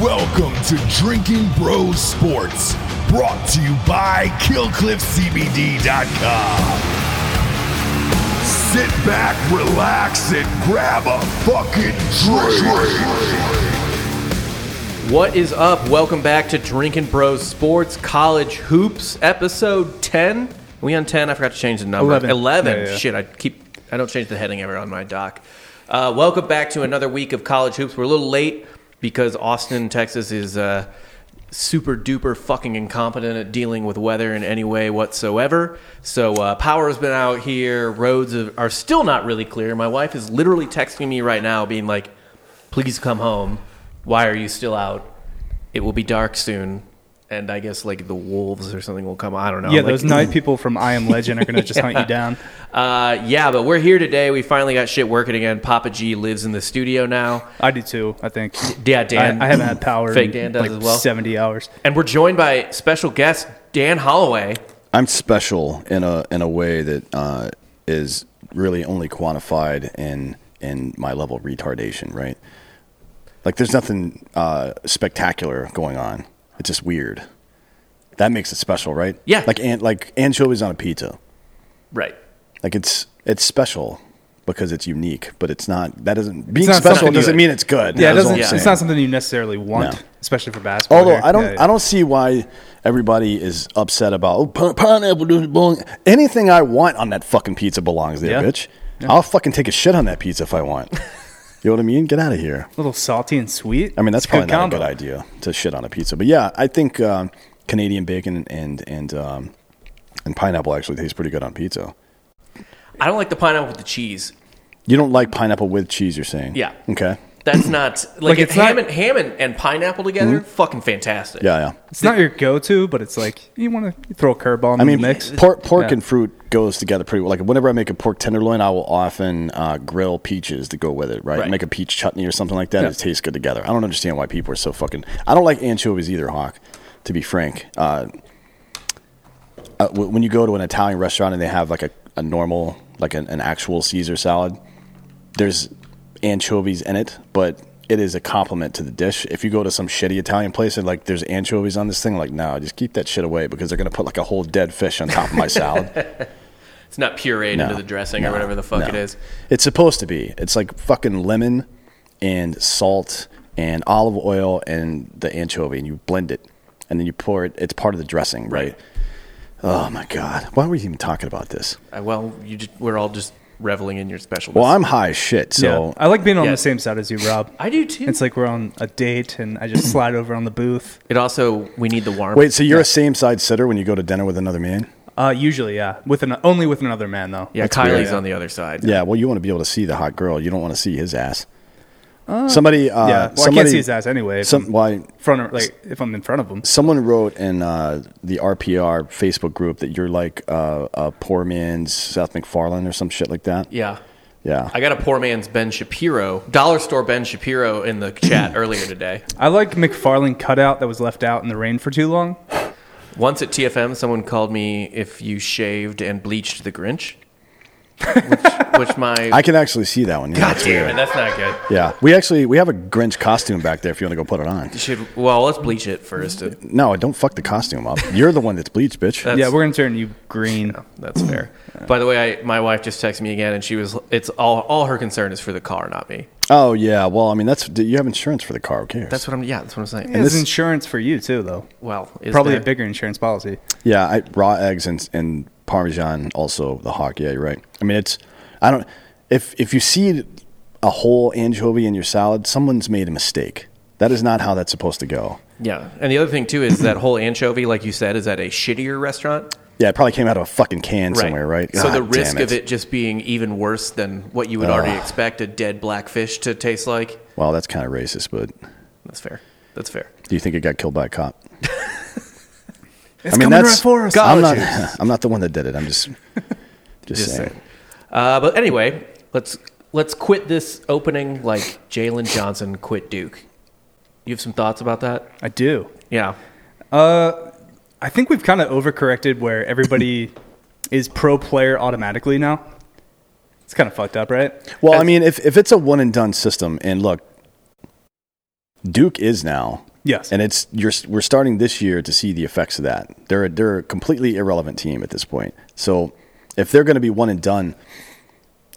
Welcome to Drinking Bros Sports, brought to you by KillcliffCBD.com. Sit back, relax, and grab a fucking drink. What is up? Welcome back to Drinking Bros Sports College Hoops, episode 10. we on 10? I forgot to change the number. 11. 11. Yeah, yeah. Shit, I keep, I don't change the heading ever on my doc. Uh, welcome back to another week of College Hoops. We're a little late because Austin, Texas is uh, super duper fucking incompetent at dealing with weather in any way whatsoever. So uh, power has been out here. Roads are are still not really clear. My wife is literally texting me right now being like, please come home. Why are you still out? It will be dark soon. And I guess like the wolves or something will come. I don't know. Yeah, Like, those "Mm." night people from I Am Legend are gonna just hunt you down. Uh, yeah, but we're here today. We finally got shit working again. Papa G lives in the studio now. I do too. I think. Yeah, Dan. I, I haven't had power. Fake Dan in does like as well. Seventy hours. And we're joined by special guest Dan Holloway. I'm special in a in a way that uh, is really only quantified in in my level of retardation, right? Like there's nothing uh, spectacular going on. It's just weird. That makes it special, right? Yeah. Like an, like anchovies on a pizza. Right. Like it's it's special because it's unique, but it's not. That doesn't being not special something doesn't you- mean it's good. Yeah, it That's doesn't. all I'm yeah. saying. It's not something you necessarily want, No. especially for basketball. Although here. I don't, Yeah, yeah. I don't see why everybody is upset about oh, pine- pineapple doesn't belong. Anything I want on that fucking pizza belongs there, Yeah. bitch. I'll fucking take a shit on that pizza if I want. you know what I mean? Get out of here. A little salty and sweet. I mean, that's It's a probably good not combo. a good idea to shit on a pizza. But yeah, I think um, Canadian bacon and and um, and pineapple actually tastes pretty good on pizza. I don't like the pineapple with the cheese. You don't like pineapple with cheese, you're saying? Yeah. Okay. That's not like, Like, if it's ham not- and ham and, and pineapple together. Fucking fantastic. Mm-hmm. Yeah, yeah. It's not your go-to, but it's like you want to throw a curveball. in I mean, the mix. pork, pork Yeah. and fruit goes together pretty well. Like whenever I make a pork tenderloin, I will often uh, grill peaches to go with it, right? Right. Make a peach chutney or something like that. It tastes good together. I don't understand why people are so fucking. I don't like anchovies either, Hawk. To be frank, uh, uh, w- when you go to an Italian restaurant and they have like a, a normal, like an, an actual Caesar salad, there's anchovies in it, but it is a compliment to the dish. If you go to some shitty Italian place and like there's anchovies on this thing, like no, just keep that shit away because they're gonna put like a whole dead fish on top of my salad. It's not pureed No, into the dressing or no, whatever the fuck no. it is. It's supposed to be. It's like fucking lemon and salt and olive oil and the anchovy, and you blend it, and then you pour it. It's part of the dressing, right? Oh my god, why are we even talking about this? Uh, well, you just, we're all just reveling in your specialness. Well, I'm high as shit, so Yeah. I like being on Yeah. the same side as you, Rob. I do too. It's like we're on a date, and I just slide over on the booth. it also we need the warmth. Wait, so you're a same side sitter when you go to dinner with another man? Uh, usually, yeah, with an only with another man though. yeah, that's Kylie's weird. on the other side. Yeah, well, you want to be able to see the hot girl. You don't want to see his ass. Oh. somebody, uh, yeah. Well, I somebody, can't see his ass anyway. if Some, I'm why? front of, like if I'm in front of him. Someone wrote in uh, the RPR Facebook group that you're like uh, a poor man's Seth MacFarlane or some shit like that. Yeah. Yeah. I got a poor man's Ben Shapiro, dollar store Ben Shapiro in the chat earlier today. I like McFarlane cutout that was left out in the rain for too long. Once at TFM, someone called me if you shaved and bleached the Grinch, which, which my I can actually see that one. Yeah, God that's damn weird. it, that's not good. Yeah, we actually we have a Grinch costume back there. If you want to go put it on, You should well, let's bleach it first. no, don't fuck the costume up. You're the one that's bleached, bitch. That's- yeah, we're gonna turn you green. That's fair. By the way, I, my wife just texted me again, and she was it's all all her concern is for the car, not me. oh yeah, well, I mean that's you have insurance for the car. Who cares? That's what I'm. Yeah, that's what I'm saying. There's this- insurance for you too, though. Well, is Probably there- a bigger insurance policy. Yeah, I, raw eggs and and parmesan also the hawk. Yeah, you're right. I mean, it's I don't if if you see a whole anchovy in your salad, someone's made a mistake. That is not how that's supposed to go. Yeah, and the other thing too is that whole anchovy, like you said, is at a shittier restaurant. Yeah, it probably came out of a fucking can somewhere, right? So the God damn risk of it just being even worse than what you would already expect a dead blackfish to taste like. Well, that's kind of racist, but That's fair. That's fair. do you think it got killed by a cop? It's coming right for us. I'm not. colleges. I'm not the one that did it. I'm just. Just, saying. Uh, but anyway, let's let's quit this opening like Jalen Johnson quit Duke. You have some thoughts about that? I do. Uh, Yeah. I think we've kind of overcorrected where everybody is pro player automatically now. It's kind of fucked up, right? Well, I mean, if if it's a one and done system, and look, Duke is now. Yes. and it's you're we're starting this year to see the effects of that. They're they're a completely irrelevant team at this point. So if they're going to be one and done,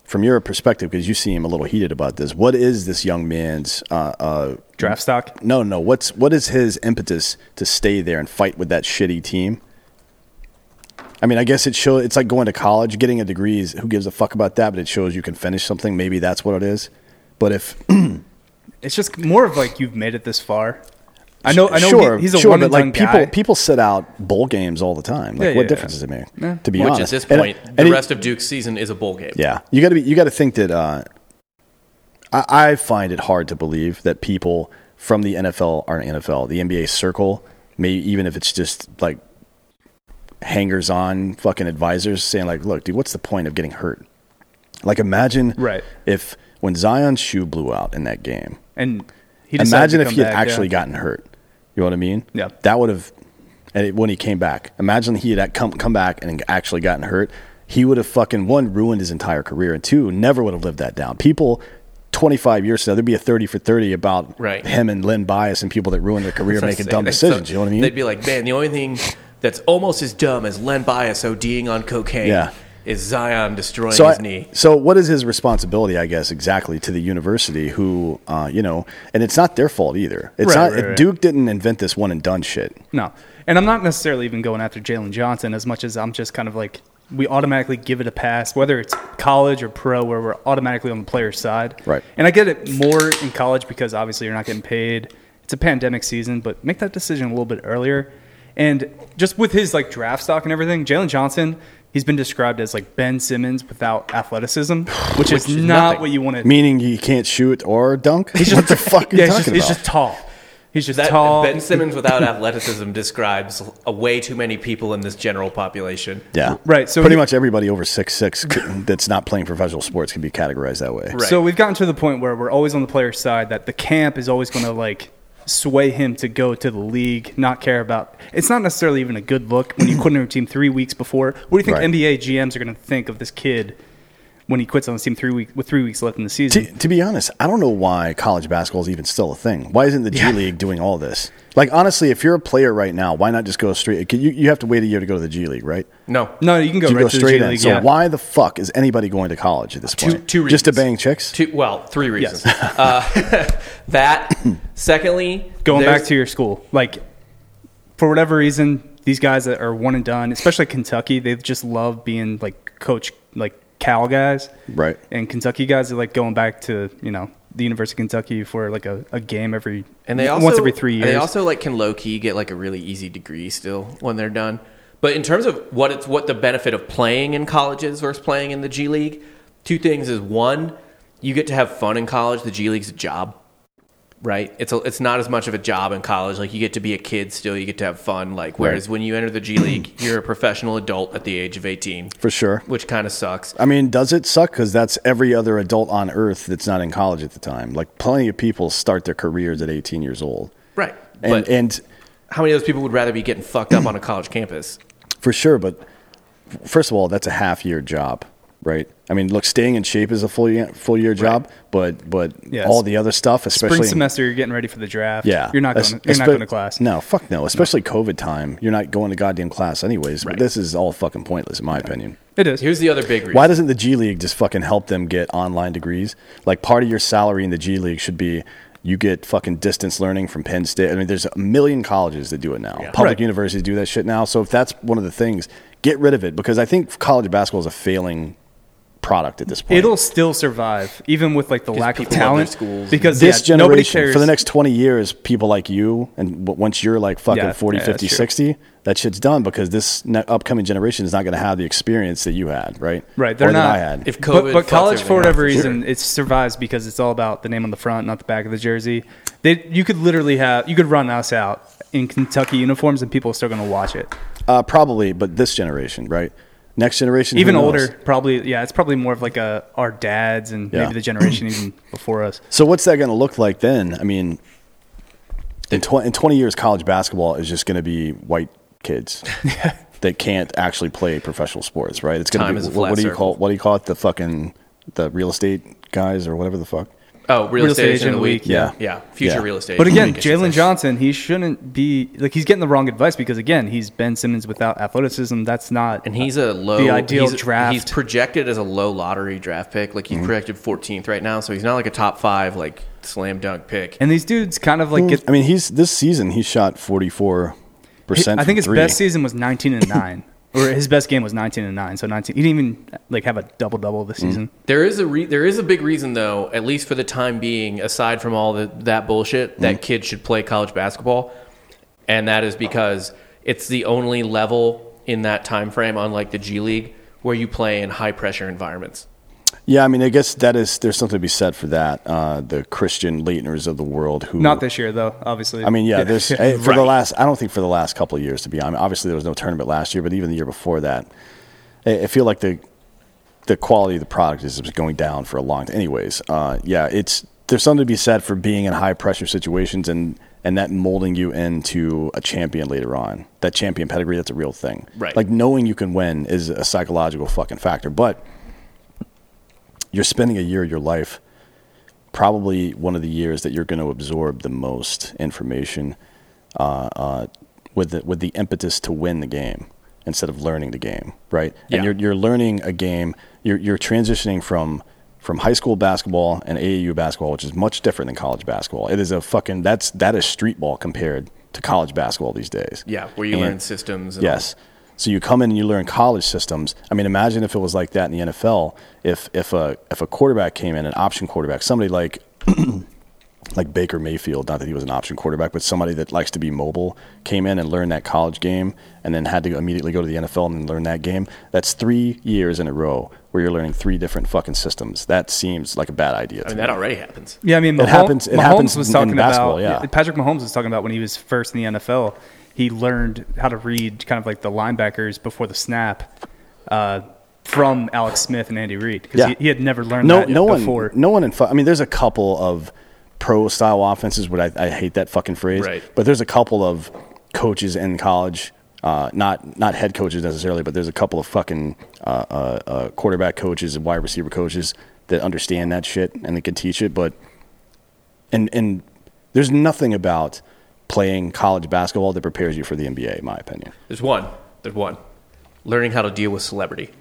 from your perspective, because you seem a little heated about this, what is this young man's uh, uh, Draft stock. no no what's what is his impetus to stay there and fight with that shitty team? I mean, I guess it shows it's like going to college, getting a degree. Is, who gives a fuck about that? But it shows you can finish something. Maybe that's what it is. But if It's just more of like you've made it this far. I know. I know. sure, he- he's a sure, one but and like done people, guy. people sit out bowl games all the time. Like, Yeah, what yeah, difference yeah. does it make? Yeah. To be Which honest, at this And- point, and the it- rest of Duke's season is a bowl game. yeah, you got to be. You got to think that. Uh, I, I find it hard to believe that people from the NFL aren't NFL, the NBA circle, maybe even if it's just like hangers on, fucking advisors saying like, "Look, dude, what's the point of getting hurt?" Like, imagine Right. if when Zion's shoe blew out in that game, and he decided imagine to if come he had back, actually yeah. gotten hurt. You know what I mean? Yeah. That would have, and it, when he came back, imagine he had come come back and actually gotten hurt. He would have fucking one ruined his entire career, and two never would have lived that down. People. 25 years from now, there'd be a 30 for 30 about Right. him and Lynn Bias and people that ruined their career That's making what dumb I'm saying. decisions. So you know what I mean? They'd be like, man, the only thing that's almost as dumb as Len Bias ODing on cocaine Yeah. is Zion destroying so his I- knee. So what is his responsibility, I guess, exactly to the university who, uh, you know, and it's not their fault either. It's Right, not, right, right. Duke didn't invent this one and done shit. No, and I'm not necessarily even going after Jalen Johnson as much as I'm just kind of like we automatically give it a pass, whether it's college or pro, where we're automatically on the player's side. Right. And I get it more in college because obviously you're not getting paid. It's a pandemic season, but make that decision a little bit earlier. And just with his like draft stock and everything, Jalen Johnson, he's been described as like Ben Simmons without athleticism, which, is, is not nothing. what you want to. Meaning he can't shoot or dunk? He's just what the fuck are you yeah, he's talking just, about? He's just tall. He's just That tall. Ben Simmons without athleticism describes a way too many people in this general population. yeah. Right, so pretty he- much everybody over six six that's not playing professional sports can be categorized that way. Right. So we've gotten to the point where we're always on the player's side that the camp is always going to like sway him to go to the league, not care about. It's not necessarily even a good look when you quit on your team three weeks before. What do you think Right. NBA GMs are going to think of this kid when he quits on the team three week with three weeks left in the season? To, to be honest, I don't know why college basketball is even still a thing. Why isn't the G League doing all this? Like honestly, if you're a player right now, why not just go straight? You, you have to wait a year to go to the G League, right? No. no, you can go You right go to the G straight in. League. so yeah. why the fuck is anybody going to college at this Two- point? two just to reasons. bang chicks? Two, well, three reasons. Uh, that, secondly, Going there's- back to your school, like for whatever reason, these guys that are one and done, especially Kentucky, they just love being like coach like Cal guys. Right. and Kentucky guys are like going back to you know the University of Kentucky for like a, a game every and they also once every three years. They also like can low key get like a really easy degree still when they're done. But in terms of what it's what the benefit of playing in college is versus playing in the G League, two things is one, you get to have fun in college. The G League's a job, right? It's a, it's not as much of a job in college. Like you get to be a kid still, you get to have fun. Like whereas when you enter the G League, you're a professional adult at the age of eighteen, For sure. which kind of sucks. I mean, does it suck? Because that's every other adult on earth that's not in college at the time. Like plenty of people start their careers at 18 years old. Right. And, but and how many of those people would rather be getting fucked up on a college campus? for sure, but first of all, that's a half year job, right? I mean, look, staying in shape is a full year, full year job, but but Yes. all the other stuff, especially spring in- semester, you're getting ready for the draft. yeah, you're not Es- going. You're espe- not going to class. No, fuck no. Especially COVID time, you're not going to goddamn class anyways. But Right. this is all fucking pointless, in my opinion. It is. Here's the other big reason. Why doesn't the G League just fucking help them get online degrees? Like part of your salary in the G League should be you get fucking distance learning from Penn State. I mean, there's a million colleges that do it now. Public Right. universities do that shit now. So if that's one of the things, get rid of it because I think college basketball is a failing product at this point. It'll still survive even with like the lack of people love their talent schools. because this yeah, nobody generation cares for the next 20 years people like you and w- once you're like fucking Yeah, 40 yeah, 50 that's true. 60 that shit's done because this ne- upcoming generation is not going to have the experience that you had right Right, they're or that not. i had If but, COVID but fucks college everything for up, whatever for reason, it survives because it's all about the name on the front, not the back of the jersey. They, you could literally have you could run us out in Kentucky uniforms, and people are still going to watch it. uh, probably but this generation right next generation who even knows? older probably yeah it's probably more of like a our dads and Yeah. maybe the generation even before us so what's that going to look like then i mean in, tw- in 20 years college basketball is just going to be white kids that can't actually play professional sports right it's going Time to is be a what, what flat do you circle. call what do you call it the fucking the real estate guys or whatever the fuck Oh, real, estate, agent of the week. Yeah. yeah, future Yeah. real estate. But agent again, of the week, I should Jalen say. Johnson, he shouldn't be like he's getting the wrong advice because again, he's Ben Simmons without athleticism. That's not and he's a low the ideal he's, draft. He's projected as a low lottery draft pick. Like Mm-hmm. he's projected 14th right now, so he's not like a top five like slam dunk pick. and these dudes kind of like get. I mean, he's this season he shot forty four percent. I think his three. best season was 19 and nine, or his best game was 19 and nine. So 19, he didn't even like have a double double Mm, this season. There is a re- there is a big reason though, at least for the time being, aside from all the, that bullshit, Mm-hmm. that kids should play college basketball, and that is because it's the only level in that time frame, unlike the G League, where you play in high pressure environments. Yeah, I mean, I guess that is there's something to be said for that. Uh, the Christian Leitners of the world who Not this year though, obviously. I mean, yeah, there's eh, for the Right. last. I don't think for the last couple of years, to be honest. Obviously, there was no tournament last year, but even the year before that, I, I feel like the the quality of the product is is going down for a long. time. Anyways, uh, yeah, it's there's something to be said for being in high pressure situations and and that molding you into a champion later on. That champion pedigree, that's a real thing. Right. Like knowing you can win is a psychological fucking factor, but you're spending a year of your life probably one of the years that you're going to absorb the most information uh, uh, with the, with the impetus to win the game instead of learning the game, right? Yeah. And you're you're learning a game. You're you're transitioning from from high school basketball and AAU basketball, which is much different than college basketball. It is a fucking that's that is street ball compared to college basketball these days. Yeah, where you And- learn systems. And Yes. So you come in and you learn college systems. I mean, imagine if it was like that in the NFL. If if a if a quarterback came in, an option quarterback, somebody like like Baker Mayfield, not that he was an option quarterback, but somebody that likes to be mobile, came in and learned that college game, and then had to immediately go to the NFL and learn that game. That's three years in a row where you're learning three different fucking systems. That seems like a bad idea. To I mean me. that already happens. Yeah, I mean, Mahom- Mahomes, happens- it happens was in talking basketball, about. yeah. Patrick Mahomes was talking about when he was first in the NFL. He learned how to read kind of like the linebackers before the snap uh, from Alex Smith and Andy Reid because Yeah. he, he had never learned no, that no before. one, no one in. Fu- I mean, there's a couple of pro style offenses, but I, I hate that fucking phrase. Right. But there's a couple of coaches in college, uh, not not head coaches necessarily, but there's a couple of fucking uh, uh, uh, quarterback coaches and wide receiver coaches that understand that shit and they can teach it. But and and there's nothing about playing college basketball that prepares you for the NBA, in my opinion. There's one. There's one. Learning how to deal with celebrity.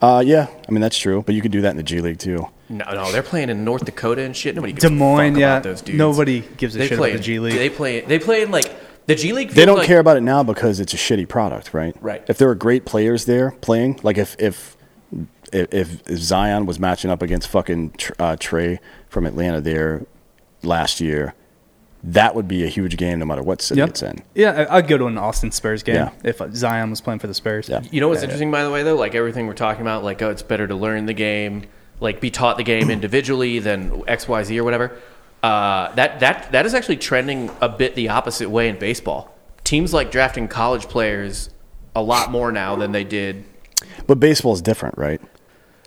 Uh, yeah, I mean that's true, but you could do that in the G League too. No, no, they're playing in North Dakota and shit. Nobody gives Des a Moines, fuck yeah, about those dudes. nobody gives a They shit play about the G in- League. They play. They play in like the G League. they feels don't like- care about it now because it's a shitty product, right? Right. If there were great players there playing, like if if if, if Zion was matching up against fucking Tr- uh, Trey from Atlanta there last year, that would be a huge game no matter what city Yep. it's in. Yeah, I- I'd go to an Austin Spurs game Yeah. if Zion was playing for the Spurs. Yeah. You know what's interesting, by the way, though, like everything we're talking about, like oh, it's better to learn the game, like be taught the game individually than X, Y, Z or whatever. Uh, that that that is actually trending a bit the opposite way in baseball. Teams like drafting college players a lot more now than they did. But baseball is different, right?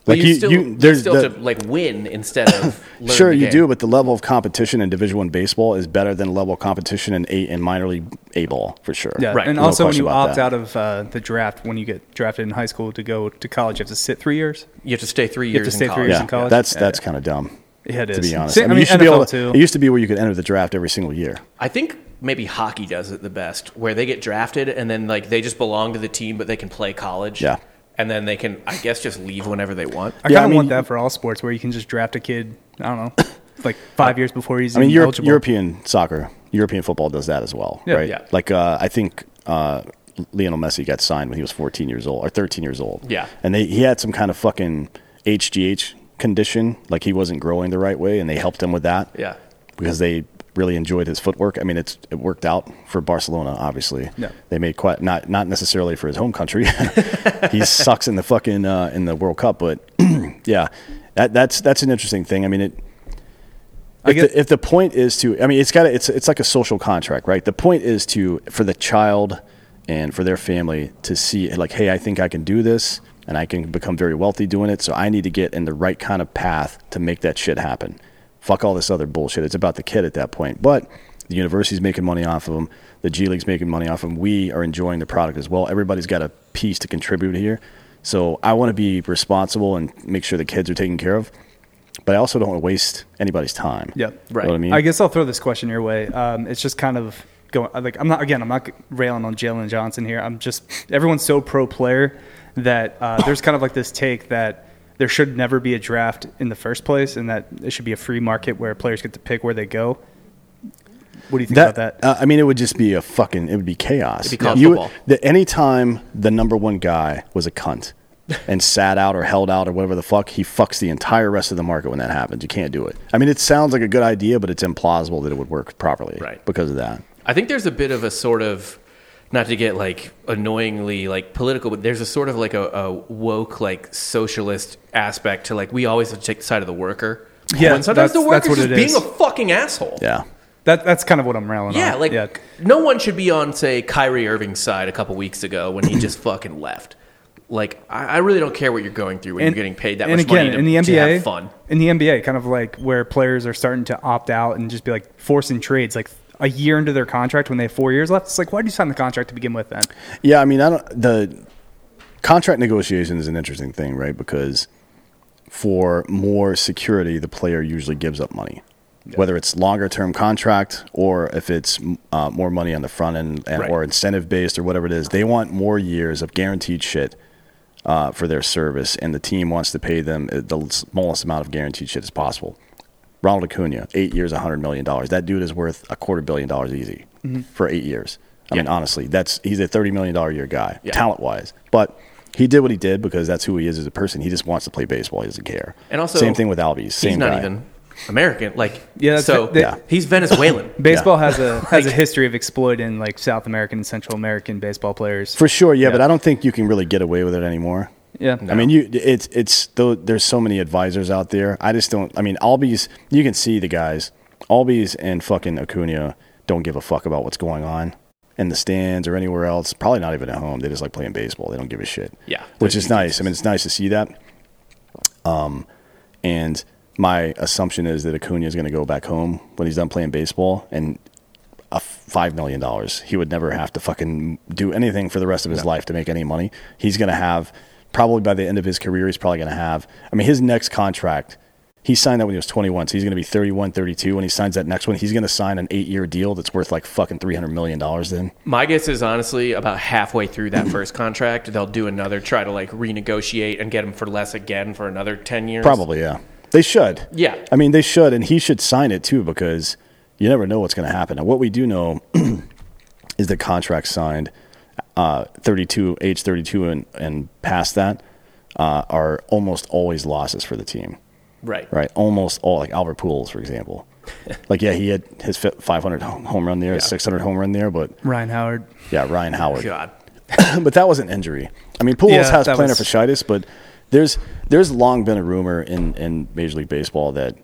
But Like you, you, still, you, you there's still the- have to like win instead of learn sure the you game. do, but the level of competition in Division One baseball is better than the level of competition in eight in minor league A ball for sure. Yeah, Right. and No also when question you about opt that. out of uh, the draft, when you get drafted in high school to go to college, you have to sit three years. you have to stay three You have years to stay in three college. years yeah, in college. that's Yeah, that's yeah. kind of dumb. Yeah, it To be is. honest, Same- I I mean, mean, you should be NFL able to, too. It used to be where you could enter the draft every single year. I think maybe hockey does it the best, where they get drafted and then like they just belong to the team, but they can play college. Yeah. And then they can, I guess, just leave whenever they want. I Yeah, kind I of mean- want that for all sports, where you can just draft a kid. I don't know, like five years before he's. I mean, even Europe, eligible. European soccer, European football does that as well, Yeah. right? Yeah. Like uh, I think uh, Lionel Messi got signed when he was 14 years old or 13 years old. Yeah. and they, he had some kind of fucking HGH condition, like he wasn't growing the right way, and they helped him with that. Yeah. because they really enjoyed his footwork. I mean, it's it worked out for Barcelona, obviously. Yeah. they made quite not not necessarily for his home country. he sucks in the fucking uh, in the World Cup, but yeah, that, that's that's an interesting thing. I mean it. If, guess- the, if the point is to, I mean, it's got it's it's like a social contract, right? The point is to for the child and for their family to see, like, hey, I think I can do this, and I can become very wealthy doing it. So I need to get in the right kind of path to make that shit happen. Fuck all this other bullshit. It's about the kid at that point. But the university's making money off of them. The G League's making money off them. We are enjoying the product as well. Everybody's got a piece to contribute here. So I want to be responsible and make sure the kids are taken care of but I also don't want to waste anybody's time. Yeah. You know what I Right. mean? I guess I'll throw this question your way. Um, it's just kind of going like I'm not again. I'm not railing on Jalen Johnson here. I'm just everyone's so pro player that uh, there's kind of like this take that there should never be a draft in the first place, and that it should be a free market where players get to pick where they go. What do you think that, about that? Uh, I mean, it would just be a fucking. It would be chaos. It'd be college You would- football. the, anytime the number one guy was a cunt and sat out or held out or whatever the fuck, he fucks the entire rest of the market when that happens. You can't do it. I mean, it sounds like a good idea, but it's implausible that it would work properly Right. because of that. I think there's a bit of a sort of not to get like annoyingly like political, but there's a sort of like a, a woke like socialist aspect to like we always have to take the side of the worker. Yeah, When sometimes that's- the that's worker's what just it being is. a fucking asshole. Yeah. that that's kind of what I'm railing on. Yeah, like no one should be on, say, Kyrie Irving's side a couple weeks ago when he just fucking left. Like, I, I really don't care what you're going through when And- you're getting paid that and much again, money to, in the NBA, to have fun. In the NBA, kind of like where players are starting to opt out and just be like forcing trades, like a year into their contract when they have four years left. It's like, why did you sign the contract to begin with then? Yeah, I mean, I don't, the contract negotiation is an interesting thing, right? Because for more security, the player usually gives up money, whether it's longer term contract or if it's m- uh, more money on the front end and, Right. or incentive based or whatever it is. They want more years of guaranteed shit uh, for their service, and the team wants to pay them uh, the smallest amount of guaranteed shit as possible. Ronald Acuna, eight years, hundred million dollars. That dude is worth a quarter billion dollars easy for eight years. I mean, honestly, that's he's a thirty million dollar a year guy, Yeah. talent wise. But he did what he did because that's who he is as a person. He just wants to play baseball. He doesn't care. And also, same thing with Albies. Same he's not guy. even American. Like, Yeah, yeah, that's- so they- Yeah. he's Venezuelan. Baseball has a has a history of exploiting like South American and Central American baseball players. for sure. Yeah, but I don't think you can really get away with it anymore. yeah, I mean, you it's it's though there's so many advisors out there. I just don't. I mean, Albies. You can see the guys. Albies and fucking Acuna don't give a fuck about what's going on in the stands or anywhere else. Probably not even at home. They just like playing baseball. They don't give a shit. Yeah. which is nice. I mean, it's nice to see that. Um, and my assumption is that Acuna is going to go back home when he's done playing baseball and. A f- five million dollars. He would never have to fucking do anything for the rest of his life to make any money. He's gonna have probably by the end of his career, he's probably gonna have. I mean, his next contract, he signed that when he was 21, so he's gonna be 31, 32. When he signs that next one, he's gonna sign an eight-year deal that's worth like fucking 300 million dollars. Then My guess is honestly about halfway through that first contract, they'll do another try to like renegotiate and get him for less again for another 10 years. probably, yeah, they should. Yeah. I mean, they should, and he should sign it too because you never know what's gonna happen. And what we do know is the contract signed uh, 32 age 32 and, and past that uh, are almost always losses for the team Right. right almost all like albert pools for example like yeah he had his fi- 500 home home run there 600 home run there but Ryan Howard. yeah ryan howard God. but that was an injury i mean pools Yeah, has that plantar was- fasciitis but there's there's long been a rumor in in major league baseball that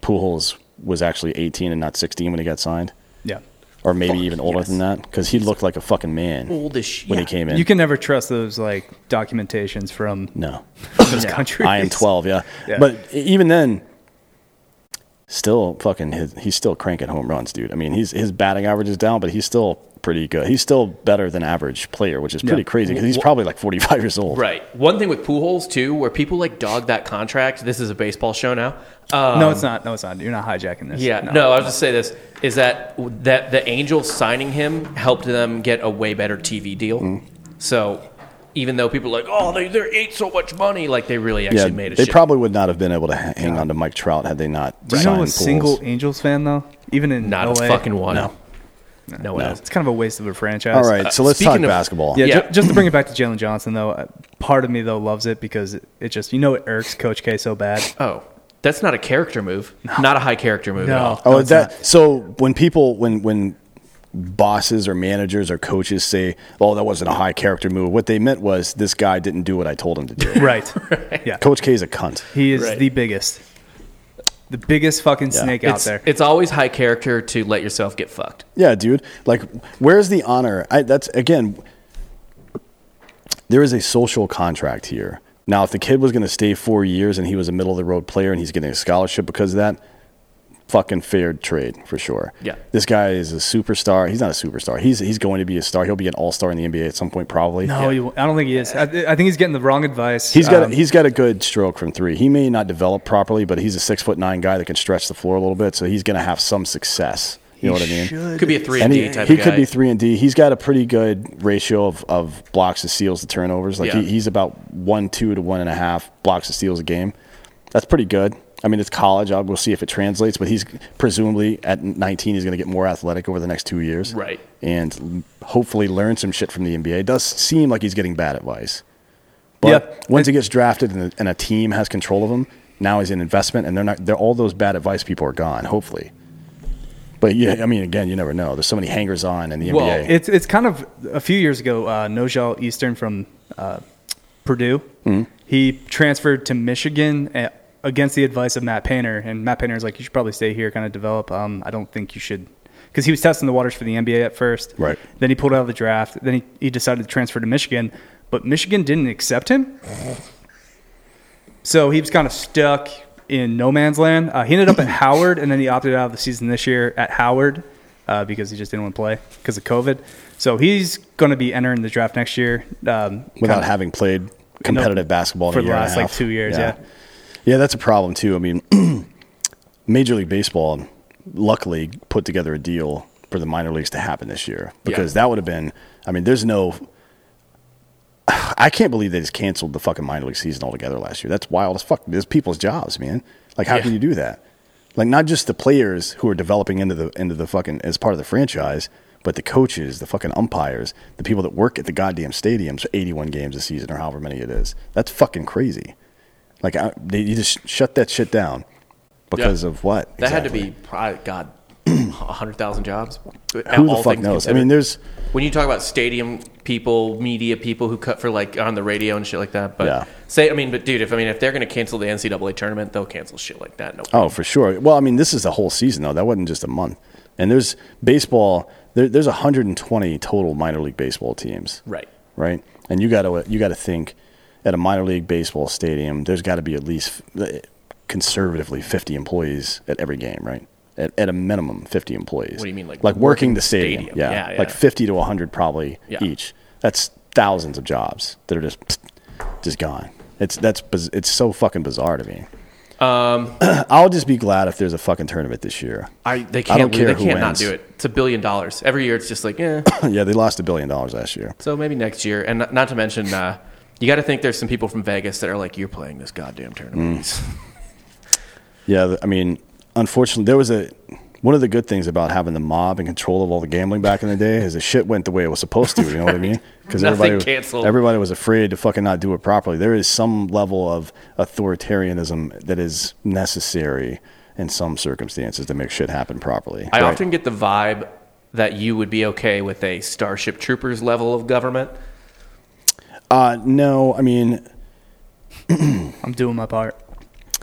Pujols was actually 18 and not 16 when he got signed Yeah, or maybe even older yes. than that because he looked like a fucking man Old as shit. when he came in you can never trust those like documentations from no those countries. I am 12, yeah. Yeah. But e- even then, still fucking, his, he's still cranking home runs, dude. I mean, he's, his batting average is down, but he's still pretty good. He's still better than average player, which is pretty Yeah. crazy because he's probably like 45 years old. Right. One thing with Pujols too, where people like dog that contract. This is a baseball show now. Um, No, it's not. No, it's not. You're not hijacking this. Yeah, no. I was just say this is that that the Angels signing him helped them get a way better TV deal. Mm-hmm. So even though people are like, oh, they they ate so much money, like they really actually Yeah, made a they shit. probably would not have been able to ha- hang on to Mike Trout had they not Do you signed know a Pujols. single Angels fan though? Even in not LA? a fucking one. No. no, way. It's kind of a waste of a franchise. All right, so let's talk speaking of- basketball. Uh, Yeah, ju- Yeah. just to bring it back to Jalen Johnson, though, uh, part of me though loves it because it, it just you know it irks Coach K so bad. Oh, that's not a character move. Not a high character move. At all. No, Oh, it's that so when people when when bosses or managers or coaches say, "Oh, that wasn't a high character move," what they meant was this guy didn't do what I told him to do. not- right. Yeah, Coach K is a cunt. he is Right. the biggest, the biggest fucking snake out It's, there. it's always high character to let yourself get fucked. Yeah, dude. Like, where's the honor? I, that's again. There is a social contract here. Now, if the kid was going to stay four years and he was a middle of the road player and he's getting a scholarship because of that, fucking fair trade for sure. Yeah. This guy is a superstar. He's not a superstar. He's he's going to be a star. He'll be an all star in the NBA at some point probably. No, he won't. I don't think he is. I, th- I think he's getting the wrong advice. He's got Um, a, he's got a good stroke from three. He may not develop properly, but he's a six foot nine guy that can stretch the floor a little bit, so he's going to have some success. You know what I mean? should. Could be a three and And he, D type he of guy. could be three and D. He's got a pretty good ratio of, of blocks to steals to turnovers. Like Yeah. he, he's about one two to one and a half blocks to steals a game. That's pretty good. I mean, it's college. I'll, we'll see if it translates. But he's presumably at 19, he's going to get more athletic over the next two years, Right. And l- hopefully learn some shit from the NBA. It does seem like he's getting bad advice. But Yeah. once he gets drafted and, and a team has control of him, now he's an investment, and they're not. They're all those bad advice people are gone. Hopefully, but yeah, I mean, again, you never know. There's so many hangers on in the Well, NBA. It's it's kind of a few years ago. Uh, Nojal Eastern from uh, Purdue, he transferred to Michigan a against the advice of Matt Painter, and Matt Painter was like, "You should probably stay here, kind of develop." Um, I don't think you should, because he was testing the waters for the NBA at first. Right. Then he pulled out of the draft. Then he, he decided to transfer to Michigan, but Michigan didn't accept him, so he was kind of stuck in no man's land. Uh, he ended up at Howard, and then he opted out of the season this year at Howard uh, because he just didn't want to play because of COVID. So he's going to be entering the draft next year um, without kinda having played competitive basketball in for a the year and a last like half. two years. Yeah. Yeah, that's a problem too. I mean, Major League Baseball luckily put together a deal for the minor leagues to happen this year because that would have been. I mean, there's no. I can't believe they just canceled the fucking minor league season altogether last year. That's wild as fuck. There's people's jobs, man. Like, how Yeah. can you do that? Like, not just the players who are developing into the into the fucking as part of the franchise, but the coaches, the fucking umpires, the people that work at the goddamn stadiums for 81 games a season or however many it is. That's fucking crazy. Like, I, they, you just shut that shit down because Yeah. of what? That had to exactly? be probably, God, hundred thousand jobs. At Who the all fuck things knows? I considered. mean, there's when you talk about stadium people, media people who cut for like on the radio and shit like that. But Yeah. say, I mean, but dude, if I mean, if they're going to cancel the NCAA tournament, they'll cancel shit like that. No, Oh, for sure. Well, I mean, this is the whole season though. That wasn't just a month. And there's baseball. There, there's 120 total minor league baseball teams. Right. Right. And you got to you got to think at a minor league baseball stadium. There's got to be at least eh, conservatively 50 employees at every game. Right. At, at a minimum, 50 employees. What do you mean, like like working the stadium? stadium? Yeah. Yeah, Like yeah. 50 to 100 probably Yeah. each. That's thousands of jobs that are just just gone. It's that's biz- it's so fucking bizarre to me. I'll just be glad if there's a fucking tournament this year. Um, I they I can't don't care they who can't not wins. do it. It's a billion dollars every year. It's just like yeah. yeah, they lost a billion dollars last year. so maybe next year, and not, not to mention, uh, you got to think there's some people from Vegas that are like, you're playing this goddamn tournament. Mm. Yeah, th- I mean, unfortunately, there was a one of the good things about having the mob in control of all the gambling back in the day is the shit went the way it was supposed to. You know what I mean? Because Nothing everybody canceled. everybody was afraid to fucking not do it properly. There is some level of authoritarianism that is necessary in some circumstances to make shit happen properly. I Right. often get the vibe that you would be okay with a Starship Troopers level of government. uh, no, I mean, I'm doing my part.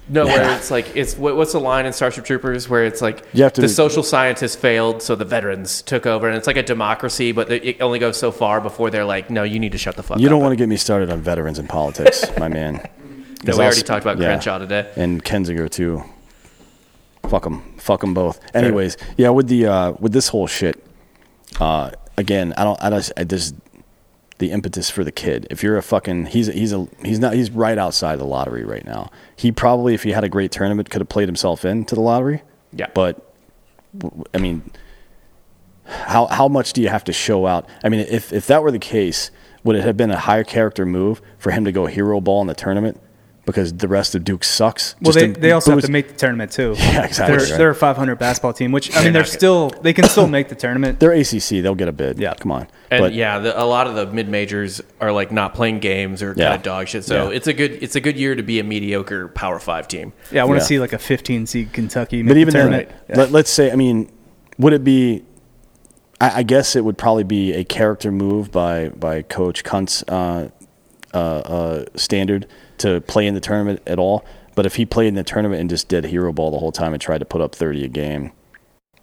No, where it's like it's what, what's the line in Starship Troopers where it's like You have to- the social scientists failed, so the veterans took over, and it's like a democracy, but it it only goes so far before they're like, no, you need to shut the fuck you up. don't want to get me started on veterans and politics, my man. No, 'Cause we I'll already sp- talked about yeah. Crenshaw today. and Kenziger too. Fuck them, fuck them both. Anyways, yeah, with the uh, with this whole shit, uh, again, I don't, I don't, I just the impetus for the kid. If you're a fucking, he's a, he's a he's not he's right outside the lottery right now. He probably, if he had a great tournament, could have played himself into the lottery. Yeah. but I mean, how how much do you have to show out? I mean, if if that were the case, would it have been a higher character move for him to go hero ball in the tournament because the rest of Duke sucks? Well, Just they, to they also have boost- to make the tournament too. Yeah, exactly, They're, right. they're a 500 basketball team, which I mean, they're still they can still make the tournament. They're ACC. They'll get a bid. Yeah. come on. And but yeah, the, a lot of the mid majors are like not playing games or Yeah. kind of dog shit. So Yeah. it's a good it's a good year to be a mediocre Power Five team. Yeah, I want to Yeah. see like a 15 seed Kentucky. Make but even the then, tournament. Yeah. let, let's say, I mean, would it be? I, I guess it would probably be a character move by by Coach Kuntz uh, standard to play in the tournament at all. But if he played in the tournament and just did hero ball the whole time and tried to put up 30 a game,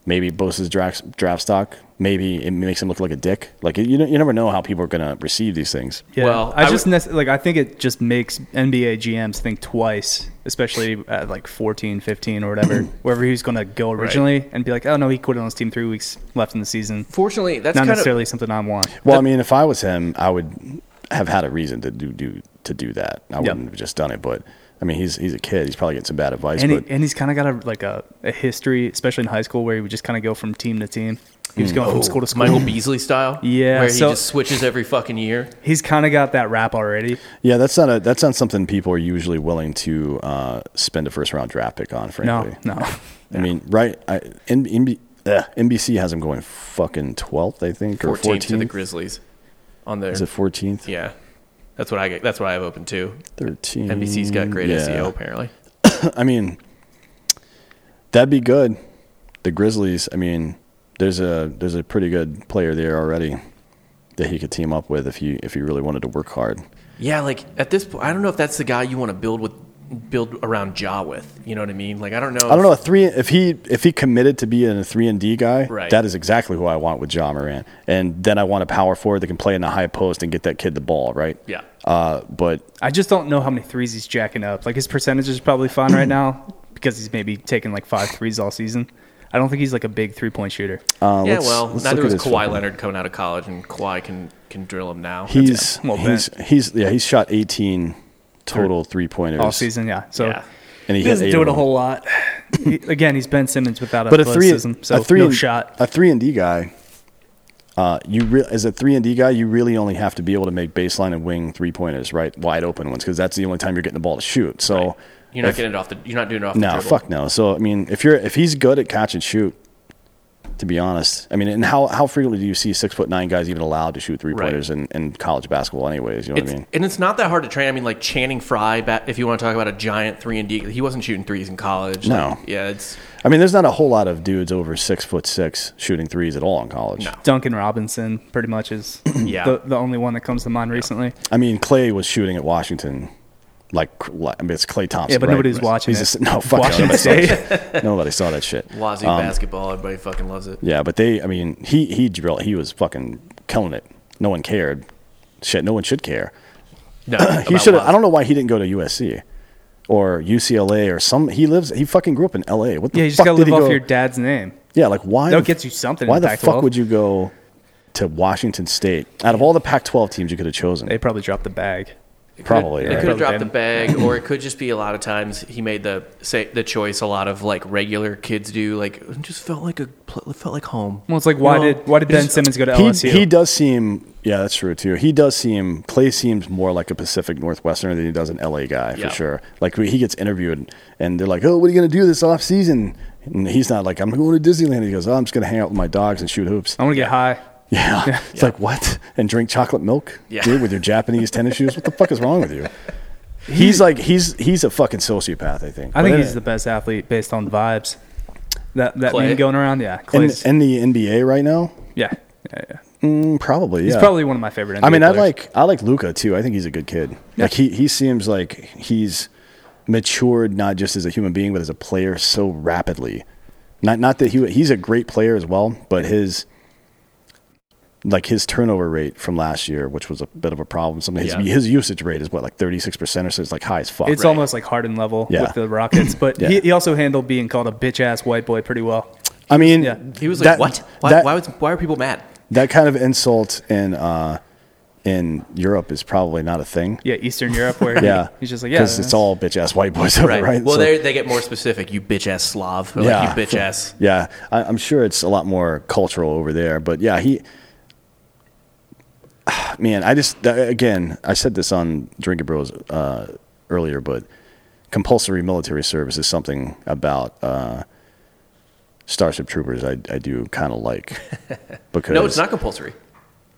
Maybe Bosa's draft, draft stock. Maybe it makes him look like a dick. Like you, you never know how people are going to receive these things. Yeah. Well, I, I just would- nece- like I think it just makes NBA GMs think twice, especially at like 14, 15 or whatever, wherever he's going to go originally, and be like, oh no, he quit on his team three weeks left in the season. Fortunately, that's Not kind necessarily something I want. Well, I mean, if I was him, I would have had a reason to do do to do that. I wouldn't have just done it. But I mean, he's he's a kid. He's probably getting some bad advice. And, he, but and he's kind of got a like a, a history, especially in high school, where he would just kind of go from team to team. He Hmm. was going from school to of school. Michael Beasley style. Yeah, where so- he just switches every fucking year. He's kind of got that rap already. yeah, that's not a that's not something people are usually willing to uh, spend a first round draft pick on. Frankly, No, no. I mean, right? I, N, NB, uh, NBC has him going fucking twelfth, I think, or 14th to the fourteenth. Grizzlies on their Is it fourteenth? yeah. That's what I get. That's what I have open too. Thirteen. NBC's got great E Yeah. SEO apparently. I mean, that'd be good. The Grizzlies. I mean, there's a there's a pretty good player there already that he could team up with if he if he really wanted to work hard. Yeah, like at this point, I don't know if that's the guy you want to build with, build around Ja with. You know what I mean? Like I don't know. I don't know a three if he if he committed to being a three and D guy. Right. That is exactly who I want with John Moran, and then I want a power forward that can play in the high post and get that kid the ball. Right. Yeah. Uh, but I just don't know how many threes he's jacking up. Like his percentage is probably fine right now because he's maybe taking like five threes all season. I don't think he's like a big three point shooter. uh, yeah, let's- well, let's neither look was at Kawhi his fucking- Leonard coming out of college, and Kawhi can can drill him now. He's Well, he's he's yeah he's shot 18 total three pointers all season. Yeah, so Yeah. and he, hit doesn't eight do of it a them. whole lot. He- again, he's Ben Simmons without but a three, athleticism, so a three no and, shot. a three and D guy. Uh, you re- as a three and D guy, you really only have to be able to make baseline and wing three pointers, right? Wide open ones, because that's the only time you're getting the ball to shoot. So You're not if- getting it off the. You're not doing it off no, the dribble. fuck no. So I mean, if you're if he's good at catch and shoot, to be honest, I mean, and how how frequently do you see six foot nine guys even allowed to shoot three pointers in, in college basketball? Anyways, you know It's, what I mean? And it's not that hard to train. I mean, like Channing Frye, ba- if you want to talk about a giant three and D, he wasn't shooting threes in college. No. Like, yeah, it's I mean, there's not a whole lot of dudes over six foot six shooting threes at all in college. No. Duncan Robinson pretty much is Yeah. the, the only one that comes to mind recently. I mean, Clay was shooting at Washington. Like, like- I mean, it's Clay Thompson. but right? nobody's watching He's it. a- no, fuck Washington nobody saw State. that. nobody saw that shit. Um, Wazoo basketball. Everybody fucking loves it. Yeah, but they. I mean, he he drilled. He was fucking killing it. No one cared. Shit, no one should care. No, He about should. Wazoo. I don't know why he didn't go to USC or UCLA or some. He lives. He fucking grew up in LA. What the Yeah, you just fuck gotta did live he off go? your dad's name. yeah, like why? That'll the- get you something in Why the Pac-12. fuck would you go to Washington State? Out of all the Pac-12 teams you could have chosen, They probably dropped the bag. probably. It right? could have Probably dropped the didn't. bag, or it could just be a lot of times he made the say the choice a lot of like regular kids do. Like it just felt like a pl- it felt like home. Well, it's like why No. did why did Ben Simmons go to LSU? He, he does seem, yeah, that's true too. He does seem, Clay seems more like a Pacific Northwesterner than he does an LA guy for Yeah. sure. Like he gets interviewed and they're like, oh, what are you going to do this off season? And he's not like, I'm going to Disneyland. He goes, oh, I'm just going to hang out with my dogs and shoot hoops. I want to get high. Yeah. It's like, what? And drink chocolate milk? Yeah. Dude, with your Japanese tennis shoes? What the fuck is wrong with you? He's like, he's he's a fucking sociopath, I think. I think But- he's the best athlete based on vibes. That that Clay? meme going around, yeah, in, Clay's, in the NBA right now? yeah, yeah, yeah. Mm, probably. He's yeah. probably one of my favorite. NBA I mean, I players. like I like Luca too. I think he's a good kid. Like he he seems like he's matured not just as a human being but as a player so rapidly. Not not that he he's a great player as well, but his like his turnover rate from last year, which was a bit of a problem. Something his, Yeah. his usage rate is what like thirty six percent or so. It's like high as fuck. It's Right. almost like Harden level Yeah. with the Rockets, but Yeah. he, he also handled being called a bitch ass white boy pretty well. I mean, yeah. He was like, that- "What? Why, that- why, was, why are people mad?" that kind of insult in uh, in Europe is probably not a thing. Yeah, Eastern Europe, where Yeah, yeah. he's just like, yeah, because it's that's- all bitch ass white boys, over, right? Well, So- they they get more specific. You bitch ass Slav. Or, Like, you bitch ass. Yeah, I, I'm sure it's a lot more cultural over there, but yeah, he. Man, I just that- again, I said this on Drinking Bros uh, earlier, but compulsory military service is something about uh, Starship Troopers I, I do kind of like because No, it's not compulsory.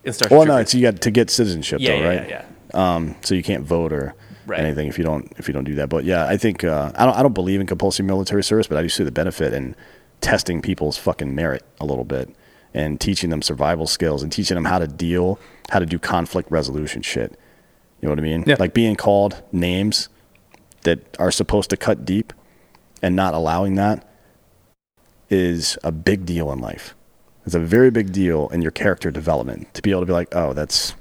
In Starship Well, no, Troopers. it's you got to get citizenship yeah, though, yeah, right? yeah, yeah. um, so you can't vote or Right. anything if you don't if you don't do that. But yeah, I think uh, I don't I don't believe in compulsory military service, but I do see the benefit in testing people's fucking merit a little bit and teaching them survival skills and teaching them how to deal, how to do conflict resolution shit. You know what I mean? Yeah. Like being called names that are supposed to cut deep and not allowing that is a big deal in life. It's a very big deal in your character development to be able to be like, oh, that's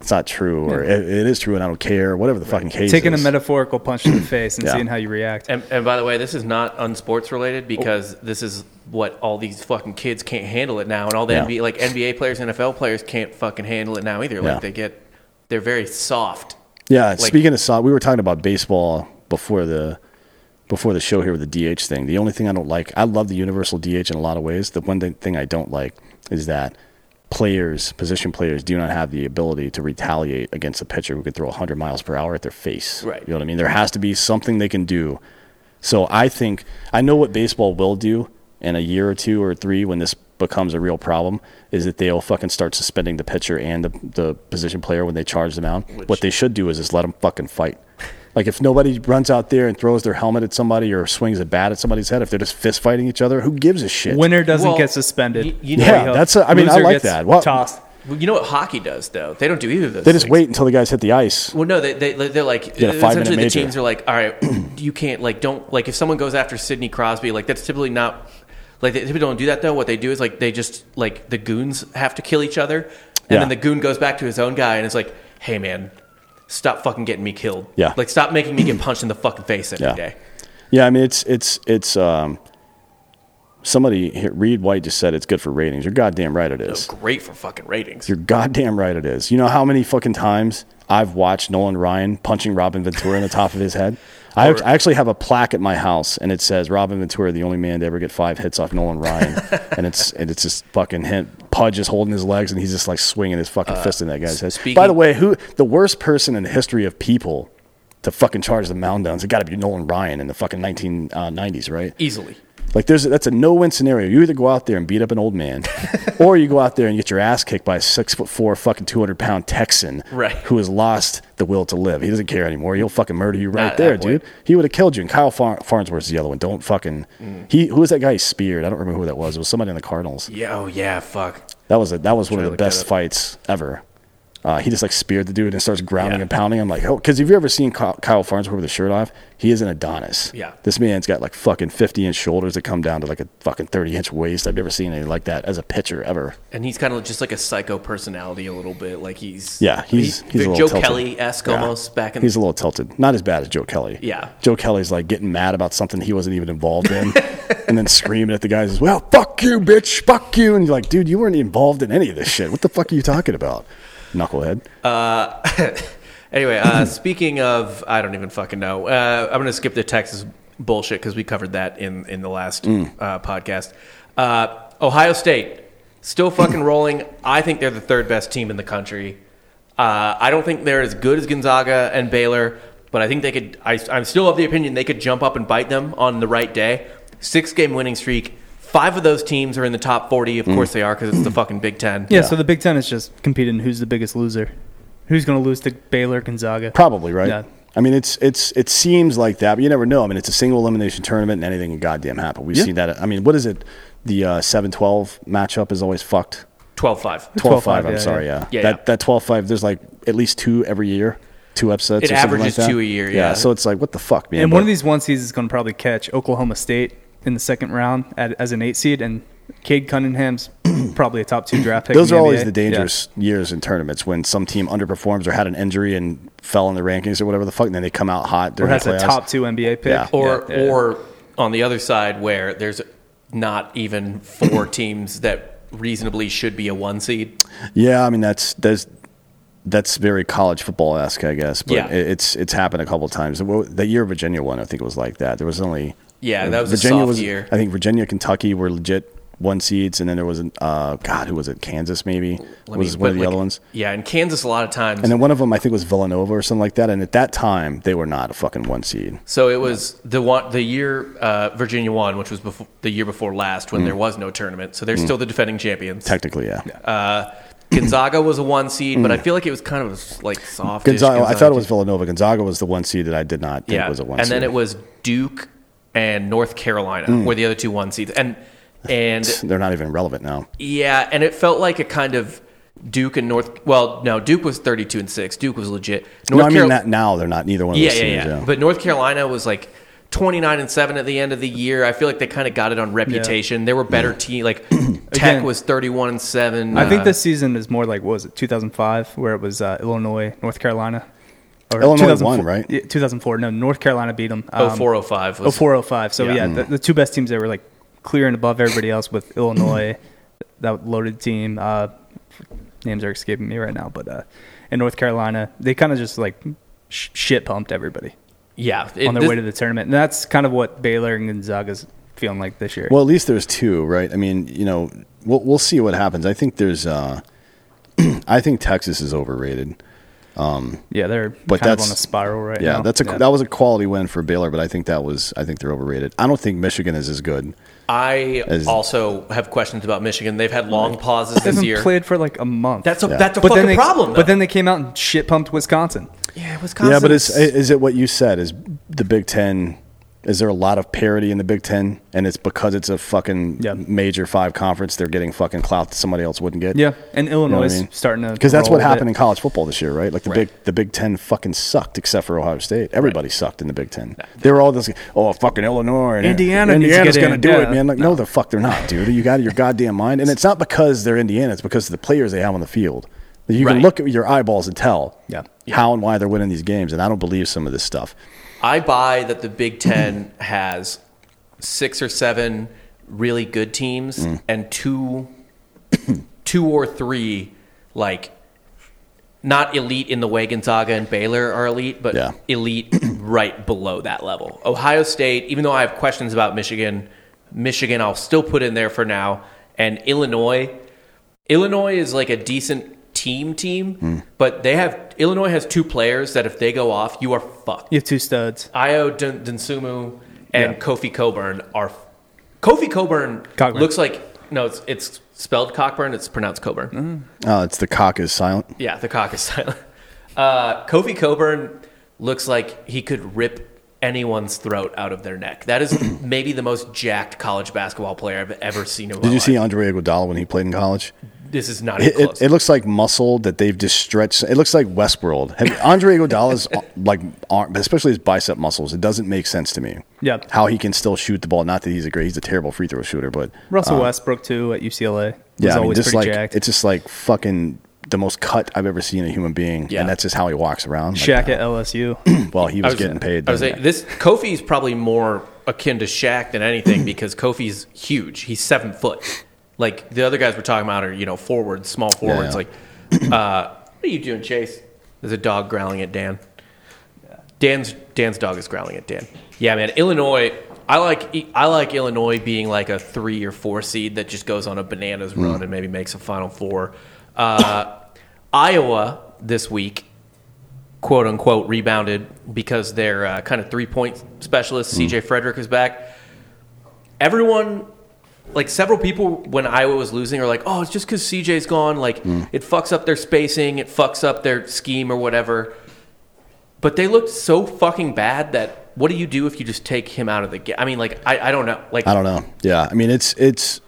it's not true, or it, it is true, and I don't care, whatever the fucking case. Taking a is. metaphorical punch to the face and Yeah. seeing how you react. And, and by the way, this is not unsports related because this is what all these fucking kids can't handle it now, and all the Yeah. NBA, like NBA players, NFL players can't fucking handle it now either. Like Yeah. they get, they're very soft. Yeah, Like- speaking of soft, we were talking about baseball before the before the show here with the DH thing. The only thing I don't like, I love the universal DH in a lot of ways. The one thing- thing I don't like is that players, position players, do not have the ability to retaliate against a pitcher who could throw 100 miles per hour at their face. Right. You know what I mean? There has to be something they can do. So I think I know what baseball will do in a year or two or three when this becomes a real problem is that they'll fucking start suspending the pitcher and the, the position player when they charge them out. what they should do is just let them fucking fight. Like if nobody runs out there and throws their helmet at somebody or swings a bat at somebody's head, if they're just fist fighting each other, who gives a shit? Winner doesn't Well, get suspended. y- you know- yeah, that's. A, I mean, I Loser like gets that. Well, tossed. Well, You know what hockey does though? They don't do either of those. They just things. wait until the guys hit the ice. Well, no, they, they they're like Get a five-minute essentially the major. teams are like, all right, you can't like don't like if someone goes after Sidney Crosby, like that's typically not like they typically don't do that though. What they do is like they just like the goons have to kill each other, and Yeah. then the goon goes back to his own guy and is like, hey man, stop fucking getting me killed. Yeah. like stop making me get punched in the fucking face every day. Yeah. Yeah, I mean it's it's it's um somebody hit- Reed White just said it's good for ratings. You're goddamn right it It's is. great for fucking ratings. You're goddamn right it is. You know how many fucking times I've watched Nolan Ryan punching Robin Ventura in the top of his head? I, act- I actually have a plaque at my house and it says Robin Ventura the only man to ever get five hits off Nolan Ryan and it's and it's just fucking him Pudge is holding his legs and he's just like swinging his fucking fist in that guy's head. speaking- By the way, who the worst person in the history of people to fucking charge the mound downs? It got to be Nolan Ryan in the fucking 1990s, right? Easily, Like there's that's a no-win scenario. You either go out there and beat up an old man, or you go out there and get your ass kicked by a six foot four fucking two hundred pound Texan Right. who has lost the will to live. He doesn't care anymore. He'll fucking murder you Not right at there, that point. dude. He would have killed you. And Kyle Far- Farnsworth's the other one. Don't fucking Mm. he. Who was that guy he speared? I don't remember who that was. It was somebody in the Cardinals. yeah, oh yeah, fuck. That was a, that was one of to the look that best up. fights ever. Uh, he just like speared the dude and starts grounding Yeah. and pounding. I'm like, oh, because if you ever seen Ky- Kyle Farnsworth with a shirt off, he is an Adonis. Yeah. this man's got like fucking 50 inch shoulders that come down to like a fucking 30 inch waist. I've never seen anything like that as a pitcher ever. And he's kind of just like a psycho personality a little bit. Like he's Yeah, he's he's, a little Joe tilted. Kelly esque Yeah. almost back in He's a little tilted, not as bad as Joe Kelly. Yeah. Joe Kelly's like getting mad about something he wasn't even involved in, and then screaming at the guys as well, "Fuck you, bitch! Fuck you!" And you're like, dude, you weren't involved in any of this shit. What the fuck are you talking about, knucklehead? Anyway, uh, speaking of, I don't even fucking know. Uh, I'm going to skip the Texas bullshit because we covered that in in the last uh, podcast. Uh, Ohio State still fucking rolling. I think they're the third best team in the country. Uh, I don't think they're as good as Gonzaga and Baylor, but I think they could. I, I'm still of the opinion they could jump up and bite them on the right day. Six game winning streak. Five of those teams are in the top 40. Of course they are because it's the fucking Big Ten. Yeah, so the Big Ten is just competing who's the biggest loser. Who's going to lose to Baylor, Gonzaga? Probably right. Yeah. I mean, it's it's it seems like that, but you never know. I mean, it's a single elimination tournament, and anything can goddamn happen. We've Yeah. seen that. I mean, what is it? The uh, 7-12 matchup is always fucked. 12 5. 12-5, I'm yeah, sorry, yeah. yeah. Yeah, that yeah. that 12-5, there's like at least two every year, two upsets. It or something like averages that. two a year, yeah. so it's like what the fuck, man. And one But of these one seeds is going to probably catch Oklahoma State in the second round at, as an eight seed, and Cade Cunningham's probably a top two draft pick. those in are the always NBA. the dangerous years in tournaments when some team underperforms or had an injury and fell in the rankings or whatever the fuck, and then they come out Yeah. hot. Or during has a the playoffs. top two NBA pick, Yeah. or Yeah, yeah. or on the other side where there's not even four teams that reasonably should be a one seed. Yeah, I mean that's that's that's very college football esque, I guess. But Yeah. it- it's it's happened a couple of times. Well, That year Virginia won, I think it was like that. There was only uh, Yeah, that was a soft year. I think Virginia, Kentucky were legit one seeds, and then there was an, uh, God, who was it? Kansas maybe Let was me- one but of the like- other ones. Yeah, in Kansas a lot of times. And then one of them, I think, was Villanova or something like that. And at that time, they were not a fucking one seed. so it was the one the year uh, Virginia won, which was before, the year before last Mm. when there was no tournament. So they're still the defending champions. Technically, yeah. Uh, Gonzaga was a one seed, but I feel like it was kind of like soft. Gonzaga, Mm. I thought it was Villanova. Gonzaga was the one seed that I did not think yeah. was a one and seed. Mm. then it was Duke and North Carolina were the other two one seeds. And and They're not even relevant now. Yeah, and it felt like a kind of Duke and North. Well, no, Duke was thirty-two and six. Duke was legit. North no, I mean Carol- that now they're not. Neither one of Yeah, those yeah, teams. yeah, But North Carolina was like 29 and 7 at the end of the year. I feel like they kind of got it on reputation. They were better team. Like Tech Again, was 31 and 7. I think uh, this season is more like what was it 2005 where it was uh, Illinois, North Carolina. Or Illinois won, 2004 right? Yeah, 2004. No, North Carolina beat them. Um, 0405 was 0405. So yeah, Yeah. Mm. the, the two best teams that were like clear and above everybody else with Illinois, that loaded team. Uh, names are escaping me right now, but uh, in North Carolina, they kind of just like sh- shit pumped everybody yeah on their this- way to the tournament, and that's kind of what Baylor and Gonzaga's feeling like this year. Well, at least there's two, right? I mean, you know, we'll we'll see what happens. I think there's, uh, I think Texas is overrated. yeah, they're but kind of that's- on a spiral right yeah, now. that's a that was a quality win for Baylor, but I think that was I think they're overrated. I don't think Michigan is as good. I As- also have questions about Michigan. They've had long pauses they this haven't year. played for like a month. that's a Yeah. that's a but fucking then they, problem. But though. then they came out and shit pumped Wisconsin. yeah, Wisconsin. yeah, but is is- is it what you said? Is the Big Ten? Is there a lot of parity in the Big Ten? And it's because it's a fucking Yeah. major five conference, they're getting fucking clout that somebody else wouldn't get. Yeah, and Illinois what I is mean? starting to because that's roll a what bit. happened in college football this year, right? Like the Right. big the Big Ten fucking sucked, except for Ohio State. Everybody sucked in the Big Ten. They were all this, oh fucking Illinois, and Indiana needs to Indiana's get gonna in." do Yeah. it, man. Like no. the fuck they're not, dude. You got your goddamn mind, and it's not because they're Indiana; it's because of the players they have on the field. You Right. can look at your eyeballs and tell Yeah. how and why they're winning these games, and I don't believe some of this stuff. I buy that the Big Ten has six or seven really good teams and two, two or three like not elite in the way Gonzaga and Baylor are elite, but Yeah. elite right below that level. Ohio State, even though I have questions about Michigan, Michigan I'll still put in there for now, and Illinois. Illinois is like a decent team team, but they have Illinois has two players that if they go off, you are fucked. You have two studs. Io Dun- Dunsumu and Kofi Coburn are. Kofi Coburn Cockburn. looks like no, it's it's spelled Cockburn. It's pronounced Coburn. Uh, it's the cock is silent. Yeah, the cock is silent. Uh, Kofi Coburn looks like he could rip anyone's throat out of their neck. That is maybe the most jacked college basketball player I've ever seen in my Oh, Did you life. see Andre Iguodala when he played in college? This is not It, even it, close. it looks like muscle that they've just stretched. It looks like Westworld. Have, Andre Iguodala's uh, like arm, especially his bicep muscles. It doesn't make sense to me. Yeah. how he can still shoot the ball. Not that he's a great. He's a terrible free throw shooter, but Russell uh, Westbrook too at UCLA. He's yeah, I mean, always just pretty like jacked. it's just like fucking the most cut I've ever seen a human being, Yeah. and that's just how he walks around. Like, Shaq at LSU. well, he was, was- getting paid. I was then. saying this Kofi's probably more akin to Shaq than anything because Kofi's huge. He's seven foot. Like the other guys we're talking about are you know forwards, small forwards. yeah. Like, uh, what are you doing, Chase? There's a dog growling at Dan. Dan's Dan's dog is growling at Dan. Yeah, man. Illinois. I like I like Illinois being like a three or four seed that just goes on a bananas Hmm. run and maybe makes a Final Four. Uh, Iowa this week quote unquote rebounded because their uh, kind of three point specialist CJ Frederick is back. Everyone, like several people, when Iowa was losing, are like, "Oh, it's just because CJ's gone. Like it fucks up their spacing, it fucks up their scheme or whatever." But they looked so fucking bad that what do you do if you just take him out of the game? I mean, like I, I don't know. Like I don't know. Yeah, I mean it's it's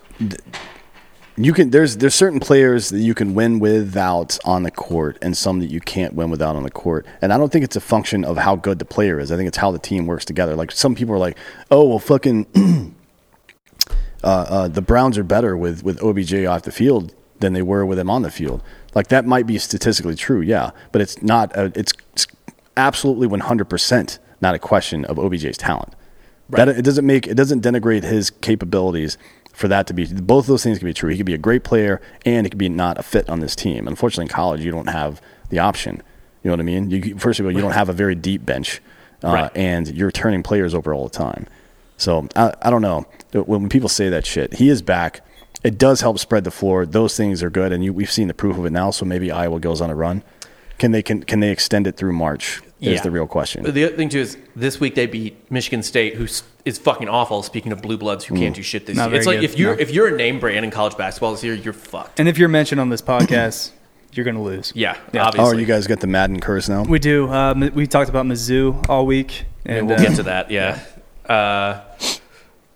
you can there's there's certain players that you can win without on the court and some that you can't win without on the court. And I don't think it's a function of how good the player is. I think it's how the team works together. Like some people are like, "Oh, well fucking uh, the Browns are better with with OBJ off the field than they were with him on the field. Like that might be statistically true, yeah, but it's not. A, it's absolutely one hundred percent not a question of OBJ's talent. That it doesn't make it doesn't denigrate his capabilities for that to be. Both those things can be true. He could be a great player and he could be not a fit on this team. Unfortunately, in college you don't have the option. You know what I mean? You, first of all, you don't have a very deep bench, uh, Right. and you're turning players over all the time. So I, I don't know when, when people say that shit. He is back. It does help spread the floor. Those things are good, and you, we've seen the proof of it now. So maybe Iowa goes on a run. Can they can can they extend it through March? Is Yeah. the real question. But the other thing too is this week they beat Michigan State, who s- is fucking awful. Speaking of blue bloods, who Mm. can't do shit this Not year. It's very like good, if you're no. if you're a name brand in college basketball this year, you're fucked. and if you're mentioned on this podcast, you're gonna lose. Yeah, Oh, obviously. you guys got the Madden curse now. we do. Um, we talked about Mizzou all week, and, we'll uh, get to that. Yeah. Uh,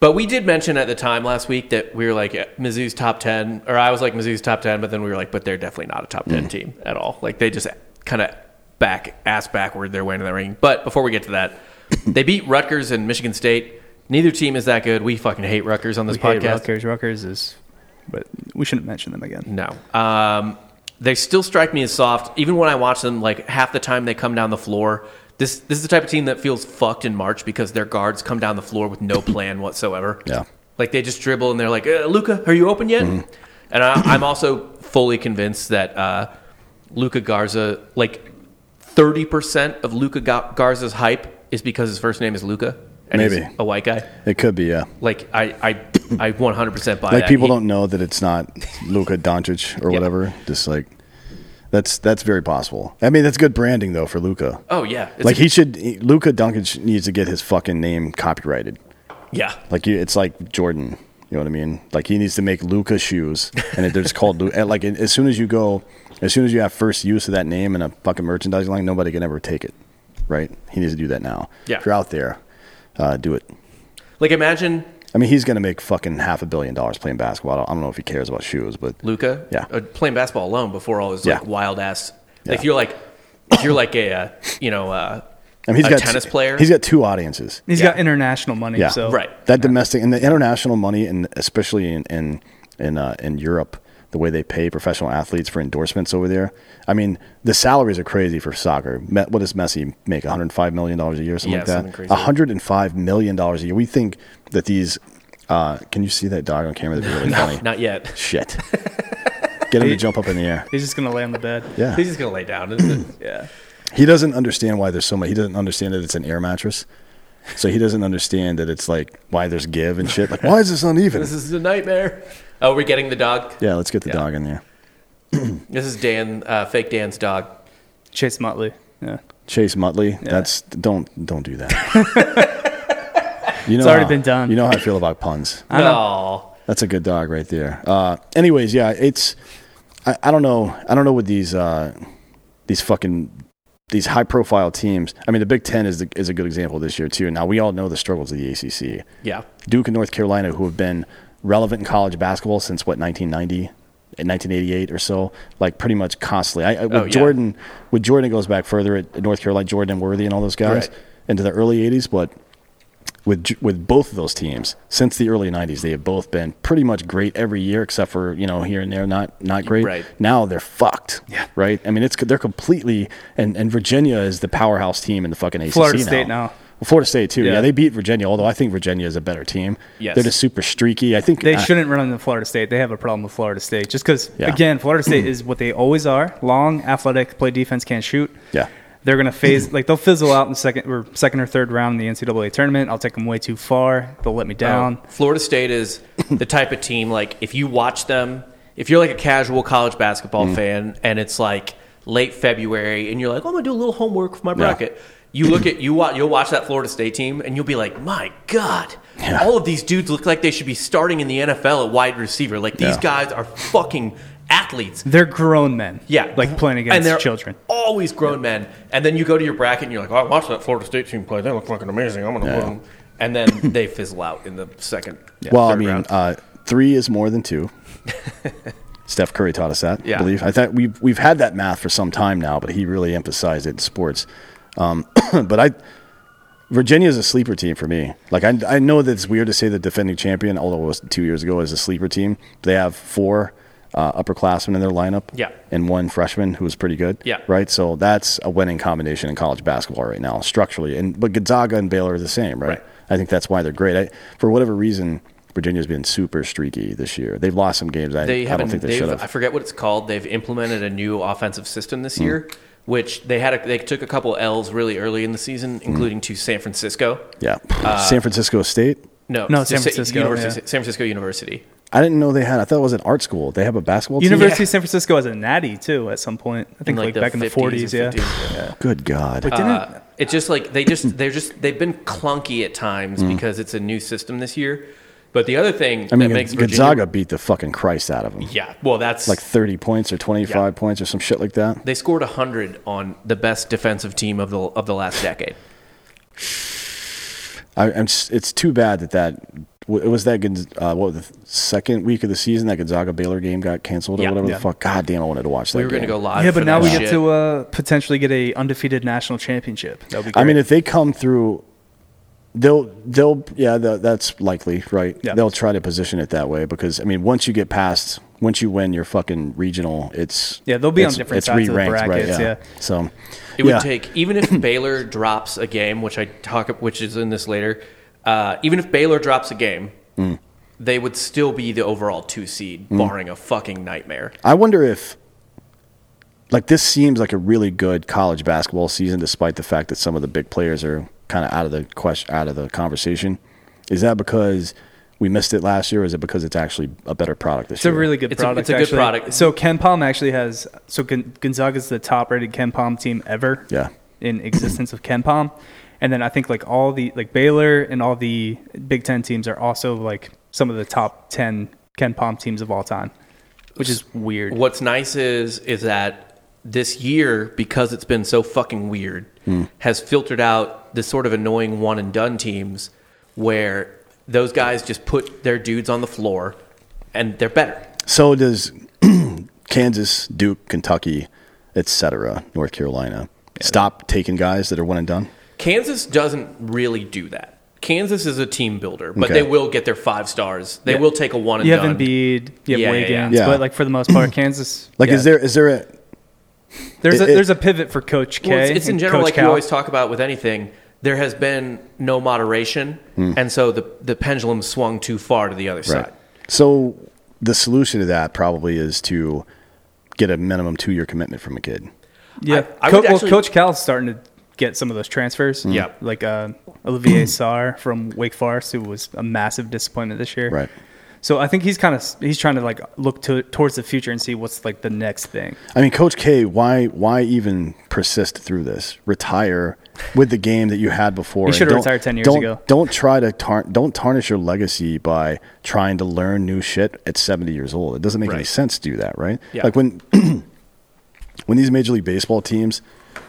but we did mention at the time last week that we were like eh, Mizzou's top ten, or I was like Mizzou's top ten, but then we were like, but they're definitely not a top Mm. ten team at all. Like they just kind of back ass backward their way into the ring. But before we get to that, they beat Rutgers and Michigan State. Neither team is that good. We fucking hate Rutgers on this We hate podcast. Rutgers. Rutgers is, but we shouldn't mention them again. No. Um, they still strike me as soft. Even when I watch them, like half the time they come down the floor. This this is the type of team that feels fucked in March because their guards come down the floor with no plan whatsoever. Yeah. Mm-hmm. Like they just dribble and they're like, uh, Luca, are you open yet? And I, I'm also fully convinced that uh, Luca Garza, like 30% of Luca Ga- Garza's hype is because his first name is Luca and he's Maybe. a white guy. It could be, yeah. Like I, I, I 100% buy Like that. people He- don't know that it's not Luka Doncic or Yeah. whatever. Just like that's that's very possible. I mean, that's good branding though for Luka. Oh yeah. It's like a- he should. Luka Doncic needs to get his fucking name copyrighted. yeah. Like you, it's like Jordan. You know what I mean? Like he needs to make Luca shoes, and it- they're just called Lu- and, like as soon as you go, as soon as you have first use of that name in a fucking merchandising line, nobody can ever take it, right? He needs to do that now. Yeah. if you're out there, uh, do it. Like imagine I mean, he's gonna make fucking half a billion dollars playing basketball. I don't, I don't know if he cares about shoes, but Luca, Yeah. uh, playing basketball alone before all his like Yeah. wild ass. Like Yeah. if you're like, if you're like a, uh, you know, uh, I mean, he's a got tennis player. He's got two audiences. He's Yeah. got international money, Yeah, so Right. That domestic and the international money, and especially in in in, uh, in Europe, the way they pay professional athletes for endorsements over there. I mean, the salaries are crazy for soccer. Me- What does Messi make? One hundred five million dollars a year, something Yeah, like that. something crazy. One hundred and five million dollars a year. We think that these. Uh, can you see that dog on camera? That'd be really funny. not yet. Shit. Get him to jump up in the air. He's just gonna lay on the bed. Yeah. He's just gonna lay down. Isn't it? Yeah. He doesn't understand why there's so much. He doesn't understand that it's an air mattress. So he doesn't understand that it's like why there's give and shit. Like why is this uneven? this is a nightmare. Oh, we're getting the dog. yeah, let's get the dog in there. This is Dan, uh, fake Dan's dog. Chase Motley. Yeah. Chase Muttley. That's don't don't do that. you know, already how- been done. You know how I feel about puns. No, That's a good dog right there. Uh, anyways, yeah, it's I, I don't know I don't know what these uh, these fucking these high profile teams. I mean, the Big Ten is the, is a good example this year too. Now we all know the struggles of the ACC. yeah, Duke and North Carolina, who have been relevant in college basketball since what 1990, in 1988 or so, like pretty much constantly. I, I with Oh, yeah. Jordan, with Jordan it goes back further at North Carolina, Jordan and Worthy and all those guys Right. into the early 80s, but with Ju- with both of those teams since the early 90s, they have both been pretty much great every year, except for you know here and there, not not great. Right. Now they're fucked. Yeah. Right. I mean, it's they're completely and and Virginia is the powerhouse team in the fucking ACC Florida State now. well, Florida State too. Yeah. Yeah. they beat Virginia. Although I think Virginia is a better team. Yes. they're just super streaky. I think They I- shouldn't run into Florida State. They have a problem with Florida State just because, Yeah. again, Florida State is what they always are: long, athletic, play defense, can't shoot. Yeah. they're gonna phase like they'll fizzle out in second or second or third round in the NCAA tournament. I'll take them way too far. They'll let me down. Um, Florida State is the type of team like if you watch them, if you're like a casual college basketball Mm. fan and it's like late February and you're like, "Oh, I'm gonna do a little homework for my bracket. You look at you watch you'll watch that Florida State team and you'll be like, my God, Yeah. all of these dudes look like they should be starting in the NFL at wide receiver. Like these Yeah. guys are fucking athletes. They're grown men. Yeah, like playing And against they're children. Always grown men, and then you go to your bracket and you're like, "Oh, I watched that Florida State team play. They look fucking amazing. I'm gonna Yeah. win." And then they fizzle out in the second. well, I third mean, round. uh, three is more than two. Steph Curry taught us that. Yeah. I believe. I thought we've we've had that math for some time now, but he really emphasized it in sports. Um, but I, Virginia is a sleeper team for me. Like I, I know that it's weird to say the defending champion, although it was two years ago, is a sleeper team. They have four uh, upperclassmen in their lineup. Yeah. And one freshman who was pretty good. Yeah. Right. So that's a winning combination in college basketball right now, structurally. And but Gonzaga and Baylor are the same, right? Right. I think that's why they're great. I, for whatever reason, Virginia's been super streaky this year. They've lost some games. I, they I haven't. don't think they they've- should I have. forget what it's called. They've implemented a new offensive system Hmm. this year, which they had. A, they took a couple L's really early in the season, Hmm. including to San Francisco. Yeah. Uh, San Francisco State. No, No, it's- San it's Francisco, University, yeah. San Francisco University. I didn't know they had. I thought it was an art school. They have a basketball team. University of San Francisco has a natty too at some point. I think like, back in the 50s forties. Yeah. and 50s, yeah. Good God. But didn't Uh, it's just like they just they're just they've been clunky at times because it's a new system this year. But the other thing Mm. I mean, that makes Virginia- Gonzaga beat the fucking Christ out of them. yeah, well, that's Like 30 points or 25 points or some shit like that. they scored hundred on the best defensive team of the of the last decade. I, I'm. s- It's too bad that that w- it was that Gonz- uh, what the second week of the season that Gonzaga Baylor game got canceled or Yeah. whatever Yeah. the fuck. God damn, I wanted to watch that. We were going to game. go live. yeah, but for now that we uh, shit. get to uh, potentially get a undefeated national championship. That'd be great. I mean, if they come through They'll, they'll, yeah, tha- that's likely, right? Yeah. They'll try to position it that way because I mean, once you get past, once you win your fucking regional, it's Yeah, they'll be on it's- different it's sides of the re-ranked, brackets, yeah. So It would yeah. take even if Baylor drops a game, which I talk, which is in this later. Uh, even if Baylor drops a game, Mm. they would still be the overall two seed, barring a fucking nightmare. I wonder if, like, this seems like a really good college basketball season, despite the fact that some of the big players are kind of out of the question, out of the conversation. Is that because we missed it last year? or Is it because it's actually a better product this It's a year? really good It's a- product. it's a good actually. product. So Ken Palm actually has so Gon- Gonzaga's the top rated Ken Palm team ever. Yeah. In existence of Ken Palm, and then I think like all the like Baylor and all the Big Ten teams are also like some of the top ten Ken Palm teams of all time, which is weird. What's nice is is that this year, because it's been so fucking weird, Hmm. has filtered out this sort of annoying one and done teams where those guys just put their dudes on the floor and they're better. So does Kansas, Duke, Kentucky, etc., North Carolina stop taking guys that are one and done? Kansas doesn't really do that. Kansas is a team builder, but Okay. they will get their five stars. They Yeah. will take a one and You have done. Embiid, you have Yeah, yeah, Wiggins, yeah. Yeah. but like for the most part, Kansas. Like, is yeah. there is there a there's a, it- it- there's a pivot for Coach K? Well, it's, it's in and general, Coach like Cal. we always talk about with anything. There has been no moderation, Hmm. and so the the pendulum swung too far to the other side. So the solution to that probably is to get a minimum two year commitment from a kid. Yeah, I- I Co- would well, actually- Coach Cal's starting to get some of those transfers. Mm. Yeah. like uh, Olivier Sarr from Wake Forest, who was a massive disappointment this year. Right. So I think he's kind of he's trying to like look to, towards the future and see what's like the next thing. I mean, Coach K, why why even persist through this? Retire with the game that you had before. He and should've don't- retired 10 years don't- ago. Don't try to tar- don't tarnish your legacy by trying to learn new shit at seventy years old. It doesn't make any Right. sense to do that, right? Yeah. Like when when these major league baseball teams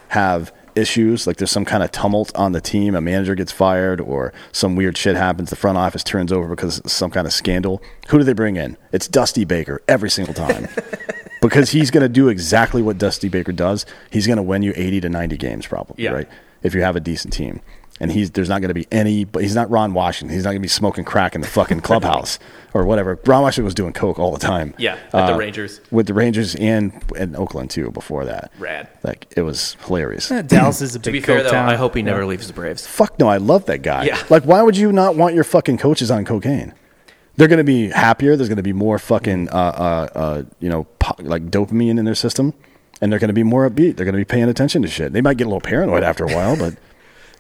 have issues like there's some kind of tumult on the team a manager gets fired or some weird shit happens the front office turns over because of some kind of scandal who do they bring in it's dusty baker every single time because he's going to do exactly what dusty baker does he's going to win you 80 to 90 games probably Yeah. right if you have a decent team and he's there's not going to be any but he's not ron washington he's not going to be smoking crack in the fucking clubhouse or whatever ron washington was doing coke all the time Uh, Yeah, at the Rangers. with the Rangers and and Oakland too before that. Rad. Like it was hilarious. Yeah, Dallas is a big To be fair, coke though, town. I hope he never leaves the Braves. Fuck no, I love that guy. Yeah. Like why would you not want your fucking coaches on cocaine? They're going to be happier. There's going to be more fucking uh, uh, uh, you know po- like dopamine in their system, and they're going to be more upbeat. They're going to be paying attention to shit. They might get a little paranoid after a while, but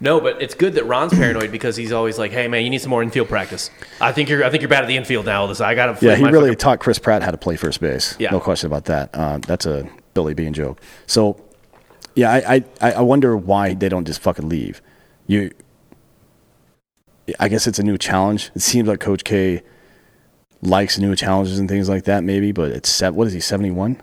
No, but it's good that Ron's paranoid because he's always like, "Hey, man, you need some more infield practice. I think you're I think you're bad at the infield now. This I got to yeah, he really taught Chris Pratt how to play first base. Yeah. no question about that. Uh, that's a Billy Bean joke. So yeah, I, I I- I wonder why they don't just fucking leave. You I guess it's a new challenge. It seems like Coach K likes new challenges and things like that, maybe. But it's sev- what is he seventy one?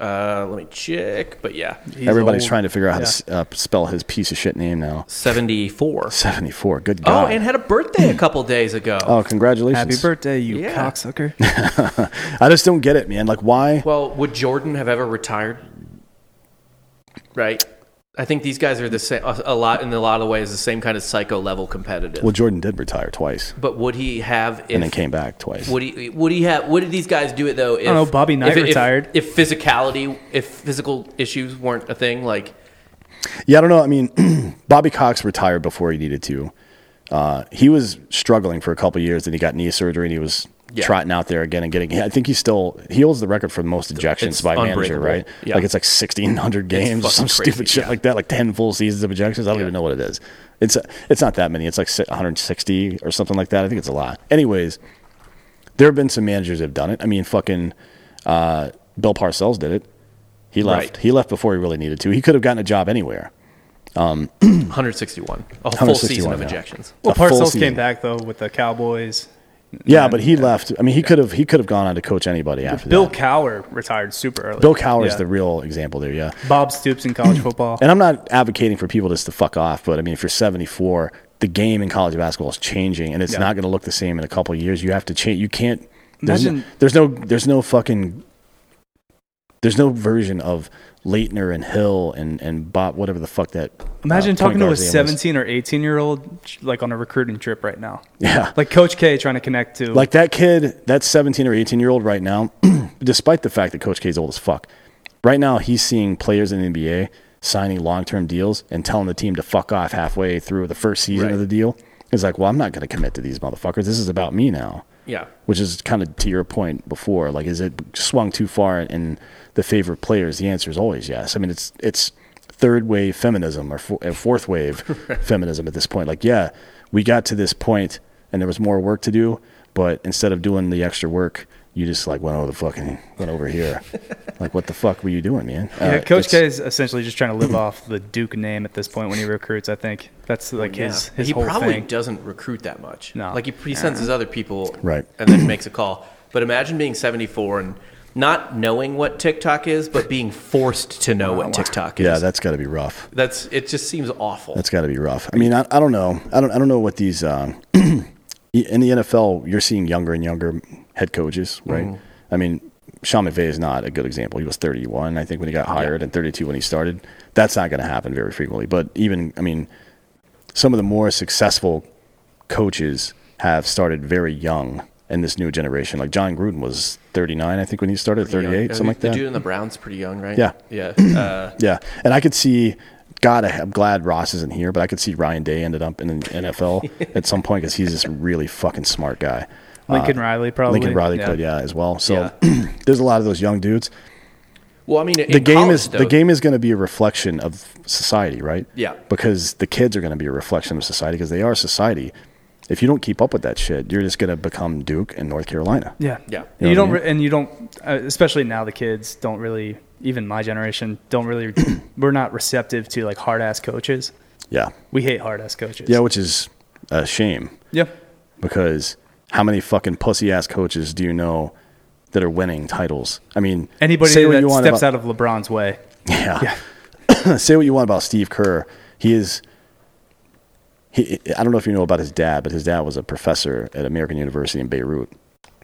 Uh, let me check, but yeah, He's Everybody's old. trying to figure out how to Yeah. s- uh, spell his piece of shit name now. seventy four. Seventy four. Good Oh, God. and had a birthday a couple days ago. oh, congratulations! Happy birthday, you Yeah. cocksucker! I just don't get it, man. Like why? Well, would Jordan have ever retired? Right. I think these guys are the same a a lot in a lot of ways the same kind of psycho level competitive. Well, Jordan did retire twice but would he have if, and then came back twice. Would he would he have would did these guys do it though if don't know, Bobby Knight if- if- retired. If, physicality if physical issues weren't a thing like Yeah, I don't know. I mean, Bobby Cox retired before he needed to. Uh, he was struggling for a couple years, then he got knee surgery, and he was Yeah. trotting out there again and getting. I think he still he holds the record for most ejections It's by manager, unbreakable. right? Yeah. Like it's like sixteen hundred games or fucking some crazy, stupid shit yeah. like that, like ten full seasons of ejections. I don't even know what it is. It's it's not that many. It's like one hundred sixty or something like that. I think it's a lot. Anyways, there have been some managers that have done it. I mean, fucking uh, Bill Parcells did it. He left. Right. He left before he really needed to. He could have gotten a job anywhere. 161 a full 161, season of yeah. ejections. Well, A full Parcells season. came back though with the Cowboys. Yeah, And- but he left. I mean, he could have he could have gone on to coach anybody after Bill that. Cowher retired super early. Bill Cowher is Yeah. the real example there. Yeah, Bob Stoops in college football. and I'm not advocating for people just to fuck off, but I mean, if you're 74, the game in college basketball is changing, and it's Yeah. not going to look the same in a couple of years. You have to change. You can't. There's, Imagine- no, there's no there's no fucking There's no version of Leitner and Hill and and Bob whatever the fuck that. uh, Imagine point talking to a guard's name was. 17 or 18 year old like on a recruiting trip right now. Yeah. Like Coach K trying to connect to Like that kid, that 17 or 18 year old right now, despite the fact that Coach K is old as fuck, right now he's seeing players in the NBA signing long term deals and telling the team to fuck off halfway through the first season Right. of the deal. He's like, well, I'm not going to commit to these motherfuckers. This is about me now. Yeah. Which is kind of to your point before. Like, is it swung too far in the favor of players? The answer is always yes. I mean, it's it's third wave feminism or fo- uh, fourth wave feminism at this point. Like, yeah, we got to this point and there was more work to do, but instead of doing the extra work, you just like went over the fucking went over here. like, what the fuck were you doing, man? Yeah, Uh, Coach it's- K is essentially just trying to live off the Duke name at this point when he recruits. I think that's like Yeah. his his he whole probably thing. doesn't recruit that much. No. Like he, he senses other people Right. and then makes a call. But imagine being 74 and not knowing what TikTok is, but being forced to know what TikTok is. Yeah, that's got to be rough. that's it just seems awful. That's got to be rough. I mean, I, I don't know. I don't. I don't know what these um, in the NFL. You're seeing younger and younger head coaches, right? I mean, Sean McVay is not a good example. He was 31, I think, when he got hired, and 32 when he started. That's not going to happen very frequently. But even, I mean, some of the more successful coaches have started very young in this new generation. Like John Gruden was 39, I think, when he started, 38, Yeah. something like the that. dude in the Browns pretty young, right? Yeah. Yeah. Uh, Yeah, and I could see. God, I- I'm glad Ross isn't here, but I could see Ryan Day ended up in the NFL at some point because he's this really fucking smart guy. Lincoln Riley probably. Uh, Lincoln Riley Yeah. could, yeah, as well. So there's a lot of those young dudes. well, I mean, in The game college, is though, the game is going to be a reflection of society, right? Yeah. Because the kids are going to be a reflection of society because they are society. If you don't keep up with that shit, you're just going to become Duke and North Carolina. Yeah, Yeah. You know You, what I don't, mean? re- and you don't, uh, especially now. The kids don't really, even my generation, don't really. we're not receptive to like hard ass coaches. Yeah. We hate hard ass coaches. Yeah, which is a shame. yeah. because how many fucking pussy ass coaches do you know that are winning titles? I mean, Anybody say what that you want steps about, out of LeBron's way. yeah, say what you want about Steve Kerr, he is. He, I don't know if you know about his dad, but his dad was a professor at American University in Beirut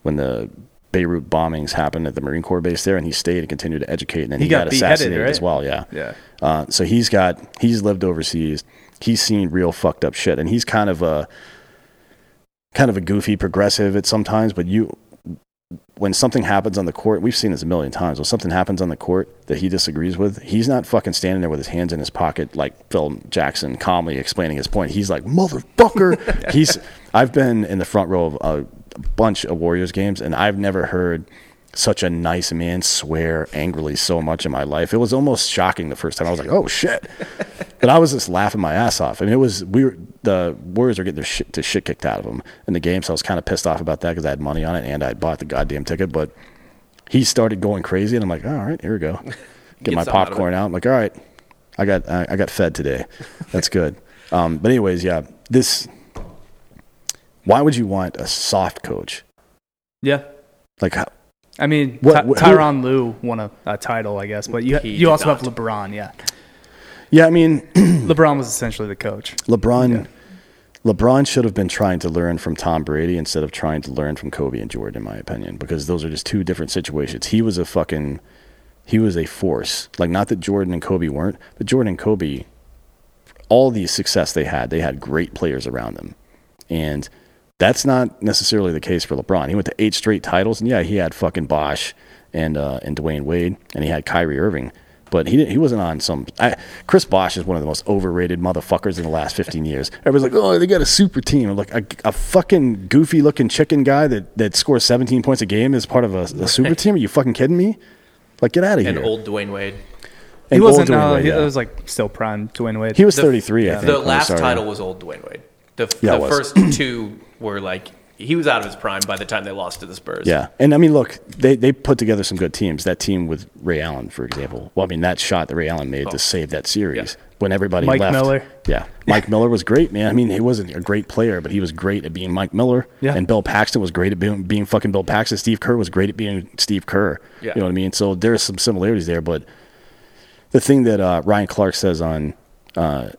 when the Beirut bombings happened at the Marine Corps base there, and he stayed and continued to educate, and then he, He got got, beheaded, assassinated right? as well. Yeah, Yeah. Uh, so he's got he's lived overseas, he's seen real fucked up shit, and he's kind of a kind of a goofy progressive at sometimes, but you when something happens on the court, we've seen this a million times. When something happens on the court that he disagrees with, he's not fucking standing there with his hands in his pocket like Phil Jackson calmly explaining his point. He's like, motherfucker. he's. I've been in the front row of a bunch of Warriors games, and I've never heard such a nice man swear angrily so much in my life. It was almost shocking the first time. I was like, oh shit. But I was just laughing my ass off. I mean, it was we were the Warriors are getting their shit the shit kicked out of them in the game, so I was kind of pissed off about that because I had money on it and I would bought the goddamn ticket. But he started going crazy, and I'm like, all right, here we go. Get Get my something out of popcorn out. I'm like, all right, I got I, I got fed today. That's good. um, but anyways, yeah, this. Why would you want a soft coach? Yeah. Like, how, I mean, What- Ty- wh- who- Tyronn Lue won a, a title, I guess, but you He you did also have not. LeBron. Yeah. yeah, I mean, LeBron was essentially the coach. LeBron LeBron should have been trying to learn from Tom Brady instead of trying to learn from Kobe and Jordan in my opinion because those are just two different situations. He was a fucking he was a force. Like not that Jordan and Kobe weren't, but Jordan and Kobe all the success they had, they had great players around them. And that's not necessarily the case for LeBron. He went to eight straight titles, and yeah, he had fucking Bosh and uh, and Dwayne Wade, and he had Kyrie Irving, but he didn't, he wasn't on some. I, Chris Bosh is one of the most overrated motherfuckers in the last fifteen years. Everybody's like, oh, they got a super team. I'm like a, a fucking goofy looking chicken guy that that scores seventeen points a game is part of a, a super team. Are you fucking kidding me? Like, get out of here. and old Dwayne Wade. He And old wasn't. Dwayne Uh, Wade, he, yeah. It was like still prime Dwayne Wade. He was The- 33, I think. The I'm last sorry. title was old Dwayne Wade. The, Yeah, it the was. first two were like he was out of his prime by the time they lost to the Spurs. Yeah, and I mean, look, they they put together some good teams. That team with Ray Allen, for example. Well, I mean, that shot that Ray Allen made to save that series Oh. Yeah. when everybody Mike left. Miller. Yeah, Mike Miller was great, man. I mean, he wasn't a great player, but he was great at being Mike Miller. Yeah. And Bill Paxton was great at being, being fucking Bill Paxton. Steve Kerr was great at being Steve Kerr. Yeah. You know what I mean? So there's some similarities there, but the thing that uh, Ryan Clark says on uh,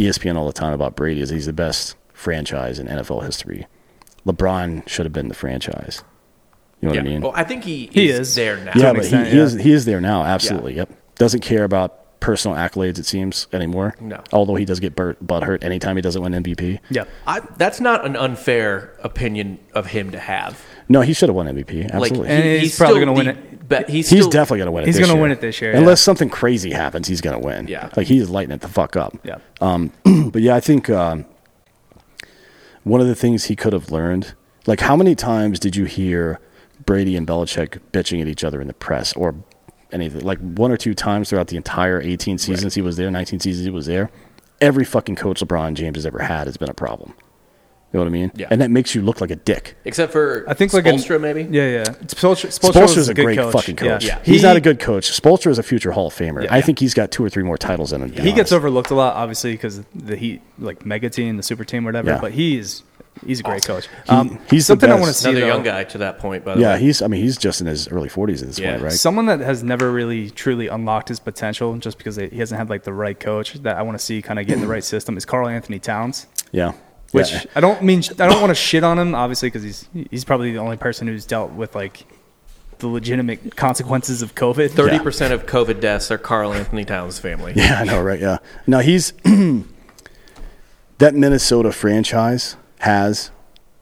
ESPN all the time about Brady is he's the best franchise in NFL history. LeBron should have been the franchise. You know yeah. what I mean? Well, I think he is, He is. there now. to yeah, an but extent, he, he yeah. is he is there now. Absolutely. Yep. Doesn't care about personal accolades. It seems anymore. No. Although he does get butt butt hurt anytime he doesn't win MVP. Yeah. I, that's not an unfair opinion of him to have. No, he should have won MVP. Absolutely. And he's probably still gonna win the be- he's, he's still- definitely gonna win it. he's this gonna year. win it this year, unless yeah. something crazy happens. He's gonna win. Yeah. like he's lighting it the fuck up. Yeah. Um, but yeah, I think um, one of the things he could have learned, like how many times did you hear Brady and Belichick bitching at each other in the press or anything? Like one or two times throughout the entire 18 seasons he was there, 19 seasons he was there. Every fucking coach LeBron James has ever had has been a problem. You know what I mean? Yeah. And that makes you look like a dick. Except for I think like an- Spolstra, maybe. Yeah, yeah. Spolstra, Spolstra, Spolster was is a, good great coach. fucking coach. Yeah. He's He- not a good coach. Spolster is a future Hall of Famer. Yeah. I think he's got two or three more titles in him. to be He gets honest. overlooked a lot, obviously, because the Heat, like mega team, the super team, whatever. Yeah. But he's he's a great coach. Um, he's the something I best. want to see. Another though, young guy to that point, by the Yeah, way. he's. I mean, he's just in his early 40s at this Yeah. point, right? Someone that has never really truly unlocked his potential, just because he hasn't had like the right coach that I want to see kind of get in the right system, is Carl Anthony Towns. yeah. Which Yeah. I don't mean I don't want to shit on him, obviously, because he's he's probably the only person who's dealt with like the legitimate consequences of COVID. Thirty percent of COVID deaths are Carl Anthony Towns' family. Yeah, I know, right? Yeah. No, he's that Minnesota franchise has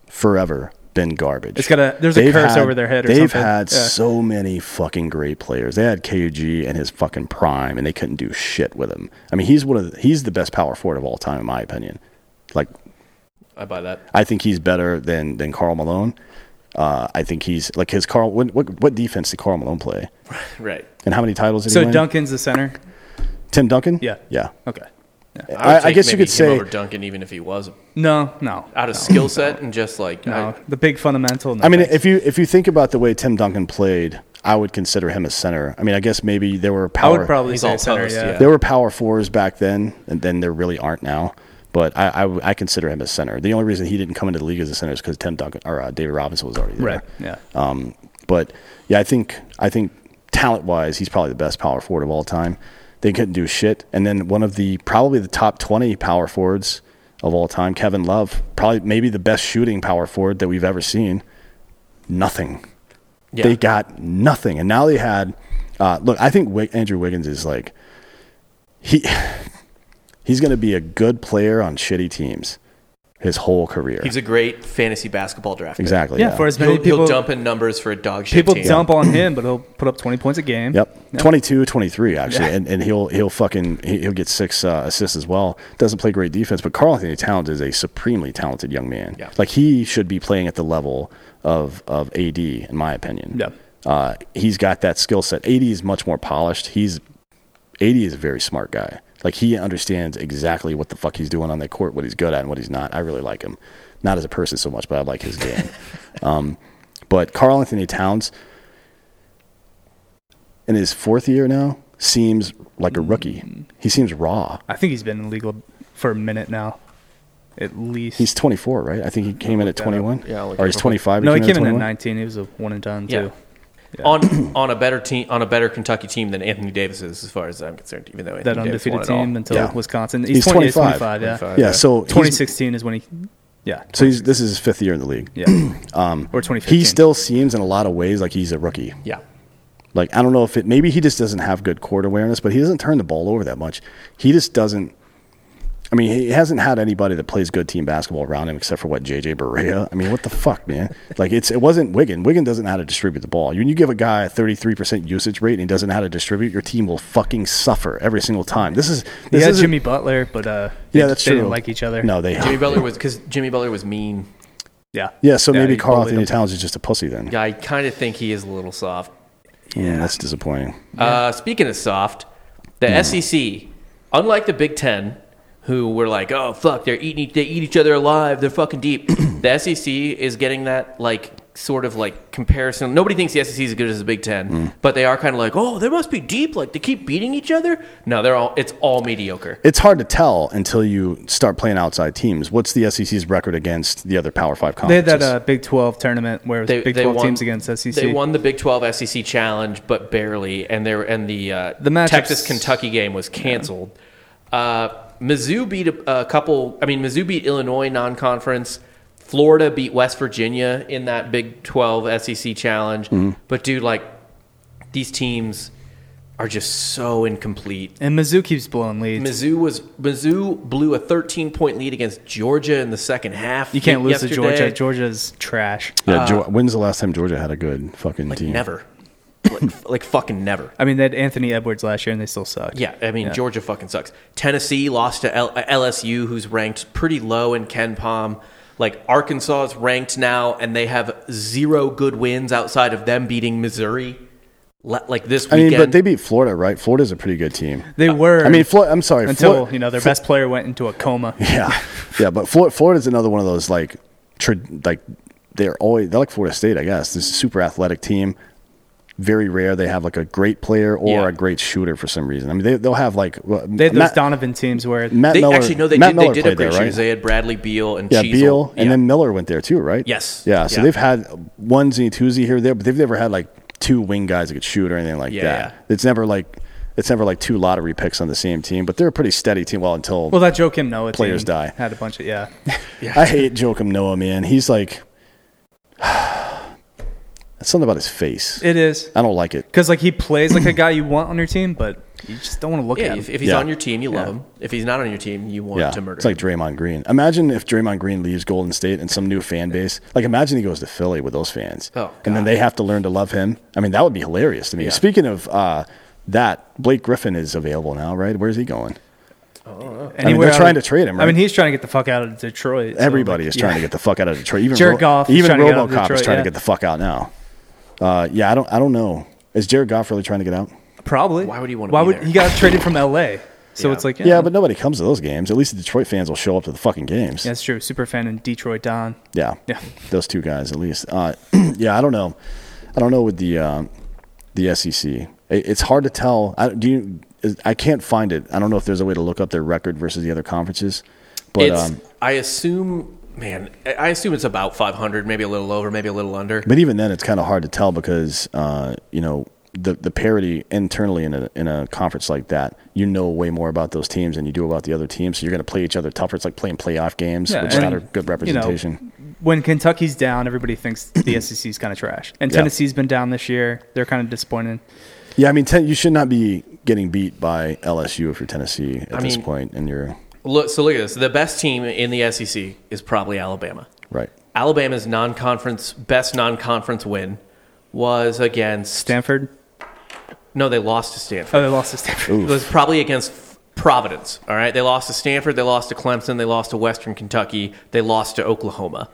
forever been garbage. It's got a- there's a curse over their head or they've something. had Yeah. so many fucking great players. They had KG and his fucking prime, and they couldn't do shit with him. I mean, he's one of the, he's the best power forward of all time, in my opinion. Like I buy that. I think he's better than than Carl Malone. Uh, I think he's like his Carl. What, what what defense did Carl Malone play? Right. And how many titles did he So win? Duncan's the center. Tim Duncan. Yeah. yeah. Okay. Yeah. would I, I take guess you maybe could him say over Duncan, even if he was No, no, out of skill set and just like no. I- The big fundamental. No I mean, thanks. if you if you think about the way Tim Duncan played, I would consider him a center. I mean, I guess maybe there were I power would probably He's say all center. post, yeah. yeah. there were power fours back then, and then there really aren't now. But I, I w- I consider him a center. The only reason he didn't come into the league as a center is because Tim Duncan or uh, David Robinson was already there. Right. Yeah. Um, but yeah, I think I think talent wise, he's probably the best power forward of all time. They couldn't do shit. And then one of the probably the top twenty power forwards of all time, Kevin Love, probably maybe the best shooting power forward that we've ever seen. Nothing. yeah. They got nothing. And now they had. Uh, look, I think Wig- Andrew Wiggins is like he he's going to be a good player on shitty teams his whole career. he's a great fantasy basketball draft. pick. exactly. yeah, For as many He'll, people, he'll dump in numbers for a dog shit people team. dump on him, but he'll put up twenty points a game. Yep. Yeah. twenty two, twenty three 22, 23 actually, and, and he'll he'll fucking he- he'll get six uh, assists as well. Doesn't play great defense, but Carl Anthony Towns is a supremely talented young man. Yeah. Like he should be playing at the level of of AD, in my opinion. Yep. Uh, he's got that skill set. AD is much more polished. He's AD is a very smart guy. Like he understands exactly what the fuck he's doing on that court, what he's good at and what he's not. I really like him. Not as a person so much, but I like his game. um, but Carl Anthony Towns in his fourth year now seems like a rookie. He seems raw. I think he's been in legal for a minute now, at least. He's 24, right? I think he came in at that up. 21. Yeah, I'll look or it he's up. 25. no, he came in at 21? nineteen. He was a one and done Yeah. too. on on a better team on a better Kentucky team than Anthony Davis is, as far as I'm concerned. Even though Anthony That Davis undefeated won it all. team until Yeah. Wisconsin. He's, He's 20, 25, 25, yeah. 25. Yeah, so he's- 2016 is when he. Yeah. So he's, this is his fifth year in the league. Yeah. um, or 2015. He still seems in a lot of ways like he's a rookie. yeah, Like I don't know if it maybe he just doesn't have good court awareness, but he doesn't turn the ball over that much. He just doesn't. I mean, he hasn't had anybody that plays good team basketball around him except for what JJ Barea. I mean, what the fuck, man? Like it's it wasn't Wiggin. Wiggin doesn't know how to distribute the ball. When you give a guy a thirty three percent usage rate and he doesn't know how to distribute, your team will fucking suffer every single time. This is He this had isn't- Jimmy Butler, but uh, they, Yeah, that's they true. didn't like each other. No, they Jimmy Butler was because Jimmy Butler was mean. Yeah. Yeah, so maybe he Carl bullied Anthony him. Towns is just a pussy then. Yeah, I kind of think he is a little soft. Mm, that's disappointing. Uh, speaking of soft, the SEC, unlike the Big Ten, who were like, "Oh fuck, they're eating, they eat each other alive. They're fucking deep." the SEC is getting that like sort of like comparison. Nobody thinks the SEC is as good as the Big Ten, but they are kind of like, "Oh, they must be deep. Like they keep beating each other." No, they're all it's all mediocre. it's hard to tell until you start playing outside teams. What's the SEC's record against the other Power Five They had conferences? that uh, Big 12 tournament where it was They, Big they 12 won, teams against E SEC. They won the Big 12 SEC challenge, but barely. And they were, and the uh, The matchups- Texas Kentucky game was canceled. Uh, Mizzou beat a, a couple. I mean, Mizzou beat Illinois non-conference. Florida beat West Virginia in that Big 12 SEC challenge. Mm-hmm. But dude, like these teams are just so incomplete. And Mizzou keeps blowing leads. Mizzou was Mizzou blew a 13 point lead against Georgia in the second half. You can't lose to Georgia. yesterday. Georgia's trash. Yeah, Geor- when's the last time Georgia had a good fucking team? uh, Never, like, like fucking never. I mean, they had Anthony Edwards last year, and they still suck. Yeah, I mean Georgia fucking sucks. Tennessee lost to L- LSU, who's ranked pretty low in Ken Palm. Like Arkansas is ranked now, and they have zero good wins outside of them beating Missouri. Le- Like this I mean, weekend, but they beat Florida, right? Florida's a pretty good team. Uh, they were. I mean, Flo- I'm sorry, until Flo- you know their Flo- best player went into a coma. Yeah, yeah, but Flor- Florida's another one of those like, tra- like they're always they're like Florida State, I guess. This is a super athletic team. Very rare they have like a great player or Yeah. a great shooter for some reason. I mean, they, they'll have like well, They had those Matt, Donovan teams where Matt They- Miller. actually no, they Matt did. Miller they did played have great there, right? shooters. They had Bradley Beal and Yeah, Cheezel. Beal, and Yeah. then Miller went there too, right? Yes. Yeah, so Yeah. they've had onesie, twosie here, there, but they've never had like two wing guys that could shoot or anything like Yeah, that. yeah. It's never like it's never like two lottery picks on the same team, but they're a pretty steady team. Well, until well that Joe Kim Noah team Players die. had a bunch of yeah. I hate Joakim Noah, man. He's like that's something about his face. It is I don't like it. because like he plays like a guy you want on your team, but you just don't want to look yeah, at him. if, if he's Yeah. on your team, you love him. If he's not on your team, you want Yeah, to murder. it's like him. Draymond Green. Imagine if Draymond Green leaves Golden State and some new fan base. Like, imagine he goes to Philly with those fans, Oh, and then God. they have to learn to love him. I mean, that would be hilarious to me. Speaking of uh, that, Blake Griffin is available now, right? Where's he going? Anywhere they're out trying to trade him, I mean, right? he's trying to get the fuck out of Detroit. so, Everybody like, is trying yeah. to get the fuck out of Detroit. Even Jared Goff is even trying to get out of RoboCop is Detroit, trying yeah. to get the fuck out now. Uh, yeah, I don't, I don't know. Is Jared Goff really trying to get out? Probably. Why would he wanna Why be would there? he got traded from L.A.? So Yeah. it's like yeah, Yeah, but nobody comes to those games. At least the Detroit fans will show up to the fucking games. that's true. Super fan in Detroit Don. Yeah. Yeah. Those two guys, at least. Uh, yeah, I don't know. I don't know with the um, the SEC. It, it's hard to tell. I, do you? is- I can't find it. I don't know if there's a way to look up their record versus the other conferences. But it's, um, I assume, man, I- I assume it's about 500, maybe a little over, maybe a little under. but even then, it's kind of hard to tell because uh, you know the the parity internally in a in a conference like that. You know way more about those teams than you do about the other teams. So you're going to play each other tougher. It's like playing playoff games, Yeah, which and, not a you good know, representation. when Kentucky's down, everybody thinks the SEC's kind of trash, and Yeah. Tennessee's been down this year. They're kind of disappointed. Yeah, I mean, ten, you should not be getting beat by LSU if you're Tennessee at I this mean- point, and you're Look, so look at this. The best team in the SEC is probably Alabama. right. Alabama's non-conference best non-conference win was against Stanford. no, they lost to Stanford. Oh, they lost to Stanford. It was probably against Providence. All right, they lost to Stanford, they lost to Clemson, they lost to Western Kentucky, they lost to Oklahoma,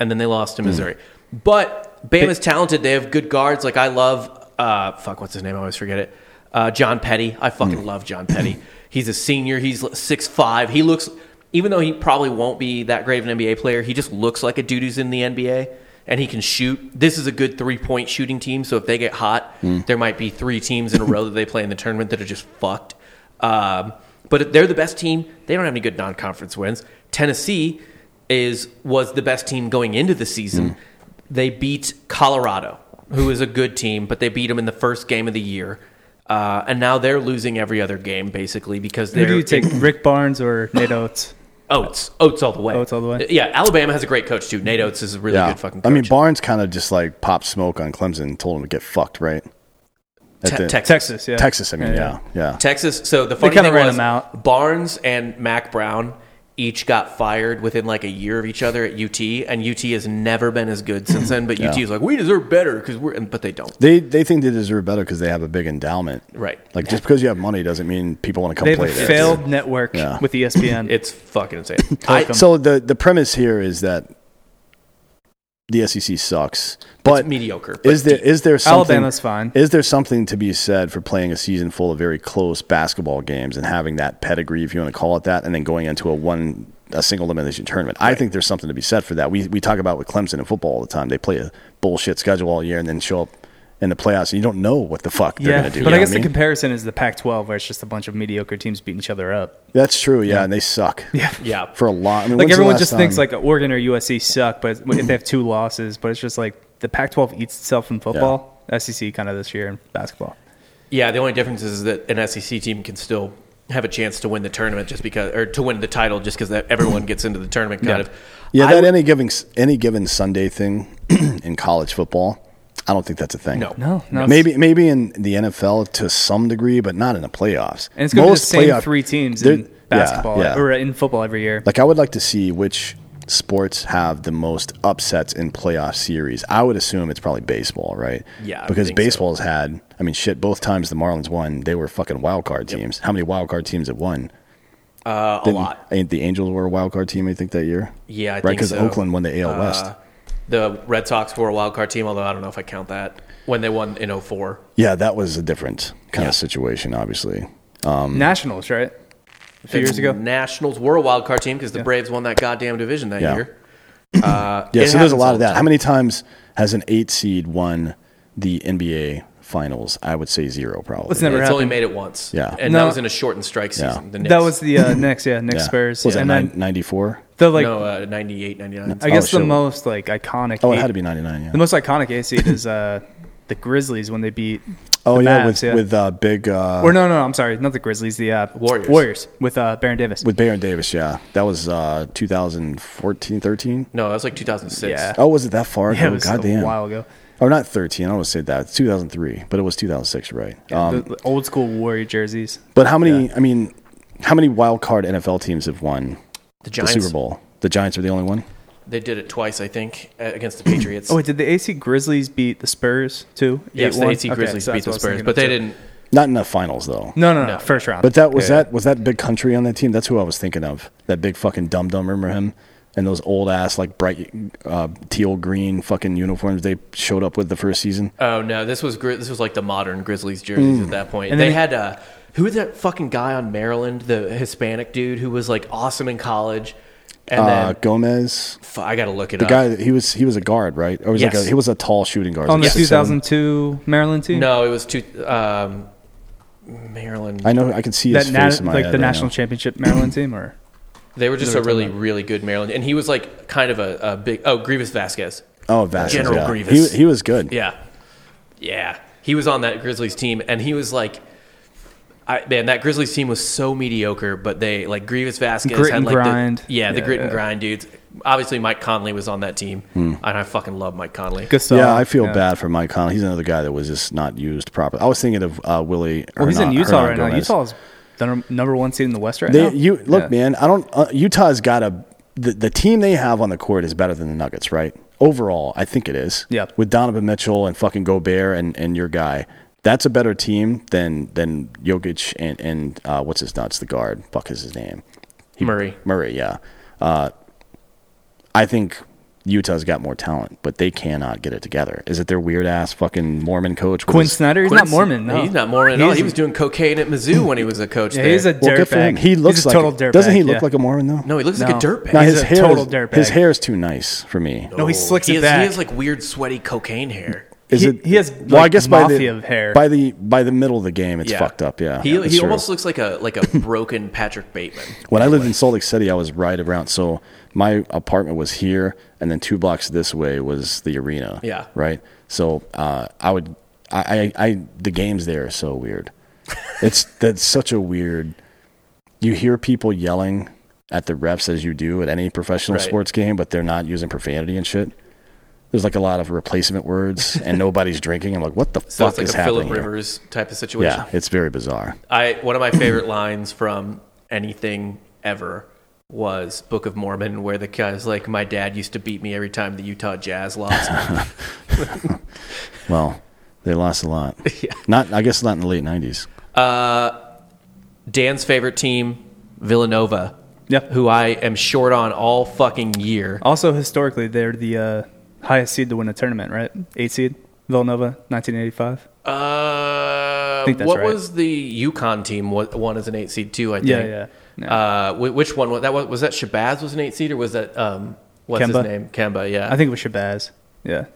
and then they lost to Missouri. But Bama's talented. They have good guards. Like I love uh, fuck, what's his name? I always forget it. Uh, John Petty. I fucking love John Petty. He's a senior. He's six five. He looks even though he probably won't be that great of an NBA player, he just looks like a dude who's in the NBA and he can shoot. This is a good three point shooting team, so if they get hot, Hmm. there might be three teams in a row that they play in the tournament that are just fucked. Um, but they're the best team. They don't have any good non conference wins. Tennessee is was the best team going into the Hmm. season. They beat Colorado, who is a good team, but they beat them in the first game of the year. Uh, and now they're losing every other game basically because they're Who do you take, Rick Barnes or Nate Oates? Oates. Oates all the way. Oates all the way. Yeah, Alabama has a great coach too. Nate Oates is a really Yeah, good fucking I coach. mean, Barnes kind of just like popped smoke on Clemson and told him to get fucked, right? At Te- the- Texas. Texas, yeah. Texas, I mean, yeah, yeah. Texas. So the funny kinda thing ran was him out. Barnes and Mac Brown each got fired within like a year of each other at UT, and UT has never been as good since then. But UT is like, we deserve better because we're, and- but they don't. They they think they deserve better because they have a big endowment, Right. Like just because you have money doesn't mean people want to come They have play a there. failed network Yeah. with E ESPN. It's fucking insane. I, So the the premise here is that the SEC sucks, but it's mediocre. but is there is there something Alabama's fine. Is there something to be said for playing a season full of very close basketball games and having that pedigree, if you want to call it that, and then going into a one a single elimination tournament? I think there's something to be said for that. We we talk about with Clemson in football all the time. They play a bullshit schedule all year and then show up in the playoffs, and you don't know what the fuck they're yeah, going to do. but you I know guess what the mean? comparison is the Pac-12, where it's just a bunch of mediocre teams beating each other up. that's true. Yeah, and they suck. Yeah, yeah. for a lot. I mean, like when's the everyone last just thinks like time- Oregon or USC suck, but if they have two losses, but it's just like the Pac-12 eats itself in E football, SEC kind of this year in basketball. yeah, the only difference is that an SEC E team can still have a chance to win the tournament just because, or to win the title just because everyone gets into the tournament kind Yeah. of. Yeah, I that would- any given any given Sunday thing in college football, I don't think that's a thing. No. No, no. Maybe maybe in the NFL to some degree, but not in the playoffs. And it's going to be the same three teams they're- in basketball yeah, yeah. or in football every year. Like I would like to see which sports have the most upsets in playoff series. I would assume it's probably baseball, right? Yeah, I would Because think so. baseball's had I mean shit, both times the Marlins won, they were fucking wild card teams. How many wild card teams have won? uh, a lot. Ain't the Angels were a wild card team, I think, that year. Yeah, I right. think Because so. Oakland won the AL West. Uh, the Red Sox were a wild card team, although I don't know if I count that when they won in 04. Yeah, that was a different kind of situation, obviously. Um, Nationals, right? A few years ago. Nationals were a wild card team because the Braves won that goddamn division that Yeah. year. Uh, Yeah, It so there's a happens lot all of the that. How many times has an eight seed won the NBA Finals? I would say zero, probably. It's never it's only happened. made it once. Yeah. And that No. was in a shortened strike Yeah. season. The That Knicks. was the uh, next, yeah, Knicks yeah. Spurs. Was that and then 94? the like, no, uh, 98, 99. I guess Oh, the shit. most like iconic. Oh, it eight- had to be 99, yeah. The most iconic A seed is uh, the Grizzlies when they beat. oh, the yeah, Mavs, with, with uh, big, uh, or no, no, I'm sorry, not the Grizzlies, the uh, Warriors. Warriors with uh, Baron Davis. with Baron Davis, yeah. That was uh, 2014, 13? No, that was like 2006. Yeah. Oh, was it that far? yeah, ago? it was Goddamn. a while ago. Or not 13, I always say that. It's 2003, but it was 2006, right? the, Um, the old school Warrior jerseys. But how many, I mean, how many wild card NFL teams have won The the Giants. Super Bowl? The Giants are the only one? They did it twice, I think, a- against the Patriots. Oh, wait, did the AC Grizzlies beat the Spurs too? yes, the 8-1? AC Okay, Grizzlies so beat that's the what I was Spurs, thinking but of, they too. didn't. Not in the finals, though. No, no, no, No. first round. But that was Yeah. that was that big country on that team. That's who I was thinking of. That big fucking dum dum. Remember him? And those old ass like bright uh, teal green fucking uniforms they showed up with the first season. Oh no, this was Gri- this was like the modern Grizzlies Mm. jerseys at that point. And And they then- had uh, who was that fucking guy on Maryland, the Hispanic dude who was like awesome in college, and Uh, then Gomez, f- I gotta look it the up. guy that he was he was a guard, right? Or was like Yes. a, he was a tall shooting guard. on the like six, seven. 2002 Maryland team. no, it was two um, Maryland. I know I can see that his na- face in my like head the right national now. championship Maryland team, or they were just they a were talking really really good Maryland, and he was like kind of a, a big oh Grievous Vasquez. Oh, Vasquez, General yeah. Grievous. He, he was good. Yeah. Yeah. He was on that Grizzlies team and he was like I, man, that Grizzlies team was so mediocre, but they like Grievous Vasquez Grit had and like grind. the yeah, the Yeah, grit and yeah. grind dudes. Obviously, Mike Conley was on that team, Hmm. and I fucking love Mike Conley. Gasol. yeah, I feel bad for Mike Conley. He's another guy that was just not used properly. I was thinking of uh, Willie. Well, he's in Hernan- Utah right Hernan now. Gomez. Utah's the num- number one seed in the West right They, now. you look, Yeah. man. I don't. Uh, Utah's got a the, the team they have on the court is better than the Nuggets, right? Overall, I think it is. Yep. With Donovan Mitchell and fucking Gobert and and your guy, that's a better team than than Jokic and and uh, what's his nuts the guard. Fuck is his name. Murray. Murray. Yeah. Uh, I think. Utah's got more talent, but they cannot get it together. Is it their weird ass fucking Mormon coach? with Quinn his- Snyder, he's not Quincy- Mormon. No. He's not Mormon at all. He's- He was doing cocaine at Mizzou when he was a coach. Yeah, there. he's a Well, good for him. dirtbag. He looks he's a like total dirtbag. doesn't he look yeah. like a Mormon though? no. He looks No. like a dirtbag. No, He's his a hair total is, dirtbag. His hair is too nice for me. No, he slicks he it has, back. He has like weird sweaty cocaine hair. Is He- it? he has, Well, I like, guess mafia by the hair. by the by the middle of the game, it's fucked up. Yeah, He, Yeah, that's he true. almost looks like a like a broken Patrick Bateman. When I lived in Salt Lake City, I was right around. So my apartment was here, and then two blocks this way was the arena. Yeah. Right. So uh, I would, I, I, I, the games there are so weird. It's that's such a weird. You hear people yelling at the refs as you do at any professional Right. sports game, but they're not using profanity and shit. There's like a lot of replacement words, and nobody's drinking. I'm like, what the So fuck it's like is a happening? Philip here? Rivers type of situation. Yeah, it's very bizarre. I one of my favorite lines from anything ever was Book of Mormon, where the guy's like, "My dad used to beat me every time the Utah Jazz lost." Well, they lost a lot. Not, I guess, not in the late '90s. Dan's favorite team, Villanova, Yep. who I am short on all fucking year. Also, historically, they're the uh, highest seed to win a tournament, right? Eight seed, Villanova, 1985. Uh, think that's what right. was the Yukon team? What one is an eight seed too? I think. Yeah, yeah, yeah. Uh, wh- which one was that? Was was that Shabazz was an eight seed, or was that um, what's his Kemba. name? Kemba. Yeah, I think it was Shabazz. Yeah.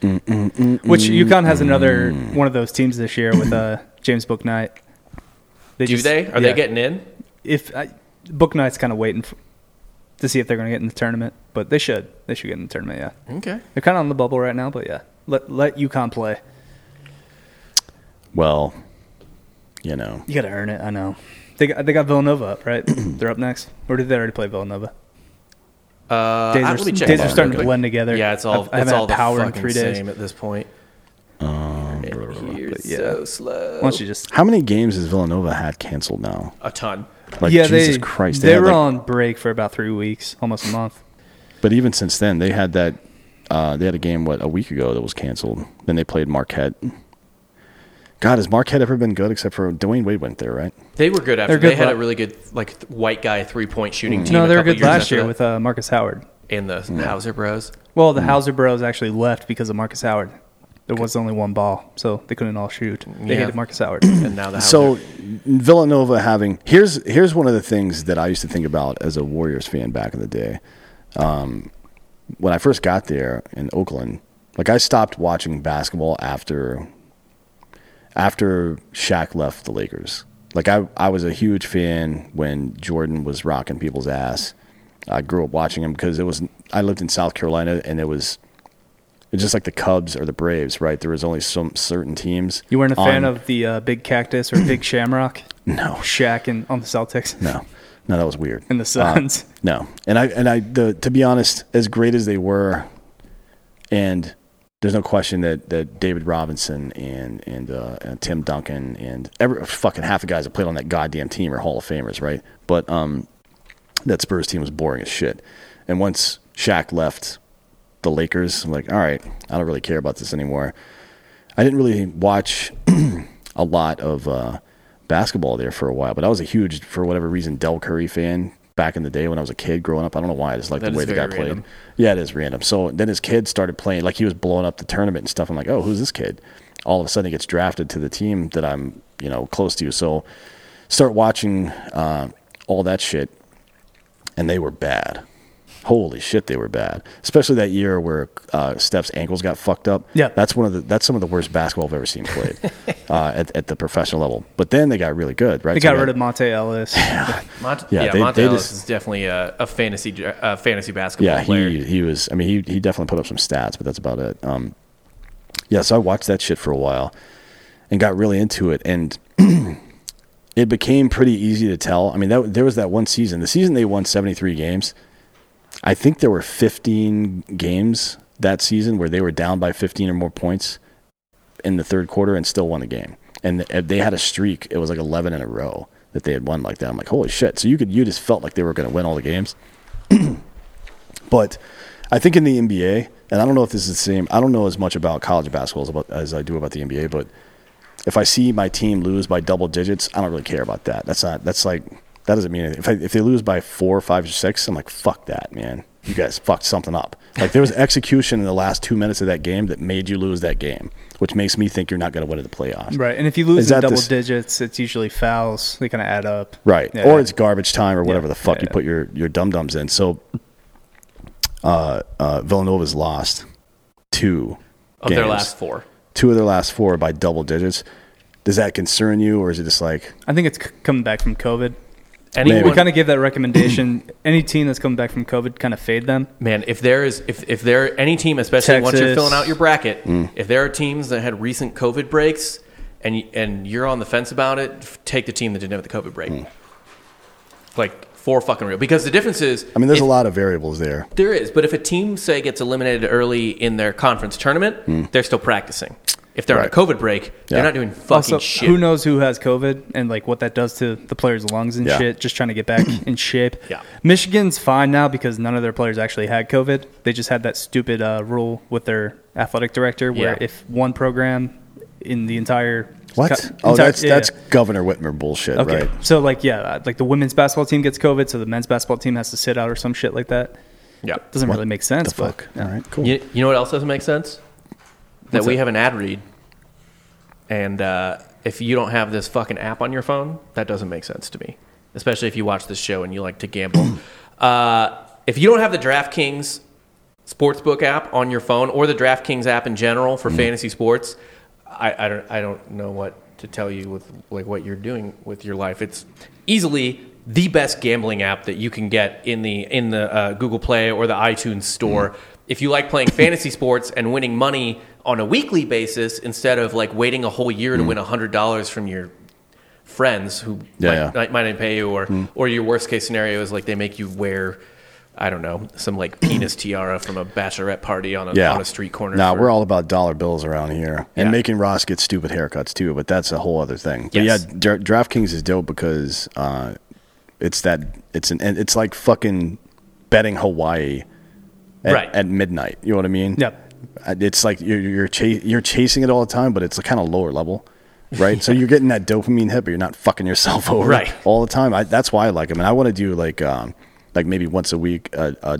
Which UConn has another one of those teams this year with uh, James Booknight. They Do just- they? Are yeah. they getting in? If I, Booknight's kind of waiting for, to see if they're going to get in the tournament, but they should. They should get in the tournament. Yeah. Okay. They're kind of on the bubble right now, but yeah, let let UConn play. Well, you know. You got to earn it. I know. They got, they got Villanova up, right? They're up next. Or did they already play Villanova? Uh, Days I- are- let me check days that are out starting real to quick. blend together. Yeah, it's I've- all I haven't it's had all the power in fucking three days. same at this point. Um, You're yeah. so slow. Why don't you just? How many games has Villanova had canceled now? A ton. Like yeah, Jesus they, Christ, They, had, were like- on break for about three weeks, almost a month. But even since then, they had that. Uh, they had a game what a week ago that was canceled. Then they played Marquette. God, has Marquette ever been good except for Dwayne Wade went there, right? They were good after. They're good they had la- a really good like th- white guy three point shooting team. No, a they were couple good years last after year that. with uh, Marcus Howard. and the Hauser Bros. Well, Hmm. the Hauser Bros actually left because of Marcus Howard. There was only one ball, so they couldn't all shoot. They Yeah. hated Marcus Howard. And now the So Hauser- Villanova having here's here's one of the things that I used to think about as a Warriors fan back in the day. Um, when I first got there in Oakland, like I stopped watching basketball after after Shaq left the Lakers. Like I, I was a huge fan when Jordan was rocking people's ass. I grew up watching him because it was I lived in South Carolina and it was it's just like the Cubs or the Braves, right? There was only some certain teams. You weren't a fan on- of the uh, Big Cactus or Big Shamrock? No. Shaq and on the Celtics No, no, that was weird. Uh, and the Suns. No, and I and I the to be honest, as great as they were, and there's no question that that David Robinson and and, uh, and Tim Duncan and every fucking half the guys that played on that goddamn team are Hall of Famers, right? But um, that Spurs team was boring as shit. And once Shaq left the Lakers, I'm like, all right, I don't really care about this anymore. I didn't really watch a lot of uh, basketball there for a while, but I was a huge, for whatever reason, Del Curry fan back in the day when I was a kid growing up. I don't know why. I just liked That the way is the guy very played. random. Yeah, it is random. So then his kid started playing, like he was blowing up the tournament and stuff. I'm like, oh, who's this kid? All of a sudden he gets drafted to the team that I'm, you know, close to. So start watching uh, all that shit, and they were bad. Holy shit, they were bad. Especially that year where uh, Steph's ankles got fucked up. Yeah. that's one of the that's some of the worst basketball I've ever seen played uh, at, at the professional level. But then they got really good, right? They So got rid of Monte Ellis. Mont- yeah, yeah, they- Monte they Ellis just- is definitely a, a fantasy dra- a fantasy basketball yeah. player. He he was. I mean, he he definitely put up some stats, but that's about it. Um, yeah, so I watched that shit for a while, and got really into it, and it became pretty easy to tell. I mean, that, there was that one season, the season they won 73 games. I think there were 15 games that season where they were down by 15 or more points in the third quarter and still won the game. And th- they had a streak. It was like 11 in a row that they had won like that. I'm like, holy shit. So you could, you just felt like they were going to win all the games. but I think in the NBA, and I don't know if this is the same, I don't know as much about college basketball as, about, as I do about the NBA, but if I see my team lose by double digits, I don't really care about that. That's not. That's like that doesn't mean anything. If, I, if they lose by four, five, or six, I'm like, fuck that, man. You guys fucked something up. Like there was execution in the last two minutes of that game that made you lose that game, which makes me think you're not going to win at the playoffs. Right. And if you Is lose in that double this- digits, it's usually fouls. They kind of add up. Right. Yeah. Or it's garbage time or whatever the fuck Yeah, you yeah. put your your dum dums in. So, uh, uh, Villanova's lost two of their games. last four. two of their last four by double digits. Does that concern you, or is it just like? I think it's c- coming back from COVID. Anyone, We kind of gave that recommendation. Any team that's coming back from COVID, kind of fade them. man, if there is if if there any team, especially once you're Texas. filling out your bracket, Mm. if there are teams that had recent COVID breaks and y- and you're on the fence about it, f- take the team that didn't have the COVID Mm. break. Like for fucking real, because the difference is, I mean, there's if- a lot of variables there. There is, but if a team say gets eliminated early in their conference tournament, they're still practicing. If they're Mm. Right. on a COVID break, Yeah. they're not doing fucking Also, shit. who knows who has COVID and like what that does to the players' lungs and Yeah. shit? Just trying to get back in shape. Yeah. Michigan's fine now because none of their players actually had COVID. They just had that stupid uh, rule with their athletic director where Yeah. if one program in the entire What? co- oh, entire- that's yeah, that's yeah. Governor Whitmer bullshit, Okay. right? So like yeah, uh, like the women's basketball team gets COVID, so the men's basketball team has to sit out or some shit like that. yeah. Doesn't really make sense. The but fuck. All right, cool. You, you know what else doesn't make sense? That What's we that? have an ad read, and uh, if you don't have this fucking app on your phone, that doesn't make sense to me. Especially if you watch this show and you like to gamble. uh, if you don't have the DraftKings sportsbook app on your phone or the DraftKings app in general for fantasy sports, I, I don't I don't know what to tell you with like what you're doing with your life. It's easily the best gambling app that you can get in the in the uh, Google Play or the iTunes store. If you like playing fantasy sports and winning money on a weekly basis instead of like waiting a whole year to win hundred dollars from your friends who Yeah, might, yeah. Mm-hmm. might- might not pay you, or or your worst case scenario is like they make you wear. I don't know some like penis tiara from a bachelorette party on a, yeah. on a street corner. Nah, for- we're all about dollar bills around here, and Yeah. making Ross get stupid haircuts too. But that's a whole other thing. But Yes. yeah, Dra- DraftKings is dope because uh, it's that it's an and it's like fucking betting Hawaii at, Right. at midnight. You know what I mean? Yep. Uh, It's like you're you're, cha- you're chasing it all the time, but it's kind of lower level. Right, so you're getting that dopamine hit, but you're not fucking yourself over Right. all the time. I, that's why I like them, and I want to do like, um, like maybe once a week, uh, uh,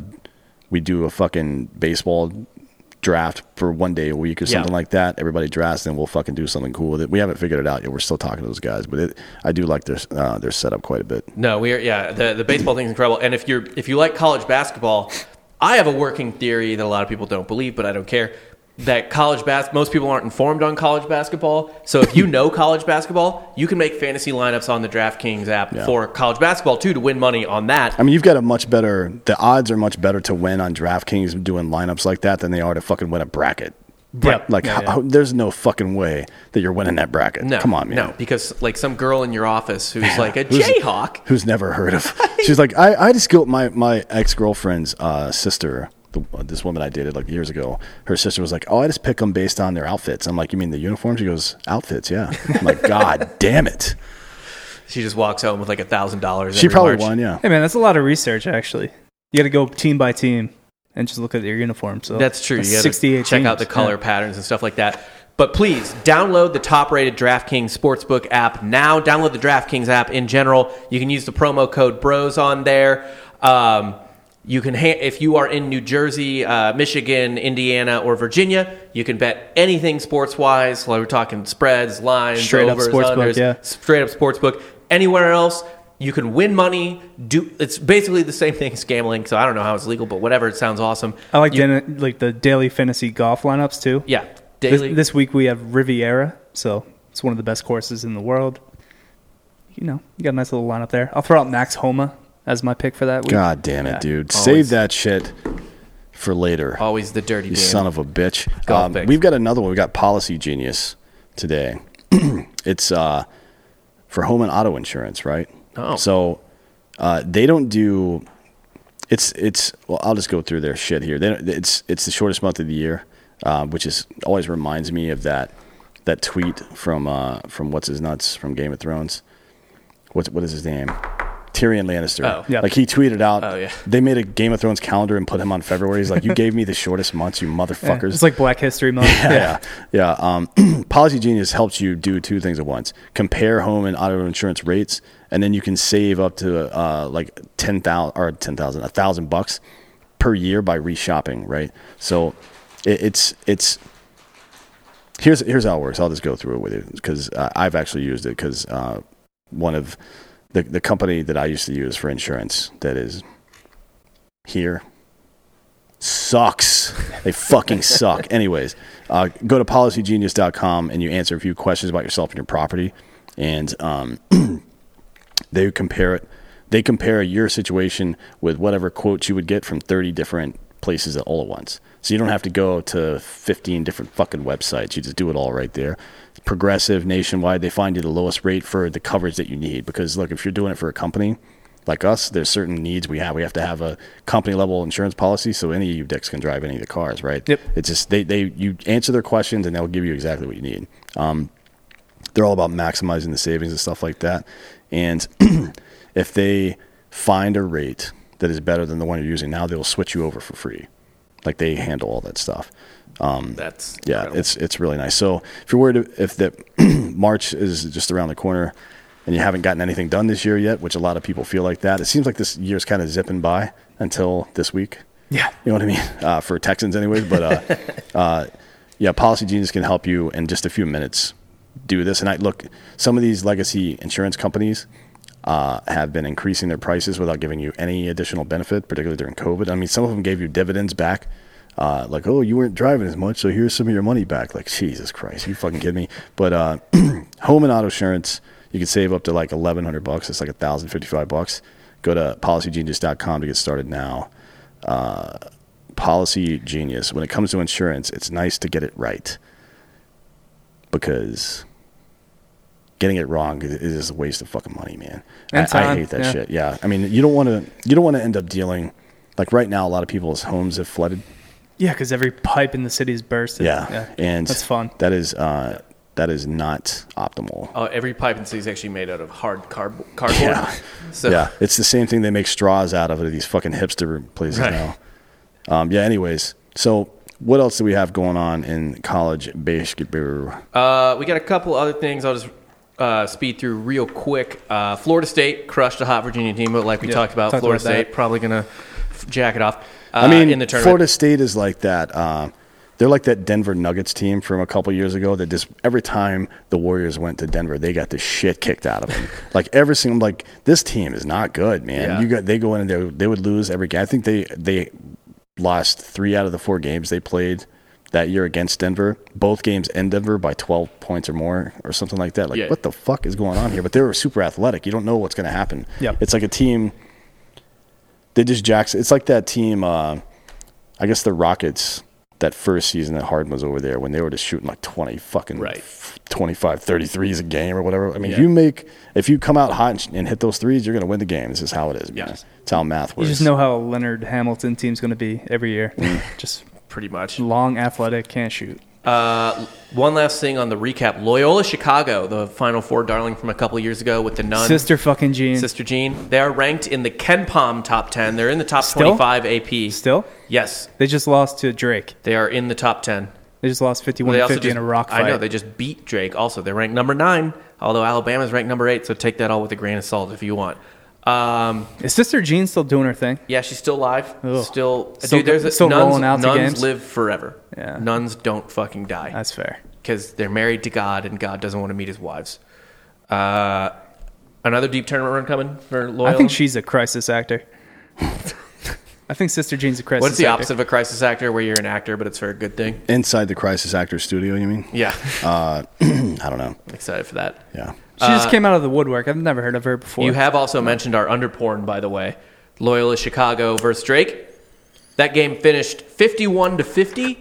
we do a fucking baseball draft for one day a week or Yeah. something like that. Everybody drafts, and we'll fucking do something cool with it. We haven't figured it out yet. We're still talking to those guys, but it, I do like their uh, their setup quite a bit. No, we are. Yeah, the the baseball thing's incredible. And if you're if you like college basketball, I have a working theory that a lot of people don't believe, but I don't care. That college bas most people aren't informed on college basketball. So if you know college basketball, you can make fantasy lineups on the DraftKings app Yeah. for college basketball too to win money on that. I mean, you've got a much better. The odds are much better to win on DraftKings doing lineups like that than they are to fucking win a bracket. Yep. Like, Yeah, how, how- there's no fucking way that you're winning that bracket. No, Come on, man. no, because like some girl in your office who's like a Who's- Jayhawk. who's never heard of. She's like, I, I just go. My my ex girlfriend's uh, sister, the, uh, this woman I dated like years ago. Her sister was like, Oh, I just pick them based on their outfits. I'm like, You mean the uniform? She goes, Outfits, yeah. I'm like, God damn it. She just walks home with like a thousand dollars. She every probably March. won, yeah. Hey man, that's a lot of research actually. You got to go team by team and just look at your uniform. So That's true. You gotta 68 Check out the teams. color Yeah. patterns and stuff like that. But please download the top-rated DraftKings sportsbook app now. Download the DraftKings app in general. You can use the promo code Bros on there. Um, you can, ha- if you are in New Jersey, uh, Michigan, Indiana, or Virginia, you can bet anything sports-wise. Like we're talking spreads, lines, Straight up overs, sportsbook, unders, yeah. straight up sportsbook. Anywhere else, you can win money. Do it's basically the same thing as gambling. So I don't know how it's legal, but whatever. It sounds awesome. I like You- dan- like the daily fantasy golf lineups too. yeah, This, daily. this week we have Riviera, so it's one of the best courses in the world. You know, you got a nice little lineup there. I'll throw out Max Homa as my pick for that week. God damn it, Yeah. dude. Always. Save that shit for later. always the dirty You game. son of a bitch. Golf Um, picks. we've got another one. We've got Policy Genius today. it's uh, for home and auto insurance, right? Oh. So uh, they don't do. It's it's well. I'll just go through their shit here. They don't, it's it's the shortest month of the year, uh, which is always reminds me of that that tweet from uh, from what's his nuts from Game of Thrones. What's what is his name? Tyrion Lannister. Oh. Yeah. Like he tweeted out. Oh, yeah. They made a Game of Thrones calendar and put him on February. He's like, you gave me the shortest months, you Yeah, motherfuckers. It's like Black History Month. Yeah. yeah, yeah. Um, Policy Genius helps you do two things at once: compare home and auto insurance rates, and then you can save up to uh, like ten thousand or ten thousand, a thousand bucks per year by reshopping. Right. So it, it's it's here's here's how it works. I'll just go through it with you because uh, I've actually used it because uh, one of the the company that I used to use for insurance that is here sucks. They fucking suck. Anyways, uh, go to policygenius.com and you answer a few questions about yourself and your property, and um, they compare it. They compare your situation with whatever quotes you would get from 30 different places at all at once. So you don't have to go to 15 different fucking websites. You just do it all right there. Progressive, nationwide, they find you the lowest rate for the coverage that you need. Because look, if you're doing it for a company like us, there's certain needs we have. We have to have a company level insurance policy, so any of you dicks can drive any of the cars, right? Yep. It's just they they you answer their questions and they'll give you exactly what you need. Um, they're all about maximizing the savings and stuff like that. And if they find a rate that is better than the one you're using now, they'll switch you over for free. Like they handle all that stuff. That's Yeah, incredible. it's it's really nice. So if you're worried if that March is just around the corner and you haven't gotten anything done this year yet, which a lot of people feel like that, it seems like this year's kind of zipping by until this week. Yeah. You know what I mean? Uh, for Texans, anyways. But uh, uh, yeah, Policy Genius can help you in just a few minutes do this. And I look, some of these legacy insurance companies uh, have been increasing their prices without giving you any additional benefit, particularly during COVID. I mean, some of them gave you dividends back. Uh, like, oh, you weren't driving as much, so here's some of your money back. Like, Jesus Christ, you fucking kidding me? But uh, home and auto insurance, you can save up to like eleven hundred bucks. It's like thousand fifty-five bucks. Go to policygenius.com to get started now policy genius. When it comes to insurance, it's nice to get it right because Getting it wrong is, is a waste of fucking money, man. And I, I time, hate that yeah. shit. Yeah, I mean, you don't want to. You don't want to end up dealing. Like right now, a lot of people's homes have flooded. Yeah, because every pipe in the city is bursted. Yeah, and that's fun. Oh, That is uh, that is not optimal. Uh, every pipe and sea is actually made out of hard carb- cardboard. Yeah. So yeah, it's the same thing they make straws out of at these fucking hipster places Right. now. Um, yeah. Anyways, so what else do we have going on in college basketball? Uh, we got a couple other things. I'll just uh, speed through real quick. Uh, Florida State crushed a hot Virginia team, but like we Yeah, talked about, talked Florida about that. State probably gonna f- jack it off. Uh, I mean, in the tournament, Florida State is like that. Uh, they're like that Denver Nuggets team from a couple years ago that just every time the Warriors went to Denver, they got the shit kicked out of them. like every single, I'm like this team is not good, man. Yeah. You got they go in and they, they would lose every game. I think they they lost three out of the four games they played that year against Denver. Both games in Denver by 12 points or more or something like that. Like Yeah. what the fuck is going on here? But they were super athletic. You don't know what's going to happen. Yep. It's like a team they just jacks. It's like that team. Uh, I guess the Rockets that first season that Harden was over there when they were just shooting like 20 fucking Right. 25 30 threes a game or whatever. I mean, Yeah. you make if you come out hot and, sh- and hit those threes, you're going to win the game. This is how it is. Man. Yes. It's how math You works. just know how a Leonard Hamilton team's going to be every year. Mm. just pretty much. long, athletic, can't shoot. Uh, one last thing on the recap: Loyola Chicago, the Final Four darling from a couple years ago with the nun Sister fucking Jean. Sister Jean. They are ranked in the Ken Palm top ten. They're in the top Still? twenty-five AP. Still, Yes, they just lost to Drake. they are in the top ten. They just lost Well, fifty-one they to also fifty in just- a rock fight. I know they just beat Drake. Also, they're ranked number nine, although Alabama's ranked number eight. So take that all with a grain of salt if you want. Um, Is Sister Jean still doing her thing? yeah, she's still alive. Ugh. Still, Still- dude. There's a, still nuns, rolling out to nuns games? live forever. Yeah. Nuns don't fucking die That's fair. because they're married to God, and God doesn't want to meet his wives. Uh, another deep tournament run coming for Loyola. I think she's a crisis actor. I think Sister Jean's a crisis. What's the actor. opposite of a crisis actor, where you're an actor, but it's for a good thing? Inside the Crisis Actor Studio, you mean? Uh, Yeah, I don't know. excited for that. Yeah. She just came out of the woodwork. I've never heard of her before. Uh, You have also mentioned our underporn, by the way. Loyola Chicago versus Drake. That game finished 51 to 50 in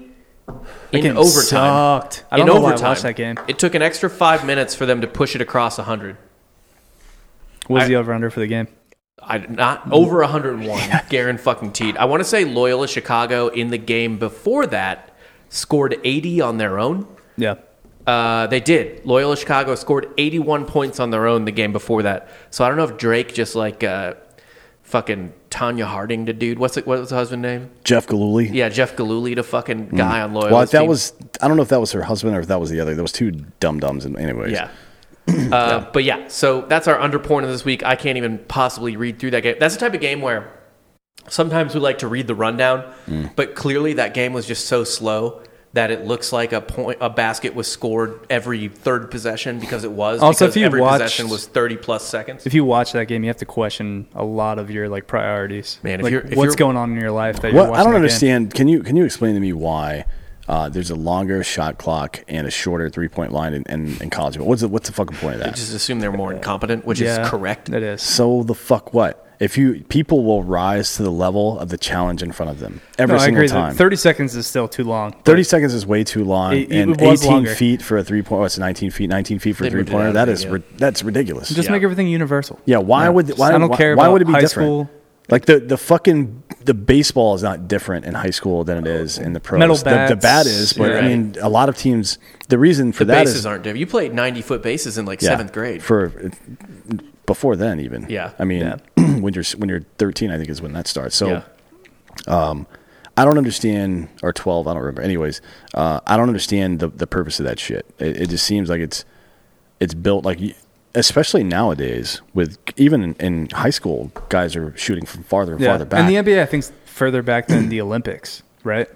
game overtime. Sucked. I in don't know overtime. why I watched that game. It took an extra five minutes for them to push it across 100. What was I- the over under for the game? I not over 101. Garen fucking teed. I want to say Loyola Chicago in the game before that scored 80 on their own. Yeah. Uh, they did. Loyola Chicago scored 81 points on their own the game before that. So I don't know if Drake just like uh, fucking Tanya Harding to dude. What's it, what was the husband name? Jeff Galooly. Yeah, Jeff Galooly to fucking guy on Loyola. Hmm. Well, that was I don't know if that was her husband or if that was the other. There was two dum dums. And anyways, yeah. Uh, But yeah, so that's our under point of this week. I can't even possibly read through that game. That's the type of game where sometimes we like to read the rundown, Mm. but clearly that game was just so slow that it looks like a point a basket was scored every third possession because it was. Also, because if you every watched- possession was thirty plus seconds. If you watch that game, you have to question a lot of your like priorities. Man, if Like, you're- if what's you're- going on in your life that you're What watching I don't that game? understand. Can you can you explain to me why uh, there's a longer shot clock and a shorter three point line in, in, in college? What's the, what's the fucking point of that? just assume they're more incompetent, which is correct. It is. so the fuck what? If you people will rise to the level of the challenge in front of them every No, I single agree time. that 30 seconds is still too long. Thirty seconds is way too long, It- it and was eighteen longer. feet for a three point. Oh, it's nineteen feet, nineteen feet for They a three moved it out pointer. of That the is game. ri- that's ridiculous. Just Yeah. make everything universal. Yeah, why would Just- why, I don't why- care Why about would it be high different? school. Like the the fucking the baseball is not different in high school than it is in the pros. Metal The- the, bats, bat is, but yeah. I mean, a lot of teams. The reason for The that bases is- aren't different. You played ninety foot bases in like yeah, seventh grade. for before then even. Yeah. I mean, when you're when you're 13, I think is when that starts. So. yeah. I don't understand, or 12, I don't remember. Anyways, uh, I don't understand the, the purpose of that shit. It, it just seems like it's it's built like, you- especially nowadays, with even in, in high school, guys are shooting from farther and farther back. And the NBA, I think, is further back than the Olympics, right?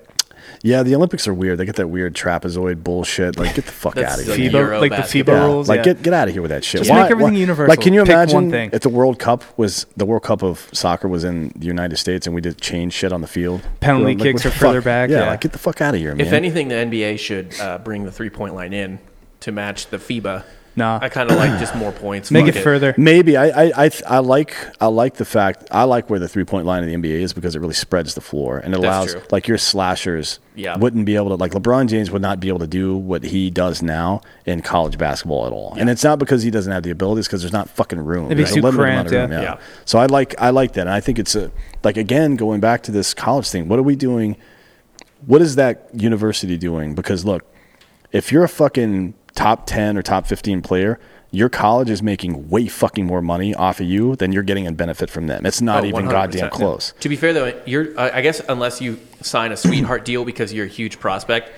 yeah, the Olympics are weird. They get that weird trapezoid bullshit. Like, get the fuck That's out of the here. Like Euro FIBA, man. like the basketball. FIBA Yeah, rules. like yeah. get get out of here with that shit. Just make everything universal. Like, can you Pick one imagine thing. if the World Cup was the World Cup of soccer was in the United States and we did change shit on the field? Penalty what kicks the are further fuck? back, yeah. like get the fuck out of here, man. If anything, the NBA should uh, bring the three point line in to match the FIBA Nah. I kind of like just more points. uh, Make Fuck it further. Maybe I I, I th- I like I like the fact I like where the three point line of the NBA is because it really spreads the floor and it allows true. like your slashers Yeah. wouldn't be able to like LeBron James would not be able to do what he does now in college basketball at all. And it's not because he doesn't have the abilities because there's not fucking room. It'd be There's a too limited cramped, amount of yeah. room, Yeah. So I like I like that and I think it's a like again going back to this college thing. What are we doing? What is that university doing? Because look, if you're a fucking top 10 or top 15 player, your college is making way fucking more money off of you than you're getting in benefit from them. It's not Oh, even 100%. goddamn close. To be fair, though, you're I I guess unless you sign a sweetheart deal because you're a huge prospect,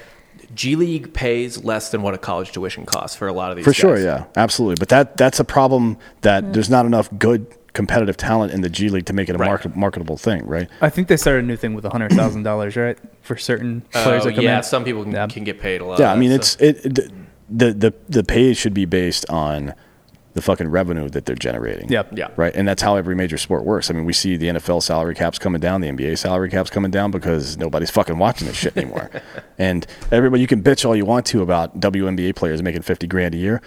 G League pays less than what a college tuition costs for a lot of these. For sure, guys. yeah. Absolutely. But that that's a problem that there's not enough good competitive talent in the G League to make it a Right. market, marketable thing, right? I think they started a new thing with hundred thousand dollars, right? For certain players Oh, that come yeah, in. some people can, Yeah. can get paid a lot. Yeah, I mean so- it's it, it the the the pay should be based on the fucking revenue that they're generating. Yep. Yeah. Right. And that's how every major sport works. I mean, we see the NFL salary caps coming down, the NBA salary caps coming down because nobody's fucking watching this shit anymore. and everybody, you can bitch all you want to about WNBA players making 50 grand a year.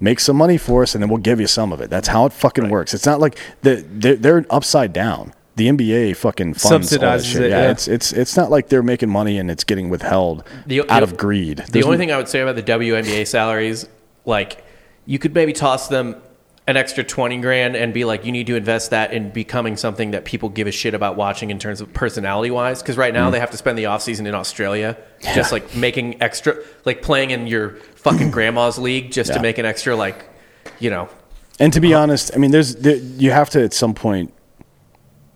Make some money for us and then we'll give you some of it. That's how it fucking works. It's not like the, they're, they're upside down. The NBA fucking funds all that Subsidizes shit. it, yeah. It's, it's, it's not like they're making money and it's getting withheld The- out the- of greed. The There's only thing I would say about the WNBA salaries, like you could maybe toss them an extra 20 grand and be like you need to invest that in becoming something that people give a shit about watching in terms of personality wise because right Mm. now they have to spend the offseason in australia just like making extra like playing in your fucking grandma's league just Yeah. to make an extra like you know And to be honest, I mean, there's there, you have to at some point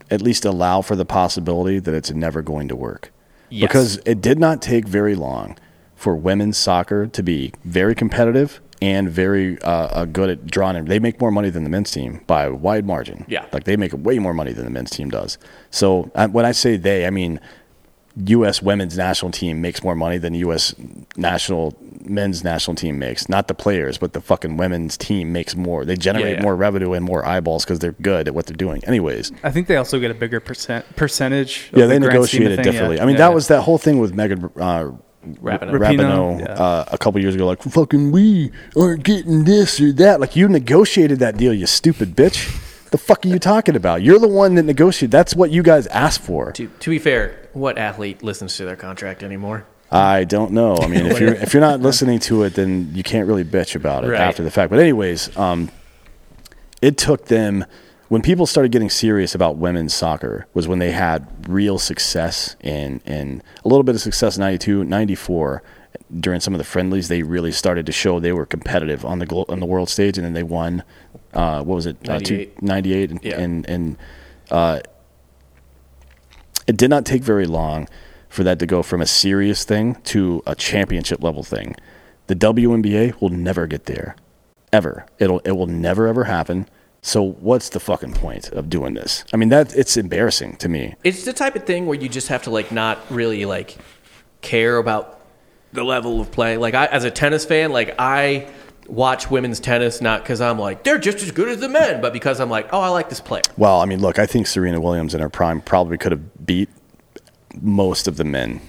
at least allow for the possibility that it's never going to work. Yes. Because it did not take very long for women's soccer to be very competitive and very uh, uh, good at drawing. in. They make more money than the men's team by a wide margin. Yeah. Like they make way more money than the men's team does. So uh, when I say they, I mean U.S. women's national team makes more money than the U.S. national men's national team makes. Not the players, but the fucking women's team makes more. They generate yeah. more revenue and more eyeballs because they're good at what they're doing. Anyways, I think they also get a bigger percent percentage. yeah, of they the grand scheme of negotiated thing, yeah. differently. I mean, Yeah. that was that whole thing with Megan uh, wrapping Rap- up Rapinoe Rapinoe, yeah. uh, a couple years ago, like fucking we aren't getting this or that. Like you negotiated that deal, you stupid bitch. The fuck are you talking about? You're the one that negotiated. That's what you guys asked for. to, to be fair what athlete listens to their contract anymore I don't know. I mean, if you're if you're not listening to it, then you can't really bitch about it Right. after the fact. But anyways, um, it took them when people started getting serious about women's soccer was when they had real success and and a little bit of success in 92, 94 during some of the friendlies. They really started to show they were competitive on the glo- on the world stage, and then they won. Uh, what was it? Uh, two- 98. 98 and Yeah. and, and uh, it did not take very long for that to go from a serious thing to a championship level thing. The WNBA will never get there, ever. It'll it will never ever happen. So what's the fucking point of doing this? I mean that it's embarrassing to me. it's the type of thing where you just have to like not really like care about the level of play. Like I, as a tennis fan, like I watch women's tennis not because I'm like they're just as good as the men, but because I'm like oh I like this player. Well, I mean, look, I think Serena Williams in her prime probably could have beat most of the men,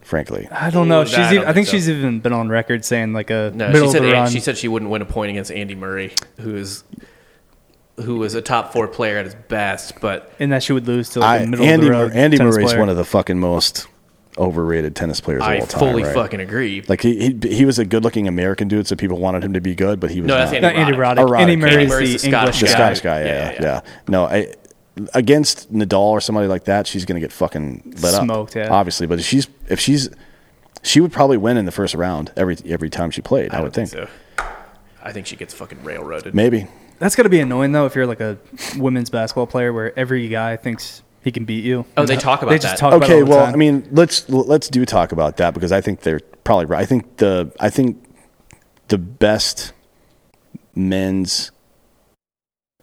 frankly. I don't know. Ooh, She's. that I Even, don't I think think so. she's even been on record saying like a No, middle she said of the run. she said she wouldn't win a point against Andy Murray, who is who was a top four player at his best, but and that she would lose to like I, a middle Andy of the Mur- road. Andy tennis Murray's player. one of the fucking most overrated tennis players of I all time. fully right? fucking agree. Like he, he he was a good-looking American dude, so people wanted him to be good, but he was No, not. that's Not Andy Roddick. Roddick. Andy Roddick, Murray's, yeah. Andy Murray's the the Scottish English the guy. Scottish guy. Yeah, yeah, Yeah, yeah. No, I, against Nadal or somebody like that, she's gonna get fucking lit up, Smoked, yeah. Obviously, but if she's if she's she would probably win in the first round every every time she played. I, would think. so. I think she gets fucking railroaded. Maybe. That's gotta be annoying though if you're like a women's basketball player where every guy thinks he can beat you. Oh, they talk about They just that. talk about it Okay. all the Well, time. I mean, let's let's do talk about that because I think they're probably right. I think the I think the best men's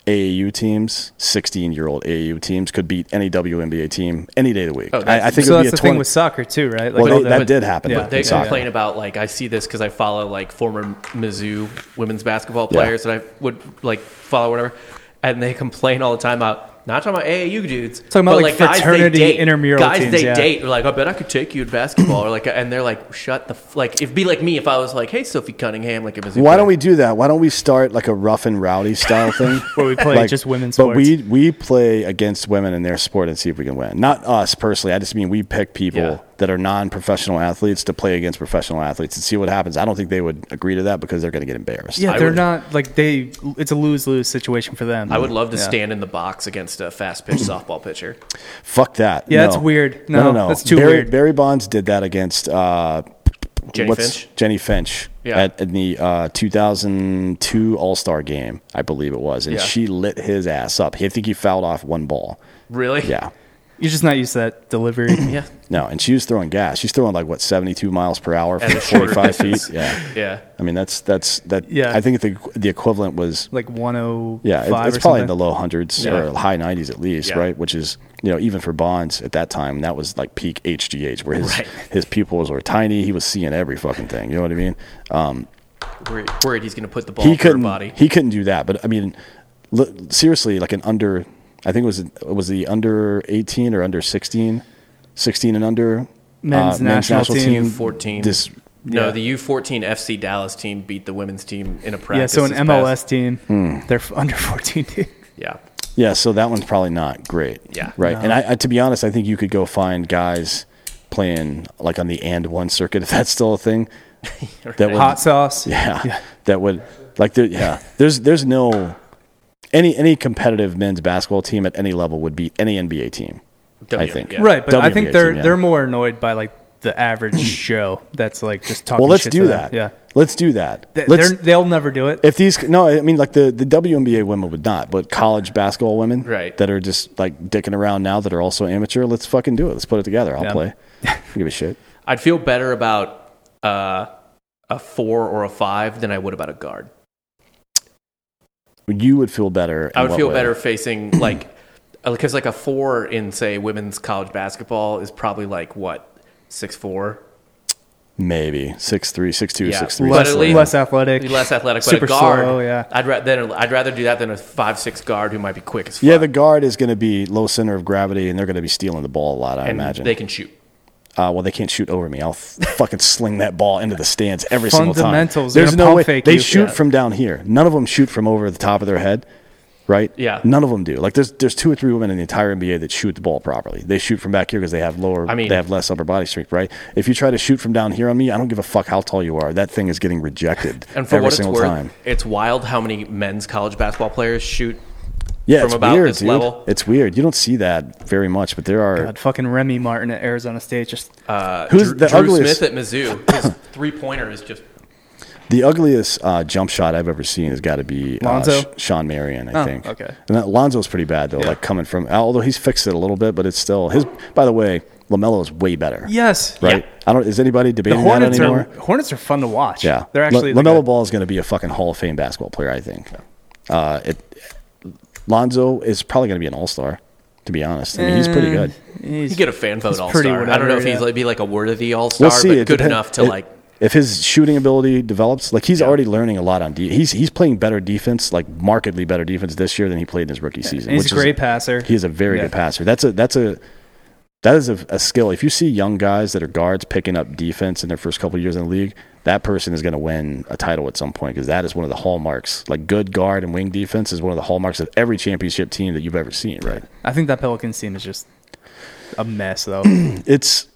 AAU teams, sixteen-year-old AAU teams, could beat any WNBA team any day of the week. Oh, I, I think so it would be that's a the 20, thing with soccer too, right? Like Well, all they- the- that did happen, Yeah, but they in soccer. complain about like I see this because I follow like former Mizzou women's basketball players that I would like follow whatever, and they complain all the time about Not talking about AAU dudes. Talking about, but, like, guys they fraternity date, intramural guys teams, they yeah. date. Are like, I bet I could take you to basketball, or like, and they're like, shut the f-. like. If be like me, if I was like, hey, Sophie Cunningham, like, if it's Why don't we do that? Why don't we start like a rough and rowdy style thing Where we play just women's But we sports. we play against women in their sport and see if we can win. Not us personally. I just mean we pick people Yeah. that are non-professional athletes to play against professional athletes and see what happens. I don't think they would agree to that because they're going to get embarrassed. Yeah, I they're would- not like they. It's a lose lose situation for them. I would love to Yeah. stand in the box against a fast pitch softball pitcher. Fuck that. Yeah, no. that's weird. No, no, No, no. that's too Barry, weird. Barry Bonds did that against uh, Jenny what's- Finch? Jenny Finch. Yeah. At, in the uh, 2002 All Star game, I believe it was, and Yeah. she lit his ass up. I think he fouled off one ball. Really? Yeah. You're just not used to that delivery. Yeah. No, and she was throwing gas. She's throwing like what 72 miles per hour At from a shorter 45 feet. distance. Yeah. Yeah. I mean, that's that's that. Yeah. I think the the equivalent was like 105 yeah, it- it's or probably something. in the low hundreds Yeah. or high 90s at least, Yeah. right? Which is you know even for Bonds at that time, that was like peak HGH, where his Right. his pupils were tiny. He was seeing every fucking thing. You know what I mean? Um, Worried, worried he's going to put the ball he in her couldn't body. he couldn't do that. But I mean, look, seriously, like an under, I think it was it was the under 18 or under 16, 16 and under uh, Men's national team, 14. This no, yeah. the U14 FC Dallas team beat the women's team in a yeah, practice. so an this MLS past- team, Hmm. they're f- under 14. Dude. Yeah. Yeah, so that one's probably not great. Yeah. Right. And I, I, to be honest, I think you could go find guys playing like on the and one circuit if that's still a thing. That would, Hot sauce. yeah, That would like there, yeah. There's there's no any any competitive men's basketball team at any level would beat any NBA team. I W, think. yeah. Right, but I think WNBA they're team, yeah. they're more annoyed by like the average show that's like just talking. Well, let's shit do to that. Them. Let's do that. Yeah, let's they they'll never do it. if these no, I mean like the the WNBA women would not, but college basketball women Right. that are just like dicking around now that are also amateur, let's fucking do it. Let's put it together. I'll Yeah. play. I don't give a shit. I'd feel better about uh, a four or a five than I would about a guard. You would feel better. in I would what feel way? better facing like because like a four in say women's college basketball is probably like what six four. Maybe six three, six two, Yeah. six three. But Less, at least- less athletic. Less athletic, but Super a guard. slow, yeah. I'd ra- then I'd rather do that than a five six guard who might be quick as fuck. Yeah, the guard is going to be low center of gravity, and they're going to be stealing the ball a lot. I and imagine. they can shoot. uh, well, they can't shoot over me. I'll f- fucking sling that ball into the stands every single time. Fundamentals, they're There's gonna no pump way fake they you. shoot Yeah. from down here. None of them shoot from over the top of their head, right? Yeah. None of them do. Like there's there's two or three women in the entire NBA that shoot the ball properly. They shoot from back here because they have lower. I mean- they have less upper body strength, right? If you try to shoot from down here on me, I don't give a fuck how tall you are. That thing is getting rejected And for every what it's single worth, time. it's wild how many men's college basketball players shoot Yeah, from it's about weird, this dude. level. It's weird. You don't see that very much, but there are. God, fucking Remy Martin at Arizona State just Uh, Who's Drew, the Drew ugliest- Smith at Mizzou? His three pointer is just The ugliest uh, jump shot I've ever seen has got to be uh, Lonzo? Sh- Sean Marion, I Oh, think. okay. And that Lonzo's pretty bad though, like coming from. Although he's fixed it a little bit, but it's still his. By the way, Lamelo is way better. yes, Right. Yeah. I don't. Is anybody The debating that Hornets anymore? are Hornets are fun to watch. yeah. they're La- actually like Lamelo a- Ball is going to be a fucking Hall of Fame basketball player. I think. Uh, it, Lonzo is probably going to be an All Star. To be honest, I mean, he's Eh. pretty good. you get a fan vote all pretty star. I don't whatever, know if yeah. he's like be like a worthy all star, but It good depen- enough to it- like If his shooting ability develops, like he's already learning a lot on de- he's he's playing better defense, like markedly better defense this year than he played in his rookie season. and he's which a is- great passer. He is a very Yeah. good passer. That's a that's a that is a, a skill. If you see young guys that are guards picking up defense in their first couple of years in the league, that person is going to win a title at some point because that is one of the hallmarks. Like good guard and wing defense is one of the hallmarks of every championship team that you've ever seen. Right? I think that Pelicans team is just a mess though. It's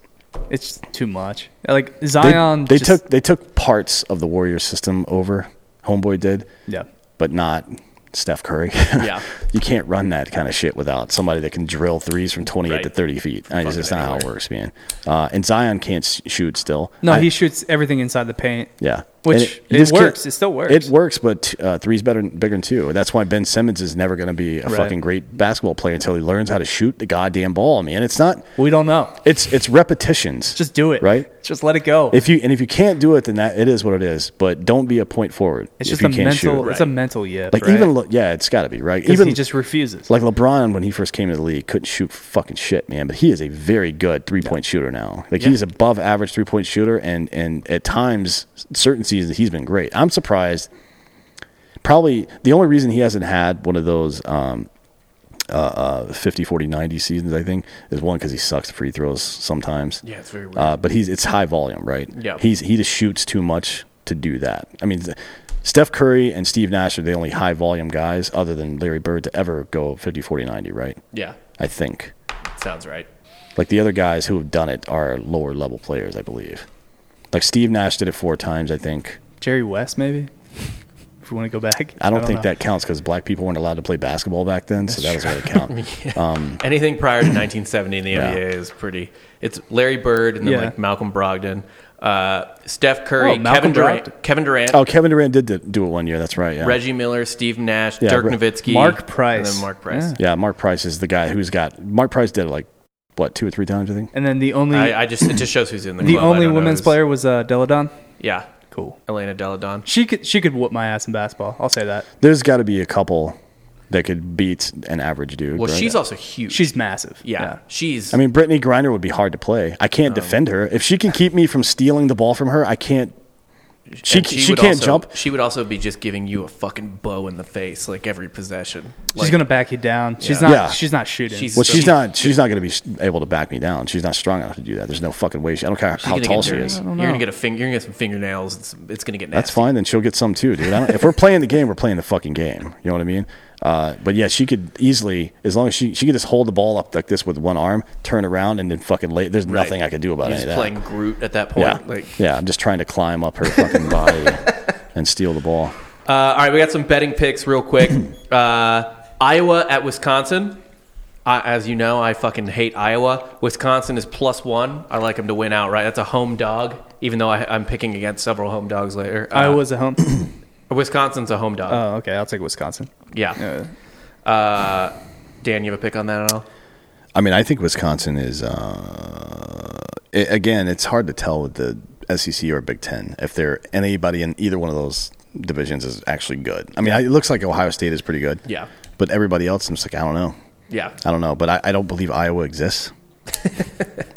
it's just too much. Like they, Zion, they um, just- took they took parts of the Warriors system over. Homeboy did. yeah. but not Steph Curry. Yeah. you can't run that kind of shit without somebody that can drill threes from 28 to Right. 30 feet. I mean, Fucking it's just not how it anywhere. works, man. Uh, and Zion can't s- shoot still. No, I- he shoots everything inside the paint. yeah, Which And it you just can't- works. It still works. It works, but uh, three's better, bigger than two. That's why Ben Simmons is never going to be a Right. fucking great basketball player until he learns how to shoot the goddamn ball, man. It's not. We don't know. It's it's repetitions. Just do it. right? Just let it go. If you and if you can't do it, then that it is what it is. But don't be a point forward. it's if just you a can't mental. shoot. It's a mental yip. Like right? even lo- yeah, it's got to be right. 'Cause Even he just refuses. Like LeBron, when he first came to the league, couldn't shoot for fucking shit, man. But he is a very good three point shooter now. Like he's above average three point shooter, and and at times, certain seasons, he's been great. I'm surprised. Probably the only reason he hasn't had one of those um, uh, uh, 50, 40, 90 seasons, I think, is one because he sucks at free throws sometimes. Yeah, it's very weird. Uh, but he's it's high volume, right? Yeah. He's he just shoots too much to do that. I mean, Steph Curry and Steve Nash are the only high volume guys other than Larry Bird to ever go 50, 40, 90, right? yeah, I think. sounds right. Like the other guys who have done it are lower level players, I believe. Like Steve Nash did it four times, I think. Jerry West, maybe. If we want to go back, I don't, think know. that counts because black people weren't allowed to play basketball back then, so that doesn't really count. Anything prior to 1970 in the Yeah. NBA is pretty. It's Larry Bird and then Yeah. like Malcolm Brogdon, uh, Steph Curry, Oh, Kevin Malcolm Durant, Brogdon. Kevin Durant, oh, Kevin Durant did d- do it one year. That's right. Yeah. Reggie Miller, Steve Nash, Yeah, Dirk Re- Nowitzki, Mark Price. and then Mark Price. Yeah. Mark Price is the guy who's got. Mark Price did it like, what, two or three times, I think? And then the only I, I just it just shows who's in the the club. I only don't know women's who's- player was uh, Deladon. Yeah, Cool. Elena Deladon. She could she could whoop my ass in basketball. I'll say that. There's got to be a couple that could beat an average dude. Well, right? she's also huge. She's massive. yeah, she's. I mean, Brittany Grinder would be hard to play. I Um, can't defend her. If she can keep me from stealing the ball from her, I can't. She, and she, would can't also- jump. She would also be just giving you a fucking bow in the face like every possession. She's gonna back you down. She's Yeah. not. Yeah. She's not shooting. She's- Well, So she's she- not. She's not going to be s- able to back me down. She's not strong enough to do that. There's no fucking way. She, I don't care She's how gonna tall get she dirty. is. You're gonna get a finger. You're gonna get some fingernails. It's, it's gonna get nasty. That's fine. Then she'll get some too, dude. I don't, if we're playing the game, we're playing the fucking game. You know what I mean? Uh, but yeah, she could easily, as long as she she could just hold the ball up like this with one arm, turn around, and then fucking lay. There's Right. nothing I could do about He's any of that. playing Groot at that point. yeah, Like, yeah. I'm just trying to climb up her fucking body and steal the ball. uh, all right, we got some betting picks real quick. uh, Iowa at Wisconsin. I, as you know, I fucking hate Iowa. Wisconsin is plus one. I like them to win outright. That's a home dog, even though I, I'm picking against several home dogs later. Uh, I was at home. Wisconsin's a home dog. oh, okay. I'll take Wisconsin. yeah. Uh, Dan, you have a pick on that at all? I mean, I think Wisconsin is. Uh, i again, it's hard to tell with the SEC or Big Ten if they're anybody in either one of those divisions is actually good. I mean, I, it looks like Ohio State is pretty good. Yeah. but everybody else, I'm just like, I don't know. Yeah. I don't know, but I, I don't believe Iowa exists.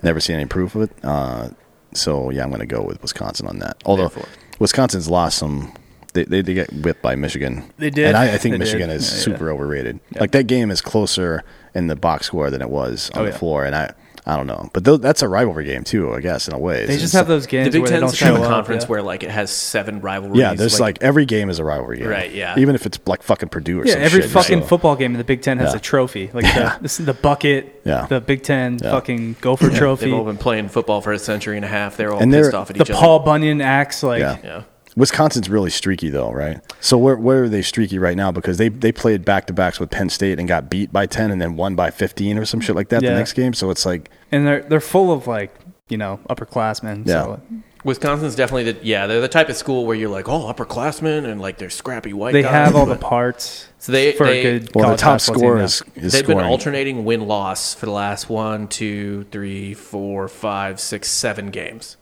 Never seen any proof of it. Uh, so yeah, I'm going to go with Wisconsin on that. Although Therefore. Wisconsin's lost some, they, they they get whipped by Michigan. They did. and I, I think They Michigan did. is Yeah, yeah. super overrated. Like that game is closer in the box score than it was on Oh, the yeah. floor, and I I don't know, but tho- that's a rivalry game too, I guess in a way. They just have those games The Big where they Ten's don't the kind of show up. conference yeah. where like it has seven rivalries. Yeah, there's like, every game is a rivalry game, Right, yeah. Even if it's like fucking Purdue or Yeah, some every shit, fucking so- football game in the Big Ten has Yeah. a trophy, like the, this, the bucket, Yeah. the Big Ten Yeah. fucking Gopher they've Trophy, all been playing football for a century and a half. They're all And they're- pissed off at the each Paul Bunyan axe, like Yeah. other. Yeah. Wisconsin's really streaky though, right? So where where are they streaky right now? Because they they played back to backs with Penn State and got beat by ten and then won by fifteen or some shit like that the Yeah. next game. So it's like and they're they're full of like you know upperclassmen. So Wisconsin's definitely the yeah they're the type of school where you're like oh upperclassmen and like they're scrappy white they guys. have all the but parts. So they- for they- a good well, the college top basketball team scorer now. is, is they've scoring. been alternating win loss for the last one two three four five six seven games,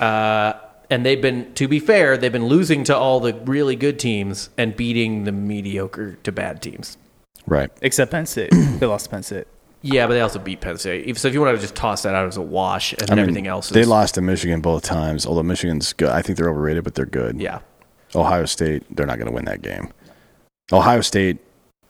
uh, and they've been to be fair they've been losing to all the really good teams and beating the mediocre to bad teams. right. except Penn State. they lost to Penn State. Yeah, but they also beat Penn State. If- So if you want to just toss that out as a wash and I mean, everything else, is, They lost to Michigan both times. Although Michigan's good, I think they're overrated, but they're good. Yeah, Ohio State, they're not going to win that game. Ohio State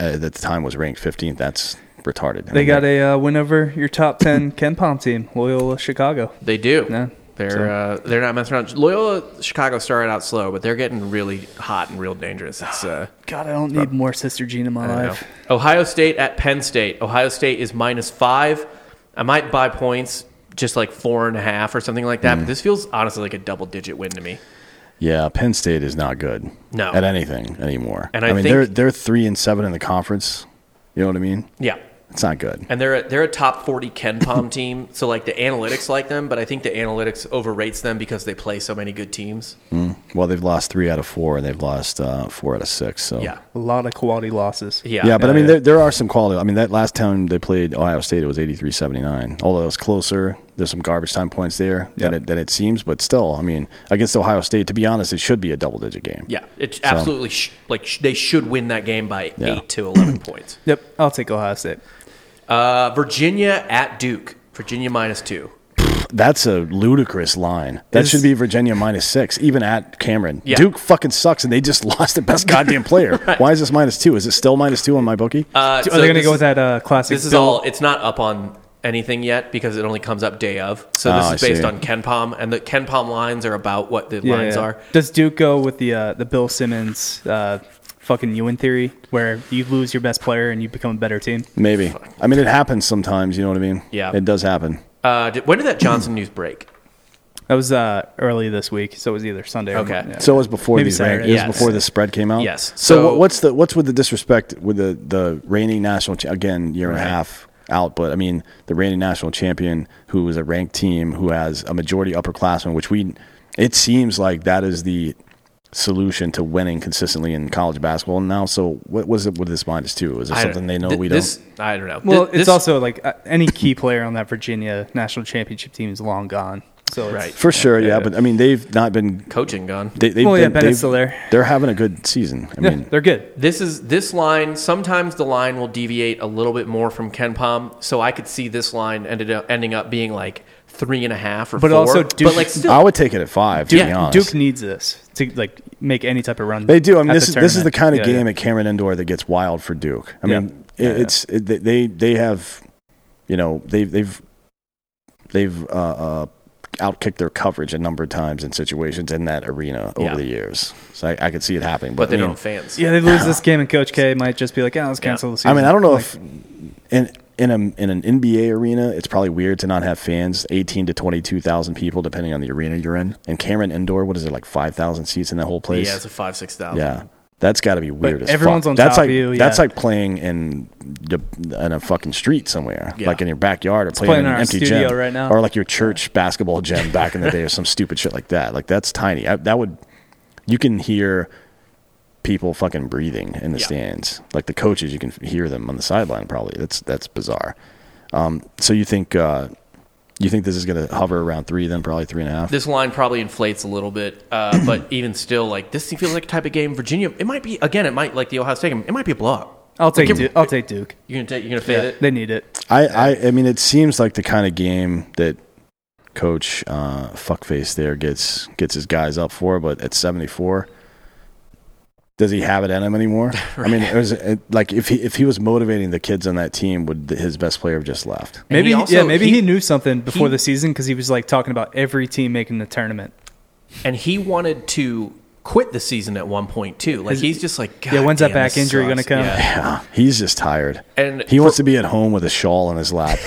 uh, at the time was ranked fifteenth. That's retarded. I They mean, got a uh, win over your top ten Ken Palm team, Loyola Chicago. they do. Yeah. They're So- uh, they're not messing around. Loyola Chicago started out slow, but they're getting really hot and real dangerous. It's uh, God, I don't need more Sister Jean in my I don't life. know. Ohio State at Penn State. Ohio State is minus five. I might buy points, just like four and a half or something like that. But this feels honestly like a double digit win to me. Yeah, Penn State is not good. No. at anything anymore. And And I I, mean, think- they're they're three and seven in the conference. You know what I mean? Yeah, It's not good. and they're a, they're a top forty Ken Palm team. So like the analytics like them, but I think the analytics overrates them because they play so many good teams. Well, they've lost three out of four, and they've lost uh, four out of six. So Yeah, A lot of quality losses. yeah, yeah. but I Yeah, mean, yeah. There, there are some quality. I mean, that last time they played Ohio State, it was 83-79. Although it was closer, there's some garbage time points there than, Yeah. it, than it seems. But still, I mean, against Ohio State, to be honest, it should be a double digit game. Yeah, it's absolutely sh- like sh- they should win that game by Yeah. eight to eleven points. Yep, I'll take Ohio State. Uh, Virginia at Duke. Virginia minus two. That's a ludicrous line. That Is- should be Virginia minus six, even at Cameron. Yeah. Duke fucking sucks, and they just lost the best goddamn player. Why is this minus two? Is it still minus two on my bookie? Uh, Are so they going to this go is- with that uh, classic? This is Bill- all. It's not up on anything yet because it only comes up day of. So this Oh, is I based see. on Ken Palm, and the Ken Palm lines are about what the Yeah, lines yeah. are. Does Duke go with the uh, the Bill Simmons uh, fucking Ewan theory, where you lose your best player and you become a better team? Maybe. I mean, it happens sometimes. You know what I mean? Yeah. It does happen. Uh, did, when did that Johnson news break? That was uh, early this week, so it was either Sunday. Okay. or Monday. So it was before Maybe these rank- Saturday. it was Yes. before this spread came out. Yes. So, So- wh- what's the what's with the disrespect with the the reigning national cha- again year and a half out, but I mean the reigning national champion who is a ranked team who has a majority upperclassmen, which we it seems like that is the solution to winning consistently in college basketball now. So what was it with this minus two? Is it something they know th- we this, don't? I don't know. Th- Well, it's this- also like uh, any key player on that Virginia national championship team is long gone. So it's, Right. For sure, yeah, but I mean they've not been. coaching gone. They, they've Well, yeah, been- Bennett's they've- still there. They're having a good season. I Yeah, mean, they're good. This is this line. Sometimes the line will deviate a little bit more from Ken Palm, so I could see this line ended up ending up being like three and a half or But four. also Duke- but like still, I would take it at five. to Duke- be honest. Duke needs this to like make any type of run. They do. I mean, at this is this is the tournament. kind of Yeah, game yeah. at Cameron Indoor that gets wild for Duke. I Yeah. mean, Yeah, it, yeah. it's it, they they have, you know, they've they've they've uh, uh, outkicked their coverage a number of times in situations in that arena over Yeah. the years. So I, I could see it happening, but, but they I mean, don't have fans. Yeah, they lose this game, and Coach K might just be like, "Yeah, let's cancel the season." I mean, I don't know Like, if in in a, in an NBA arena, it's probably weird to not have fans. Eighteen to twenty two thousand people, depending on the arena you're in. And Cameron Indoor, what is it like five thousand seats in that whole place? yeah, it's a five six thousand. Yeah, that's got to be weird. as everyone's fuck. on that's top like, of you, That's yeah. like playing in the, in a fucking street somewhere, Yeah. like in your backyard or playing in playing in an our empty studio gym right now. or like your church basketball gym back in the day or some stupid shit like that. Like that's tiny. I, that would you can hear people fucking breathing in the Yeah. stands. Like the coaches, you can hear them on the sideline. Probably that's that's bizarre. Um, so you think uh, you think this is going to hover around three? Then probably three and a half. This line probably inflates a little bit, uh, but even still, like this feels like a type of game. Virginia, it might be again. It might like the Ohio State game. It might be a blowout. I'll take Like, Duke. I'll take Duke. You're gonna take. You're gonna fade Yeah, it. They need it. I, I, I mean, it seems like the kind of game that Coach uh, Fuckface there gets gets his guys up for, but at seventy four, does he have it in him anymore? I mean, it was it, like if he if he was motivating the kids on that team, would th- his best player have just left? And Maybe he he- also- yeah, maybe he- he, knew something before he- the season because he was like talking about every team making the tournament. and he wanted to quit the season at one point too. Like Is- he's just like, God Yeah, when's that damn, back this injury sucks. gonna come? Yeah. Yeah, he's just tired, And he wants to be at home with a shawl on his lap,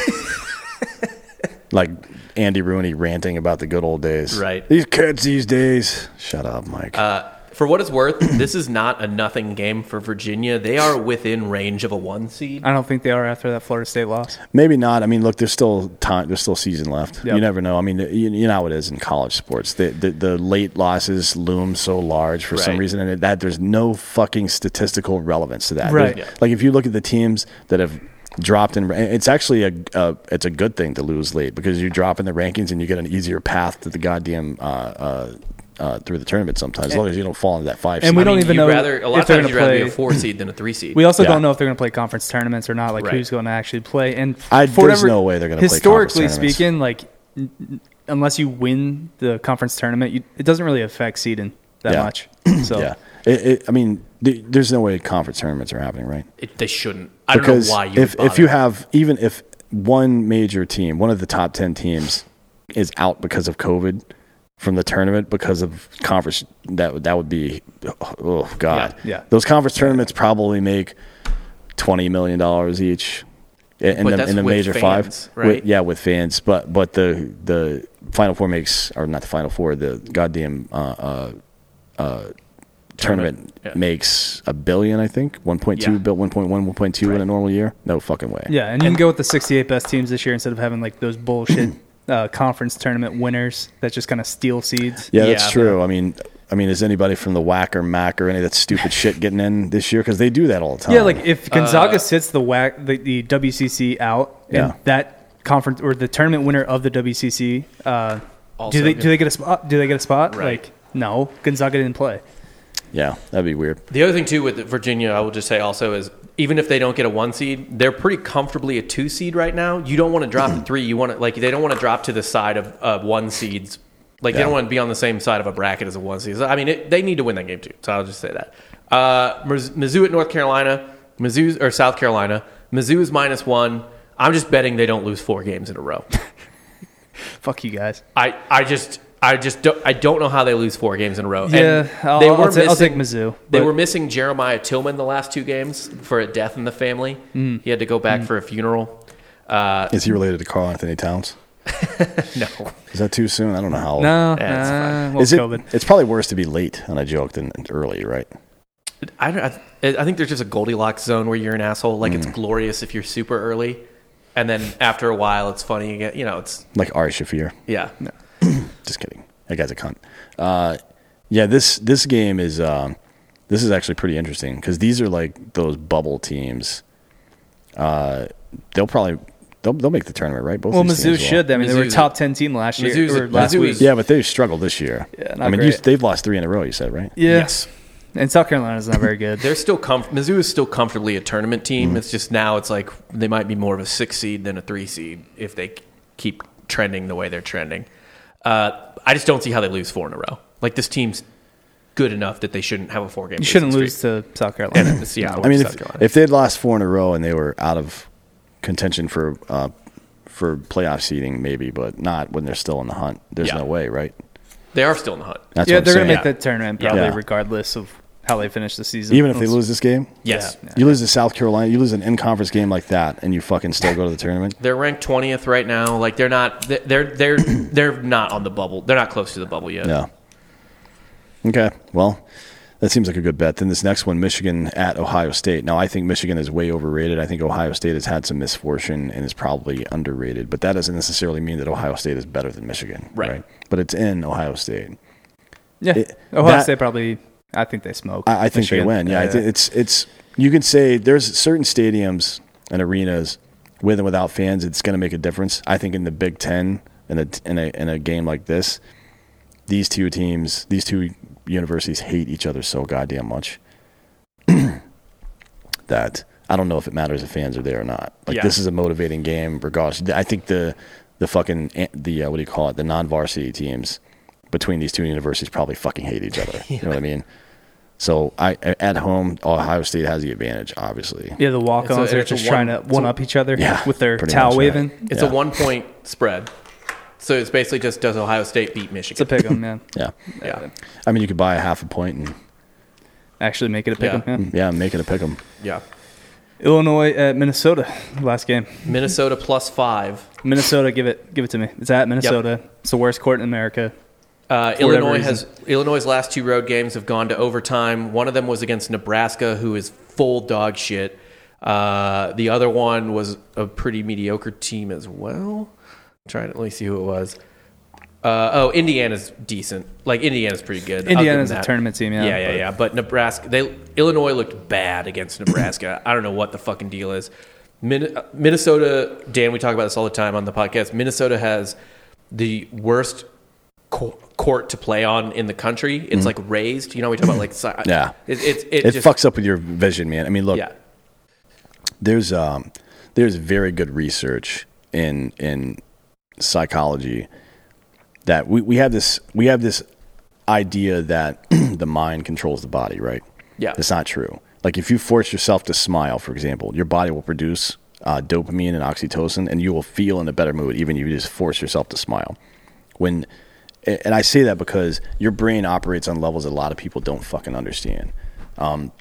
like Andy Rooney ranting about the good old days. Right. these kids these days. Shut up, Mike. Uh, for what it's worth, this is not a nothing game for Virginia. They are within range of a one seed. I don't think they are after that Florida State loss. Maybe not. I mean, look, there's still time. There's still season left. Yep. You never know. I mean, you, you know how it is in college sports. The the, the late losses loom so large for some Right. reason, and it, that there's no fucking statistical relevance to that. Right. There's- Yeah. Like if you look at the teams that have dropped in, it's actually a, a it's a good thing to lose late because you drop in the rankings and you get an easier path to the goddamn. Uh, uh, uh, through the tournament sometimes, as long as you don't fall into that five. and we seed. don't even you'd know rather a lot if of they're times gonna you'd rather be a play. four seed than a three seed. We also Yeah. don't know if they're going to play conference tournaments or not. Like Right. who's going to actually play? And I- for there's no way they're gonna play Historically conference tournaments. speaking, like n- n- unless you win the conference tournament, you, it doesn't really affect seeding that Yeah. much. So yeah, it, it, I mean, th- there's no way conference tournaments are happening, right? It- they shouldn't. I don't know why you. if would if you bother. have even if one major team, one of the top ten teams, is out because of COVID from the tournament because of conference, that would- that would be oh god, Yeah, yeah. Those conference tournaments probably make twenty million dollars each in But the, that's in the with major fans, five, With- right? yeah, with fans, but but the the final four makes or not the final four, the goddamn. Uh, uh, tournament, Tournament, yeah. makes a billion, I think. 1.2, Yeah. built 1.1, 1.2 in a normal year. No fucking way. yeah, and you can go with the 68 best teams this year instead of having like those bullshit uh, conference tournament winners that just kind of steal seeds. Yeah, that's Yeah. true. I mean, I mean, is anybody from the whack or Mac or any of that stupid shit getting in this year? Because they do that all the time. Yeah, like if Gonzaga sits the WAC, the, the WCC out, Yeah. and that conference or the tournament winner of the WCC, uh, Also, do they yeah. do they get a spot? Do they get a spot? Right. Like no, Gonzaga didn't play. yeah, that'd be weird. the other thing too with Virginia, I will just say also is even if they don't get a one seed, they're pretty comfortably a two seed right now. You don't want to drop to three. You want to like they don't want to drop to the side of uh, one seeds. Like they Yeah. don't want to be on the same side of a bracket as a one seed. So, I mean, it, they need to win that game too. So I'll just say that. Uh, Miz- Mizzou at North Carolina, Mizzou or South Carolina. Mizzou is minus one. I'm just betting they don't lose four games in a row. Fuck you guys. I, I just I just don't I don't know how they lose four games in a row. And Yeah, I'll- I'll ta- I'll take Mizzou, They but- were missing Jeremiah Tillman the last two games for a death in the family. He had to go back for a funeral. Uh, Is he related to Carl Anthony Towns? No, Is that too soon? I don't know how. Old. No, it's nah, fine. well, Is it, COVID. It's probably worse to be late on a joke than early, right? I don't. I, I think there's just a Goldilocks zone where you're an asshole. Like it's glorious if you're super early, and then after a while it's funny again. You know, it's Like Ari Shafir. yeah. Just kidding. That guy's a cunt. Uh, yeah, this this game is um, this is actually pretty interesting because these are like those bubble teams. Uh, they'll probably they'll, they'll make the tournament, right? Both. Well, these Mizzou teams will. should. I mean, they were a Mizzou's- top ten team last year. Mizzou's- or last Mizzou week. is- Yeah, but they've struggled this year. Yeah, not I mean, you, great. they've lost three in a row. You said right? Yeah. Yes. And South Carolina's not very good. They're still comf- Mizzou is still comfortably a tournament team. It's just now it's like they might be more of a six seed than a three seed if they keep trending the way they're trending. Uh, I just don't see how they lose four in a row. Like this team's good enough that they shouldn't have a four game. you shouldn't lose to South Carolina. It's, yeah, I mean, South if, Carolina. if they'd lost four in a row and they were out of contention for uh, for playoff seeding, maybe, but not when they're still in the hunt. There's Yeah. no way, right? they are still in the hunt. That's yeah, what I'm they're gonna saying. make the tournament probably, Yeah. regardless of how they finish the season. Even if they lose this game, Yes, you lose to South Carolina, you lose an in-conference game like that, and you fucking still go to the tournament. they're ranked twentieth right now. Like they're not. They're they're they're not on the bubble. They're not close to the bubble yet. Yeah. Okay. Well, that seems like a good bet. Then this next one, Michigan at Ohio State. Now, I think Michigan is way overrated. I think Ohio State has had some misfortune and is probably underrated, but that doesn't necessarily mean that Ohio State is better than Michigan. Right. But it's in Ohio State. yeah, it- Ohio that- State probably. I think they smoke. I, I think Michigan. they win. Yeah, I think it's it's. You can say there's certain stadiums and arenas with and without fans. It's going to make a difference. I think in the Big Ten in a in a in a game like this, these two teams, these two universities hate each other so goddamn much that I don't know if it matters if fans are there or not. Like Yeah. this is a motivating game, regardless. I think the the fucking the uh, what do you call it? The non varsity teams between these two universities probably fucking hate each other. You know what I mean? So I at home, Ohio State has the advantage, obviously. Yeah, the walk-ons It's a- are it's a just one- trying to one up each other Yeah, with their pretty towel much, yeah. waving. It's Yeah. a one point spread. So it's basically just does Ohio State beat It's a Michigan? pick 'em, man. Yeah. yeah, I mean, you could buy a half a point and Actually, make it a pick 'em. Yeah. Yeah. yeah, make it a pick 'em. yeah. Illinois at Minnesota. Last game. Minnesota plus five. Minnesota, give it, give it to me. It's at Minnesota. It's the worst court in America. Uh, whatever Illinois reason. has Illinois' last two road games have gone to overtime. One of them was against Nebraska, who is full dog shit. Uh, the other one was a pretty mediocre team as well. I'm trying to let me see who it was. Uh, oh, Indiana's decent. Like Indiana's pretty good. I'll give them Indiana's a that. tournament team, yeah, yeah, yeah, but- yeah. But Nebraska, they Illinois looked bad against Nebraska. I don't know what the fucking deal is. Min, uh, Minnesota, Dan, we talk about this all the time on the podcast. Minnesota has the worst co- court to play on in the country. It's like raised. You know, we talk about like si- Mm-hmm. Yeah. It, it's it, It just, fucks up with your vision, man. I mean, look, Yeah, there's um there's very good research in in psychology that we, we have this we have this idea that the mind controls the body, right? Yeah. It's not true. Like if you force yourself to smile, for example, your body will produce uh, dopamine and oxytocin, and you will feel in a better mood even if you just force yourself to smile. When a- and I say that because your brain operates on levels that a lot of people don't fucking understand Um,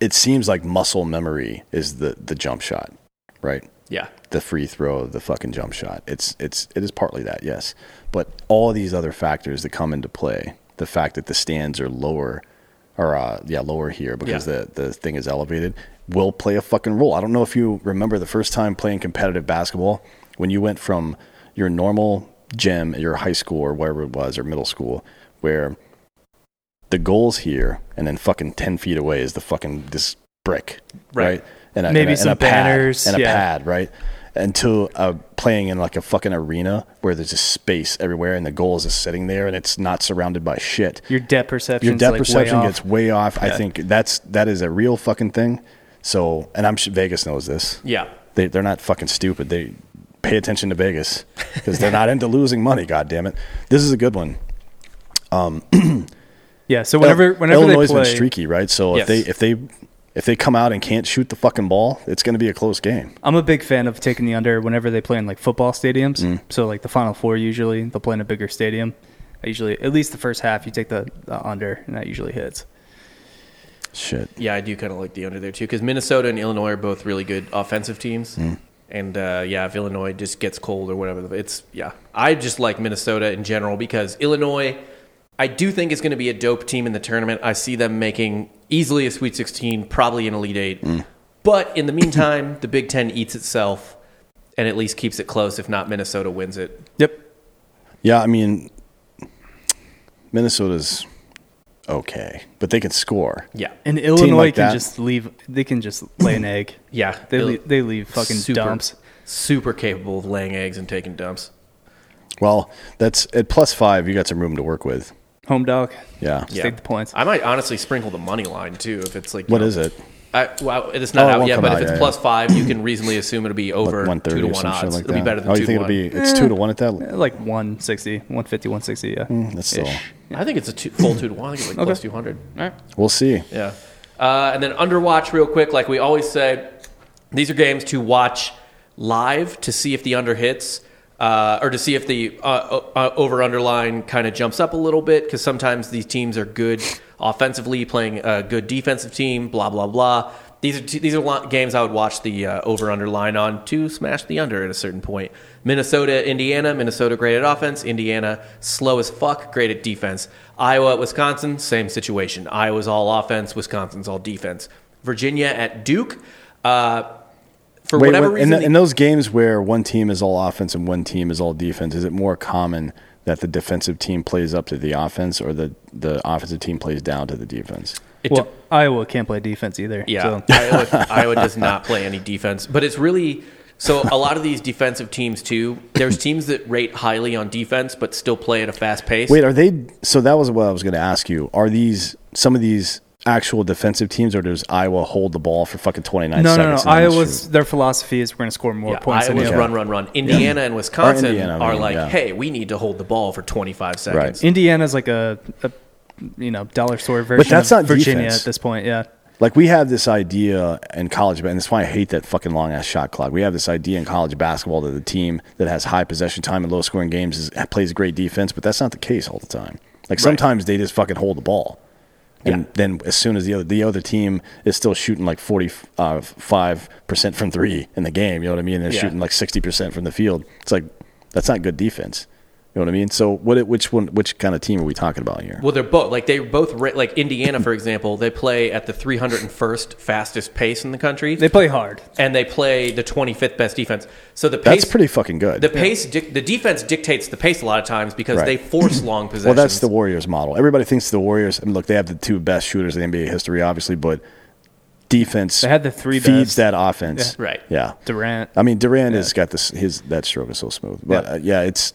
it seems like muscle memory is the the jump shot, right? yeah, The free throw, the fucking jump shot. It's it's it is partly that, yes. But all these other factors that come into play, the fact that the stands are lower or uh, yeah, lower here because Yeah. the the thing is elevated will play a fucking role. I don't know if you remember the first time playing competitive basketball when you went from your normal gym at your high school or wherever it was or middle school where the goal's here, and then fucking ten feet away is the fucking this brick, Right. right? And a, Maybe and a, some and a pad, banners, and a yeah. pad, right? Until uh, playing in like a fucking arena where there's just space everywhere, and the goal is just sitting there, and it's not surrounded by shit. Your depth perception. Your depth like perception way off. gets way off. I think that's that is a real fucking thing. So, and I'm sure Vegas knows this. Yeah. They, they're not fucking stupid. They pay attention to Vegas because they're not into losing money. God damn it. This is a good one. Yeah. So whenever whenever Illinois they play, been streaky, right? So Yes. if they if they if they come out and can't shoot the fucking ball, it's going to be a close game. I'm a big fan of taking the under whenever they play in like football stadiums. So like the Final Four usually they'll play in a bigger stadium. I usually at least the first half you take the, the under and that usually hits. Shit. Yeah, I do kind of like the under there too because Minnesota and Illinois are both really good offensive teams. Mm-hmm. And uh, yeah, if Illinois just gets cold or whatever, it's yeah. I just like Minnesota in general because Illinois, I do think is going to be a dope team in the tournament. I see them making easily a Sweet 16, probably an Elite Eight. Mm. But in the meantime, the Big Ten eats itself and at least keeps it close. If not, Minnesota wins it. Yep. Yeah, I mean, Minnesota's okay, but they can score. Yeah, And Illinois like can that. just leave. They can just lay an egg. yeah. They Ill- leave, they leave fucking super, dumps. Super capable of laying eggs and taking dumps. Well, that's at plus five. You got some room to work with. Home dog. Yeah. Just take the points. I might honestly sprinkle the money line too if it's like What is it? I, well, it's not Oh, it out won't yet, come but out if it's yet, plus five, you can reasonably assume it'll be over One two thirty to or one some shit odds. like it'll that. be better than oh, two you think to it'll one. Eh. be? It's two to one at that. Like 160, 150, 160. Yeah. Mm, that's still- Ish. I think it's a two, full two to one. I think it's like plus two hundred. We'll see. Yeah. Uh, and then underwatch real quick, like we always say, these are games to watch live to see if the under hits. Uh, or to see if the uh, uh, over underline kind of jumps up a little bit because sometimes these teams are good offensively, playing a good defensive team, blah blah blah. These are t- these are lot- games I would watch the uh, over underline on to smash the under at a certain point. Minnesota, Indiana, Minnesota great at offense, Indiana slow as fuck, great at defense. Iowa, Wisconsin, same situation. Iowa's all offense, Wisconsin's all defense. Virginia at Duke, uh, for Wait, whatever when- in, reason, the- in those games where one team is all offense and one team is all defense, is it more common that the defensive team plays up to the offense, or the the offensive team plays down to the defense? it Well, de- Iowa can't play defense either. Yeah, So. Iowa, Iowa does not play any defense, but it's really so. A lot of these defensive teams too. There's teams that rate highly on defense, but still play at a fast pace. Wait, are they? So that was what I was going to ask you. Are these some of these actual defensive teams, or does Iowa hold the ball for fucking twenty nine No, no, no. seconds? and then Iowa's shoot? their philosophy is we're going to score more yeah, points than Iowa's you. run, run, run. Indiana and Wisconsin Indiana, I are mean, like, yeah. hey, we need to hold the ball for 25 seconds. Indiana's like a, a you know dollar store version. that's of not Virginia defense. at this point. Yeah, like we have this idea in college, and that's why I hate that fucking long ass shot clock. We have this idea in college basketball that the team that has high possession time and low scoring games is, plays great defense, but that's not the case all the time. Like sometimes they just fucking hold the ball. And Yeah. then, as soon as the other the other team is still shooting like forty uh, five percent from three in the game, you know what I mean? They're Yeah. shooting like sixty percent from the field. It's like that's not good defense. You know what I mean? So, what it- which one which kind of team are we talking about here? Well, they're both like they both ra- like Indiana, for example. They play at the 301st fastest pace in the country, they play hard. and they play the 25th best defense. So the pace that's pretty fucking good. The pace, dic- the defense dictates the pace a lot of times because Right. they force long possessions. Well, that's the Warriors model. Everybody thinks the Warriors. I mean, look, they have the two best shooters in NBA history, obviously, but defense. They had the three feeds best. that offense. Yeah. Right. Yeah. Durant. I mean, Durant has got this. His that stroke is so smooth, but yeah, uh, yeah it's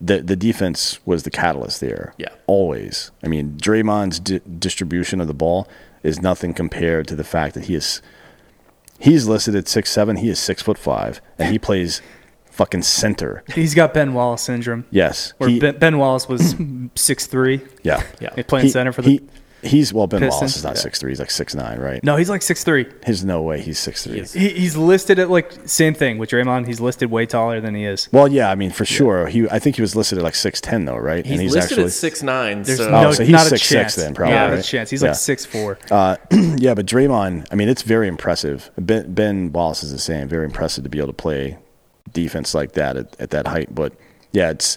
the the defense was the catalyst there. Yeah. Always. I mean, Draymond's di- distribution of the ball is nothing compared to the fact that he is. He's listed at six seven. He is six foot five, and he plays fucking center. He's got Ben Wallace syndrome. Yes. where he- ben, ben Wallace was six three. Yeah. Yeah. He's playing center for the. he, he's well Ben Pistons? Wallace is not Yeah. six three, he's like six nine, right? no, he's like six three. There's no way he's six three. Yes. He, he's listed at like same thing with Draymond. He's listed way taller than he is. Well, yeah, I mean for sure. He I think he was listed at like six ten though, right? he's, listed at six nine. There's so no, Oh, so he's not a 6'6" chance. then, probably, not a right? chance. He's Yeah. like six four. uh, yeah, but Draymond, I mean, it's very impressive. Ben, ben Wallace is the same, very impressive to be able to play defense like that at, at that height. But yeah, it's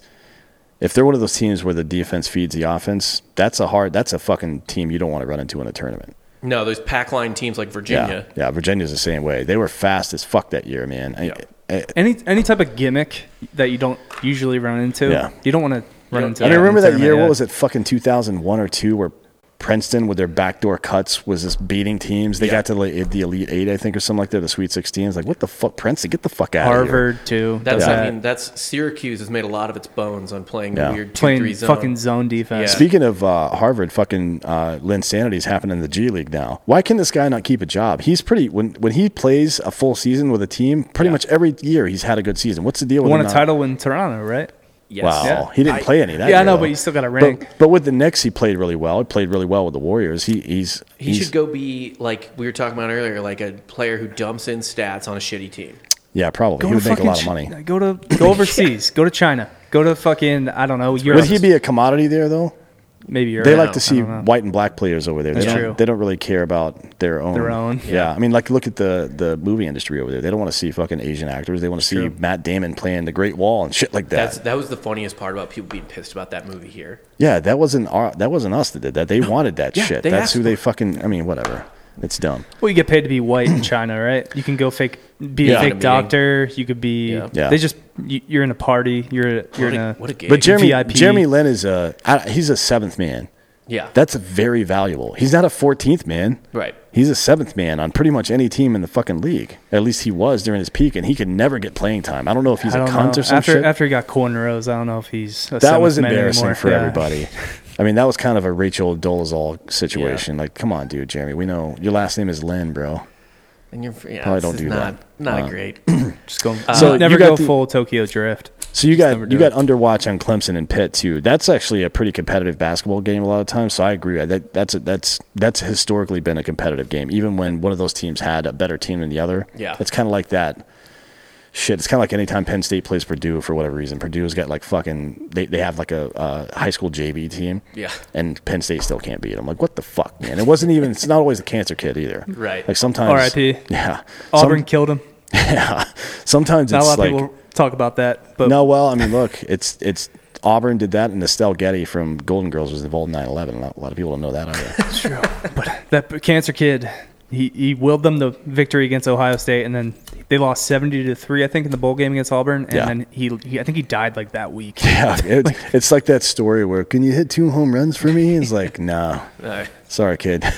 if they're one of those teams where the defense feeds the offense, that's a hard that's a fucking team you don't want to run into in a tournament. no, there's pack line teams like Yeah. Virginia. Yeah, Virginia's the same way. They were fast as fuck that year, man. I- I, Any any type of gimmick that you don't usually run into. Yeah. you don't want to run don't- into. And I in remember the that year. tournament, yeah. What was it? Fucking two thousand one or two, where Princeton with their backdoor cuts was just beating teams. They Yeah. got to like, the Elite Eight, I think, or something like that, the Sweet 16. It's like, what the fuck, Princeton? Get the fuck out of here. Harvard too. That's does I that. mean that's Syracuse has made a lot of its bones on playing Yeah. the weird two three playing zone. fucking zone defense. Yeah. Speaking of uh, Harvard, fucking uh, Lynn Sanity's happening in the G League now. Why can this guy not keep a job? He's pretty when when he plays a full season with a team. Pretty much every year he's had a good season. What's the deal with Won him a not- title in Toronto, right? Yes. Wow, Yeah. he didn't play any that. Yeah, I year, know, though. but you still got to rank. But, but with the Knicks, he played really well. He played really well with the Warriors. He he's He he's- should go be like we were talking about earlier, like a player who dumps in stats on a shitty team. Yeah, probably. he to would make a fucking lot of Chi- money. Go to go overseas. Go to China. Go to fucking I don't know Europe. Would he be a commodity there though? maybe Europe? They Yeah, like to see white and black players over there. They That's don't, true. They don't really care about their own. Their own. Yeah. I mean, like look at the the movie industry over there. They don't want to see fucking Asian actors. They want to see Matt Damon playing the Great Wall and shit like that. That's that was the funniest part about people being pissed about that movie here. yeah, that wasn't our. That wasn't us that did that. They wanted that Yeah, shit. they That's asked who for they it. fucking. I mean, whatever. It's dumb. Well, you get paid to be white in China, right? You can go fake be Yeah. a At a fake meeting. doctor. You could be. Yeah. Yeah. They just you, you're in a party. You're you're What in a, a. what a game. But Jeremy VIP. Jeremy Lin is a. I- He's a seventh man. yeah. That's very valuable. He's not a 14th man. Right. He's a seventh man on pretty much any team in the fucking league. At least he was during his peak, and he could never get playing time. I don't know if he's I a don't cunt know. or some after shit. after he got cornrows, I don't know if he's a that was seventh man embarrassing anymore. for Yeah. everybody. I mean, that was kind of a Rachel Dolezal situation. Like, come on, dude, Jeremy. We know your last name is Lynn, bro. and you're yeah, Probably this don't is do not, that. Not Uh, great. Just go. So never you got go the- full Tokyo drift. So you never got do you it. got underwatch on Clemson and Pitt too. That's actually a pretty competitive basketball game a lot of times. So I agree. That that's a, that's that's historically been a competitive game, even when one of those teams had a better team than the other. Yeah. it's kind of like that. Shit, it's kind of like anytime Penn State plays Purdue for whatever reason. Purdue's got like fucking they, they have like a uh, high school JV team. Yeah. and Penn State still can't beat them. Like what the fuck, man? It wasn't even. It's not always a cancer kid either. Right. Like sometimes. R.I.P.. Yeah. Auburn Some- killed him. yeah. Sometimes Not a it's lot of like people talk about that, but no, well, I mean, look, it's it's Auburn did that, and Estelle Getty from Golden Girls was involved in 9/11. Not a lot of people don't know that either. that cancer kid he, he willed them the victory against ohio state and then they lost 70 to 3 i think in the bowl game against auburn and Yeah. then he, he i think he died like that week yeah, it's, it's like that story where can you hit two home runs for me? It's like, no, No. sorry, kid.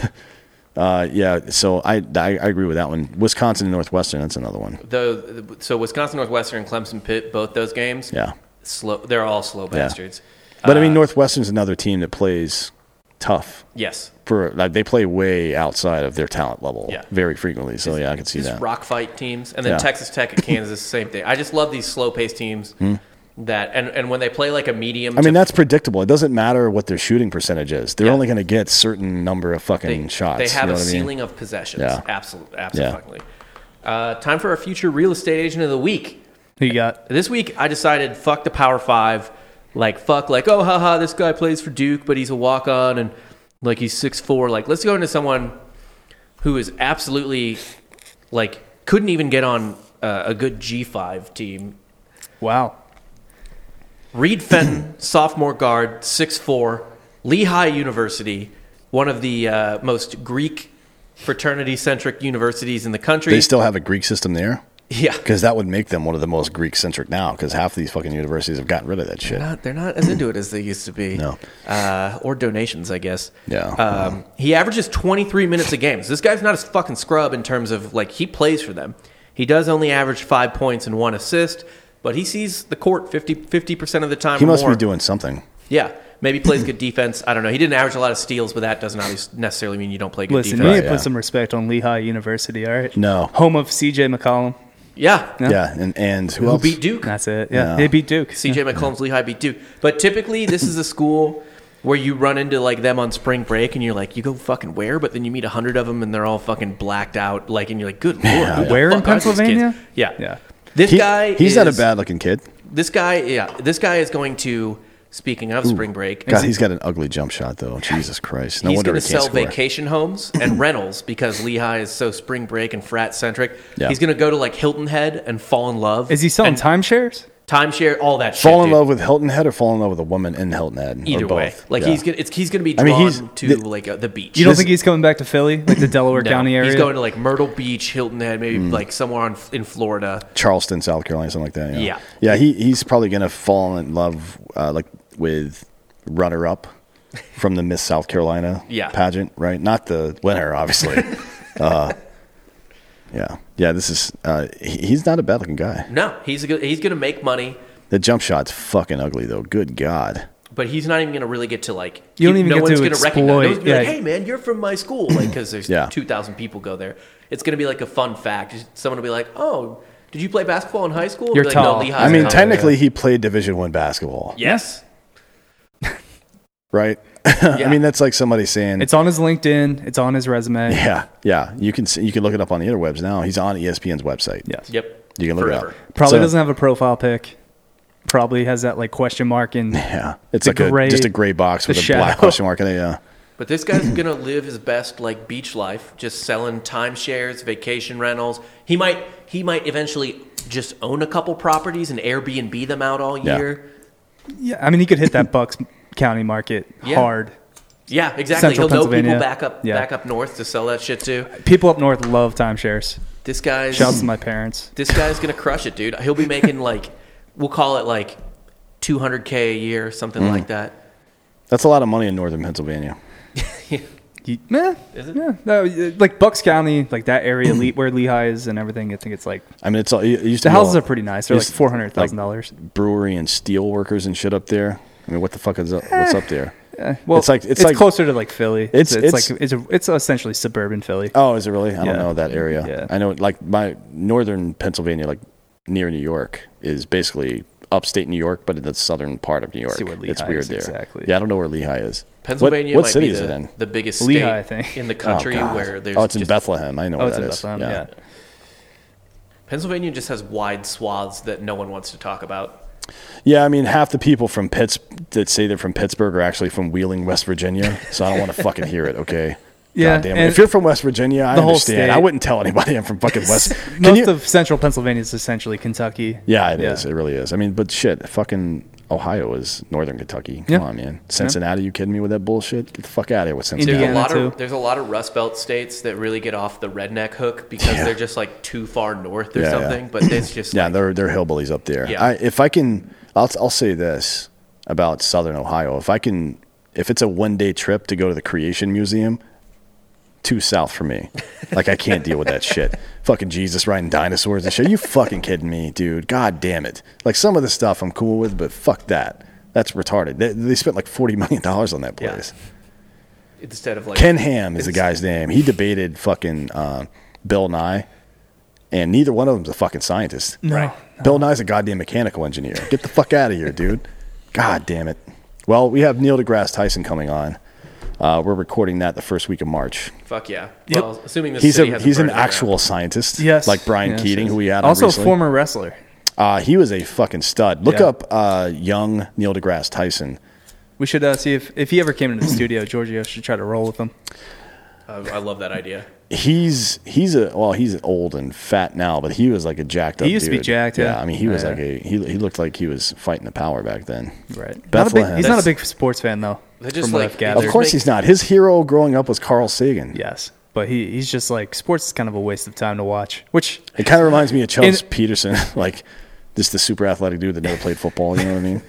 Uh, yeah, so I, I I agree with that one. Wisconsin and Northwestern, that's another one. The, the- so Wisconsin Northwestern and Clemson Pitt both those games. Yeah, Slow. They're all slow bastards. but I mean, Uh, Northwestern's another team that plays tough. Yes. For like they play way outside of their talent level Yeah. very frequently, so yeah, I could see These that. rock fight teams, and then Yeah. Texas Tech at Kansas, same thing. I just love these slow paced teams that, and, and when they play like a medium, Hmm. I mean, to, that's predictable. It doesn't matter what their shooting percentage is. They're Yeah. only going to get certain number of fucking they, shots. they have you know a what I mean? ceiling of possessions. Yeah. Absolutely, absolutely. Uh, time for our future real estate agent of the week. who you got This week, I decided fuck the Power Five. Like fuck, like oh haha, this guy plays for Duke, but he's a walk on and like he's six four. Like let's go into someone who is absolutely like couldn't even get on uh, a good G five team. wow Reed Fenton, sophomore guard, six four, Lehigh University, one of the uh, most Greek fraternity centric universities in the country. They still have a Greek system there yeah, because that would make them one of the most Greek centric now because half of these fucking universities have gotten rid of that shit. not they're not as into it as they used to be. No. uh, or donations, I guess. Yeah. Um, he averages 23 minutes a game. So this guy's not a fucking scrub in terms of like he plays for them. He does only average five points and one assist, but he sees the court 50 percent of the time. He or must more. be doing something. Yeah. Maybe plays good defense. I don't know. He didn't average a lot of steals, but that doesn't always necessarily mean you don't play good listen defense. you need to Right, yeah. put some respect on lehigh university all right No. home of cj mccollum Yeah. Yeah. Yeah, and and who, Who else? beat Duke? that's it yeah Yeah. they beat duke CJ McCollum's Lehigh beat Duke. But typically, this is a school where you run into like them on spring break, and you're like, you go fucking where? But then you meet a hundred of them, and they're all fucking blacked out. Like, and you're like, good lord, who the Where in fuck are these kids? Pennsylvania? Yeah, Yeah. This He- guy, he's not a is- bad looking kid. This guy, yeah, this guy is going to. Speaking of spring break, God, he's got an ugly jump shot though. Jesus Christ! No he's wonder going he to can't sell score. vacation homes and rentals because Lehigh is so spring break and frat centric. Yeah. He's going to go to like Hilton Head and fall in love. is he selling timeshares timeshare? All that shit. Fall in dude. love with Hilton Head or fall in love with a woman in Hilton Head? or Either both. way, like Yeah. he's gonna, it's, he's going to be I drawn mean, he's- to th- like a, the beach. you don't This- think he's coming back to philly like the delaware No, county area He's going to like Myrtle Beach, Hilton Head, maybe Mm. like somewhere on, in Florida. Charleston, South Carolina, something like that. Yeah, Yeah. yeah. He he's probably gonna fall in love uh, like with runner up, from the Miss South Carolina Yeah. pageant, right? Not the winner, obviously. uh, yeah, yeah. This is uh, he- he's not a bad looking guy. No, he's a good, he's going to make money, The jump shot's fucking ugly though. Good God. but he's not even going to really get to like. You don't even no get one's to gonna recognize. No exploit- one's gonna be like, yeah. hey man, you're from my school, like because there's Yeah. two thousand people go there. It's going to be like a fun fact. Someone will be like, oh, did you play basketball in high school? You're Be like, "No, tall." Lehigh's I mean, college." technically, he played Division One basketball, yes, right? I Yeah. mean, that's like somebody saying, It's on his LinkedIn. It's on his resume. yeah, yeah. You can see, you can look it up on the interwebs now. He's on E ESPN's website. Yes. yep. you can look Forever. it up. Probably So- doesn't have a profile pic. Probably has that like question mark and Yeah, it's The like a gray- just a gray box the with a black shadow. question mark in it. Yeah, But this guy's gonna live his best like beach life, just selling timeshares, vacation rentals. He might he might eventually just own a couple properties and Airbnb them out all Yeah. year. yeah. I mean, he could hit that Bucks County market Yeah. hard. Yeah, exactly. Central He'll know people Pennsylvania. back up Yeah. back up north to sell that shit to. People up north love timeshares. This guy's Shouts to my parents. this guy's gonna crush it, dude. He'll be making like we'll call it like 200k a year, something Mm. like that. that's a lot of money in northern Pennsylvania. He, meh, Is it? Yeah, no, uh, like Bucks County, like that area Le- where Lehigh is and everything. I think it's like I mean, it's all, it used the to be houses all- are pretty nice. They're like used- four hundred thousand dollars. like brewery and steel workers and shit up there. I mean, what the fuck is up, Eh. what's up there? Well, it's like- it's like- closer to like Philly. It's- It's it's, it's- like it's a, it's essentially suburban Philly. Oh, is it really? I Yeah. don't know that area. Yeah. I know like my northern Pennsylvania, like near New York, is basically upstate New York, but in the southern part of New York. See where it's Lehigh weird is there. exactly. Yeah, I don't know where Lehigh is. What- Pennsylvania What, might city be is the, it in? the biggest state Lehigh, I think. in the Oh, country God. where there's oh, it's in just- Bethlehem. I know oh, where it's that in is. Bethlehem. Yeah. Pennsylvania just has wide swaths that no one wants to talk about. Yeah, I mean, half the people from Pitts that say they're from Pittsburgh are actually from Wheeling, West Virginia. So I don't want to fucking hear it. Okay. Yeah, God damn it. and- If you're from West Virginia, I The whole understand. state. I wouldn't tell anybody I'm from fucking West. Can Most you- of central Pennsylvania is essentially Kentucky. yeah, it is. It really is. I mean, but shit, fucking Ohio is northern Kentucky. Come Yeah. on, man. Cincinnati, you kidding me with that bullshit? Get the fuck out of here with Cincinnati. There's Indiana, a lot too. of there's a lot of Rust Belt states that really get off the redneck hook because Yeah. they're just like too far north or Yeah, yeah. something. But it's just Yeah, like, they're they're hillbillies up there. Yeah. I, if I can, I'll I'll say this about Southern Ohio. If I can, if it's a one day trip to go to the Creation Museum, too south for me. Like I can't deal with that shit. Fucking Jesus riding dinosaurs and shit. You fucking kidding me, dude? God damn it! Like some of the stuff I'm cool with, but fuck that. That's retarded. They, they spent like forty million dollars on that Yeah. place. instead of like Ken Ham is the guy's name. He debated fucking uh, Bill Nye, and neither one of them's a fucking scientist. No. Bill Nye's a goddamn mechanical engineer. Get the fuck out of here, dude. God damn it. Well, we have Neil deGrasse Tyson coming on. Uh, we're recording that the first week of March. Fuck yeah. Yep. Well, assuming this He's city a has he's an version of that. actual scientist, Yes. like Brian Yes, Keating, yes. who we had on also recently. former wrestler. Uh, he was a fucking stud. Look Yeah. up uh, young Neil deGrasse Tyson. We should uh, see if if he ever came into the studio. Giorgio should try to roll with him. I, I love that idea. he's he's a well he's old and fat now, but he was like a jacked up. He used to be dude. jacked, yeah. I mean, he was Yeah. like a he, he looked like he was fighting the power back then. Right. Bethlehem. he's not a big sports fan though. They just from what like- I've they gathered. Of There's course, make- he's not. His hero growing up was Carl Sagan. Yes, but he he's just like sports is kind of a waste of time to watch. Which It kind of reminds me of Chelsea And- Peterson, like just the super athletic dude that never played football. You know what I mean?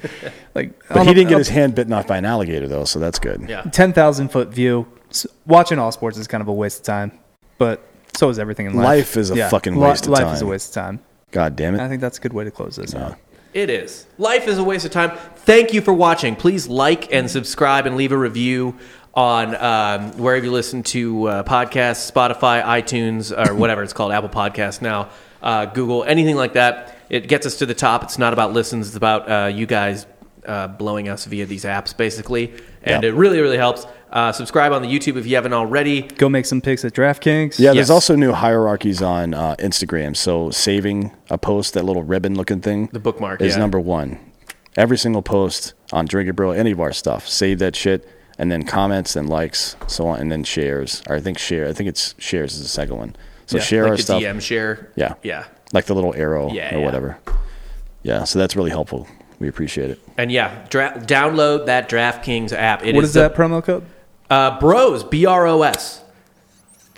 like But he didn't get his hand bitten off by an alligator though, so that's good. Yeah. ten thousand foot view. S- Watching all sports is kind of a waste of time, but so is everything in life. Life is a fucking Li- waste of life time. is a waste of time. God damn And I it. think that's a good way to close this. out. It is. Life is a waste of time. Thank you for watching. Please like and subscribe and leave a review on um, wherever you listen to uh, podcasts, Spotify, iTunes, or whatever it's called, Apple Podcasts now, uh, Google, anything like that. It gets us to the top. It's not about listens. It's about uh, you guys uh, blowing us via these apps, basically. And Yeah. it really, really helps. Uh, subscribe on the YouTube if you haven't already. Go make some picks at DraftKings. Yeah, there's Yes. also new hierarchies on uh, Instagram. So saving a post, that little ribbon looking thing, the bookmark, is yeah. number one. Every single post on Drink It Bro, any of our stuff, save that shit, and then comments, and likes, so on, and then shares. Or I think share. I think it's shares is the second one. So Yeah, share Like our the stuff. DM share. Yeah. Yeah. Like the little arrow Yeah, or yeah. whatever. Yeah. So that's really helpful. We appreciate it. And yeah, dra- download that DraftKings app. It What is the- that promo code? Uh, Bros, B R O S.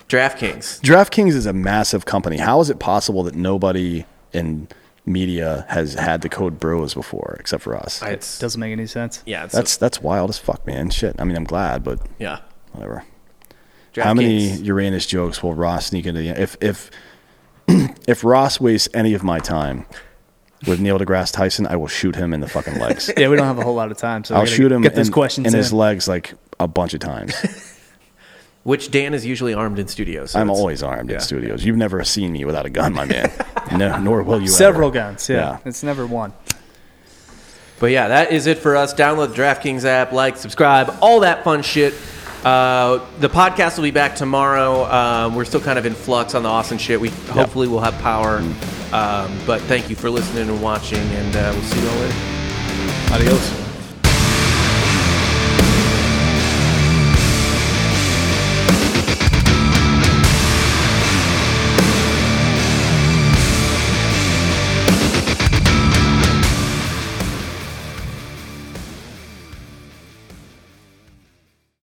DraftKings. DraftKings is a massive company. How is it possible that nobody in media has had the code bros before, except for us. I- It's Doesn't make any sense. yeah, it's that's that's wild as fuck, man. Shit. I mean, I'm glad, but yeah. whatever. How many DraftKings. Uranus jokes will Ross sneak into the if if if Ross wastes any of my time with Neil deGrasse Tyson, I will shoot him in the fucking legs. Yeah, we don't have a whole lot of time, so we I'll gotta shoot him Get those in, questions in in. his legs like a bunch of times. Which Dan is usually armed in studios. so I'm it's- always armed yeah. in studios. You've never seen me without a gun, my man. no, nor will you. Several ever. guns. Yeah. Yeah. it's never one. But yeah, that is it for us. Download the DraftKings app, like, subscribe, all that fun shit. Uh, the podcast will be back tomorrow. Um, we're still kind of in flux on the Austin shit. We hopefully will have power. Mm. Um, but thank you for listening and watching, and uh, we'll see you all later. Adios.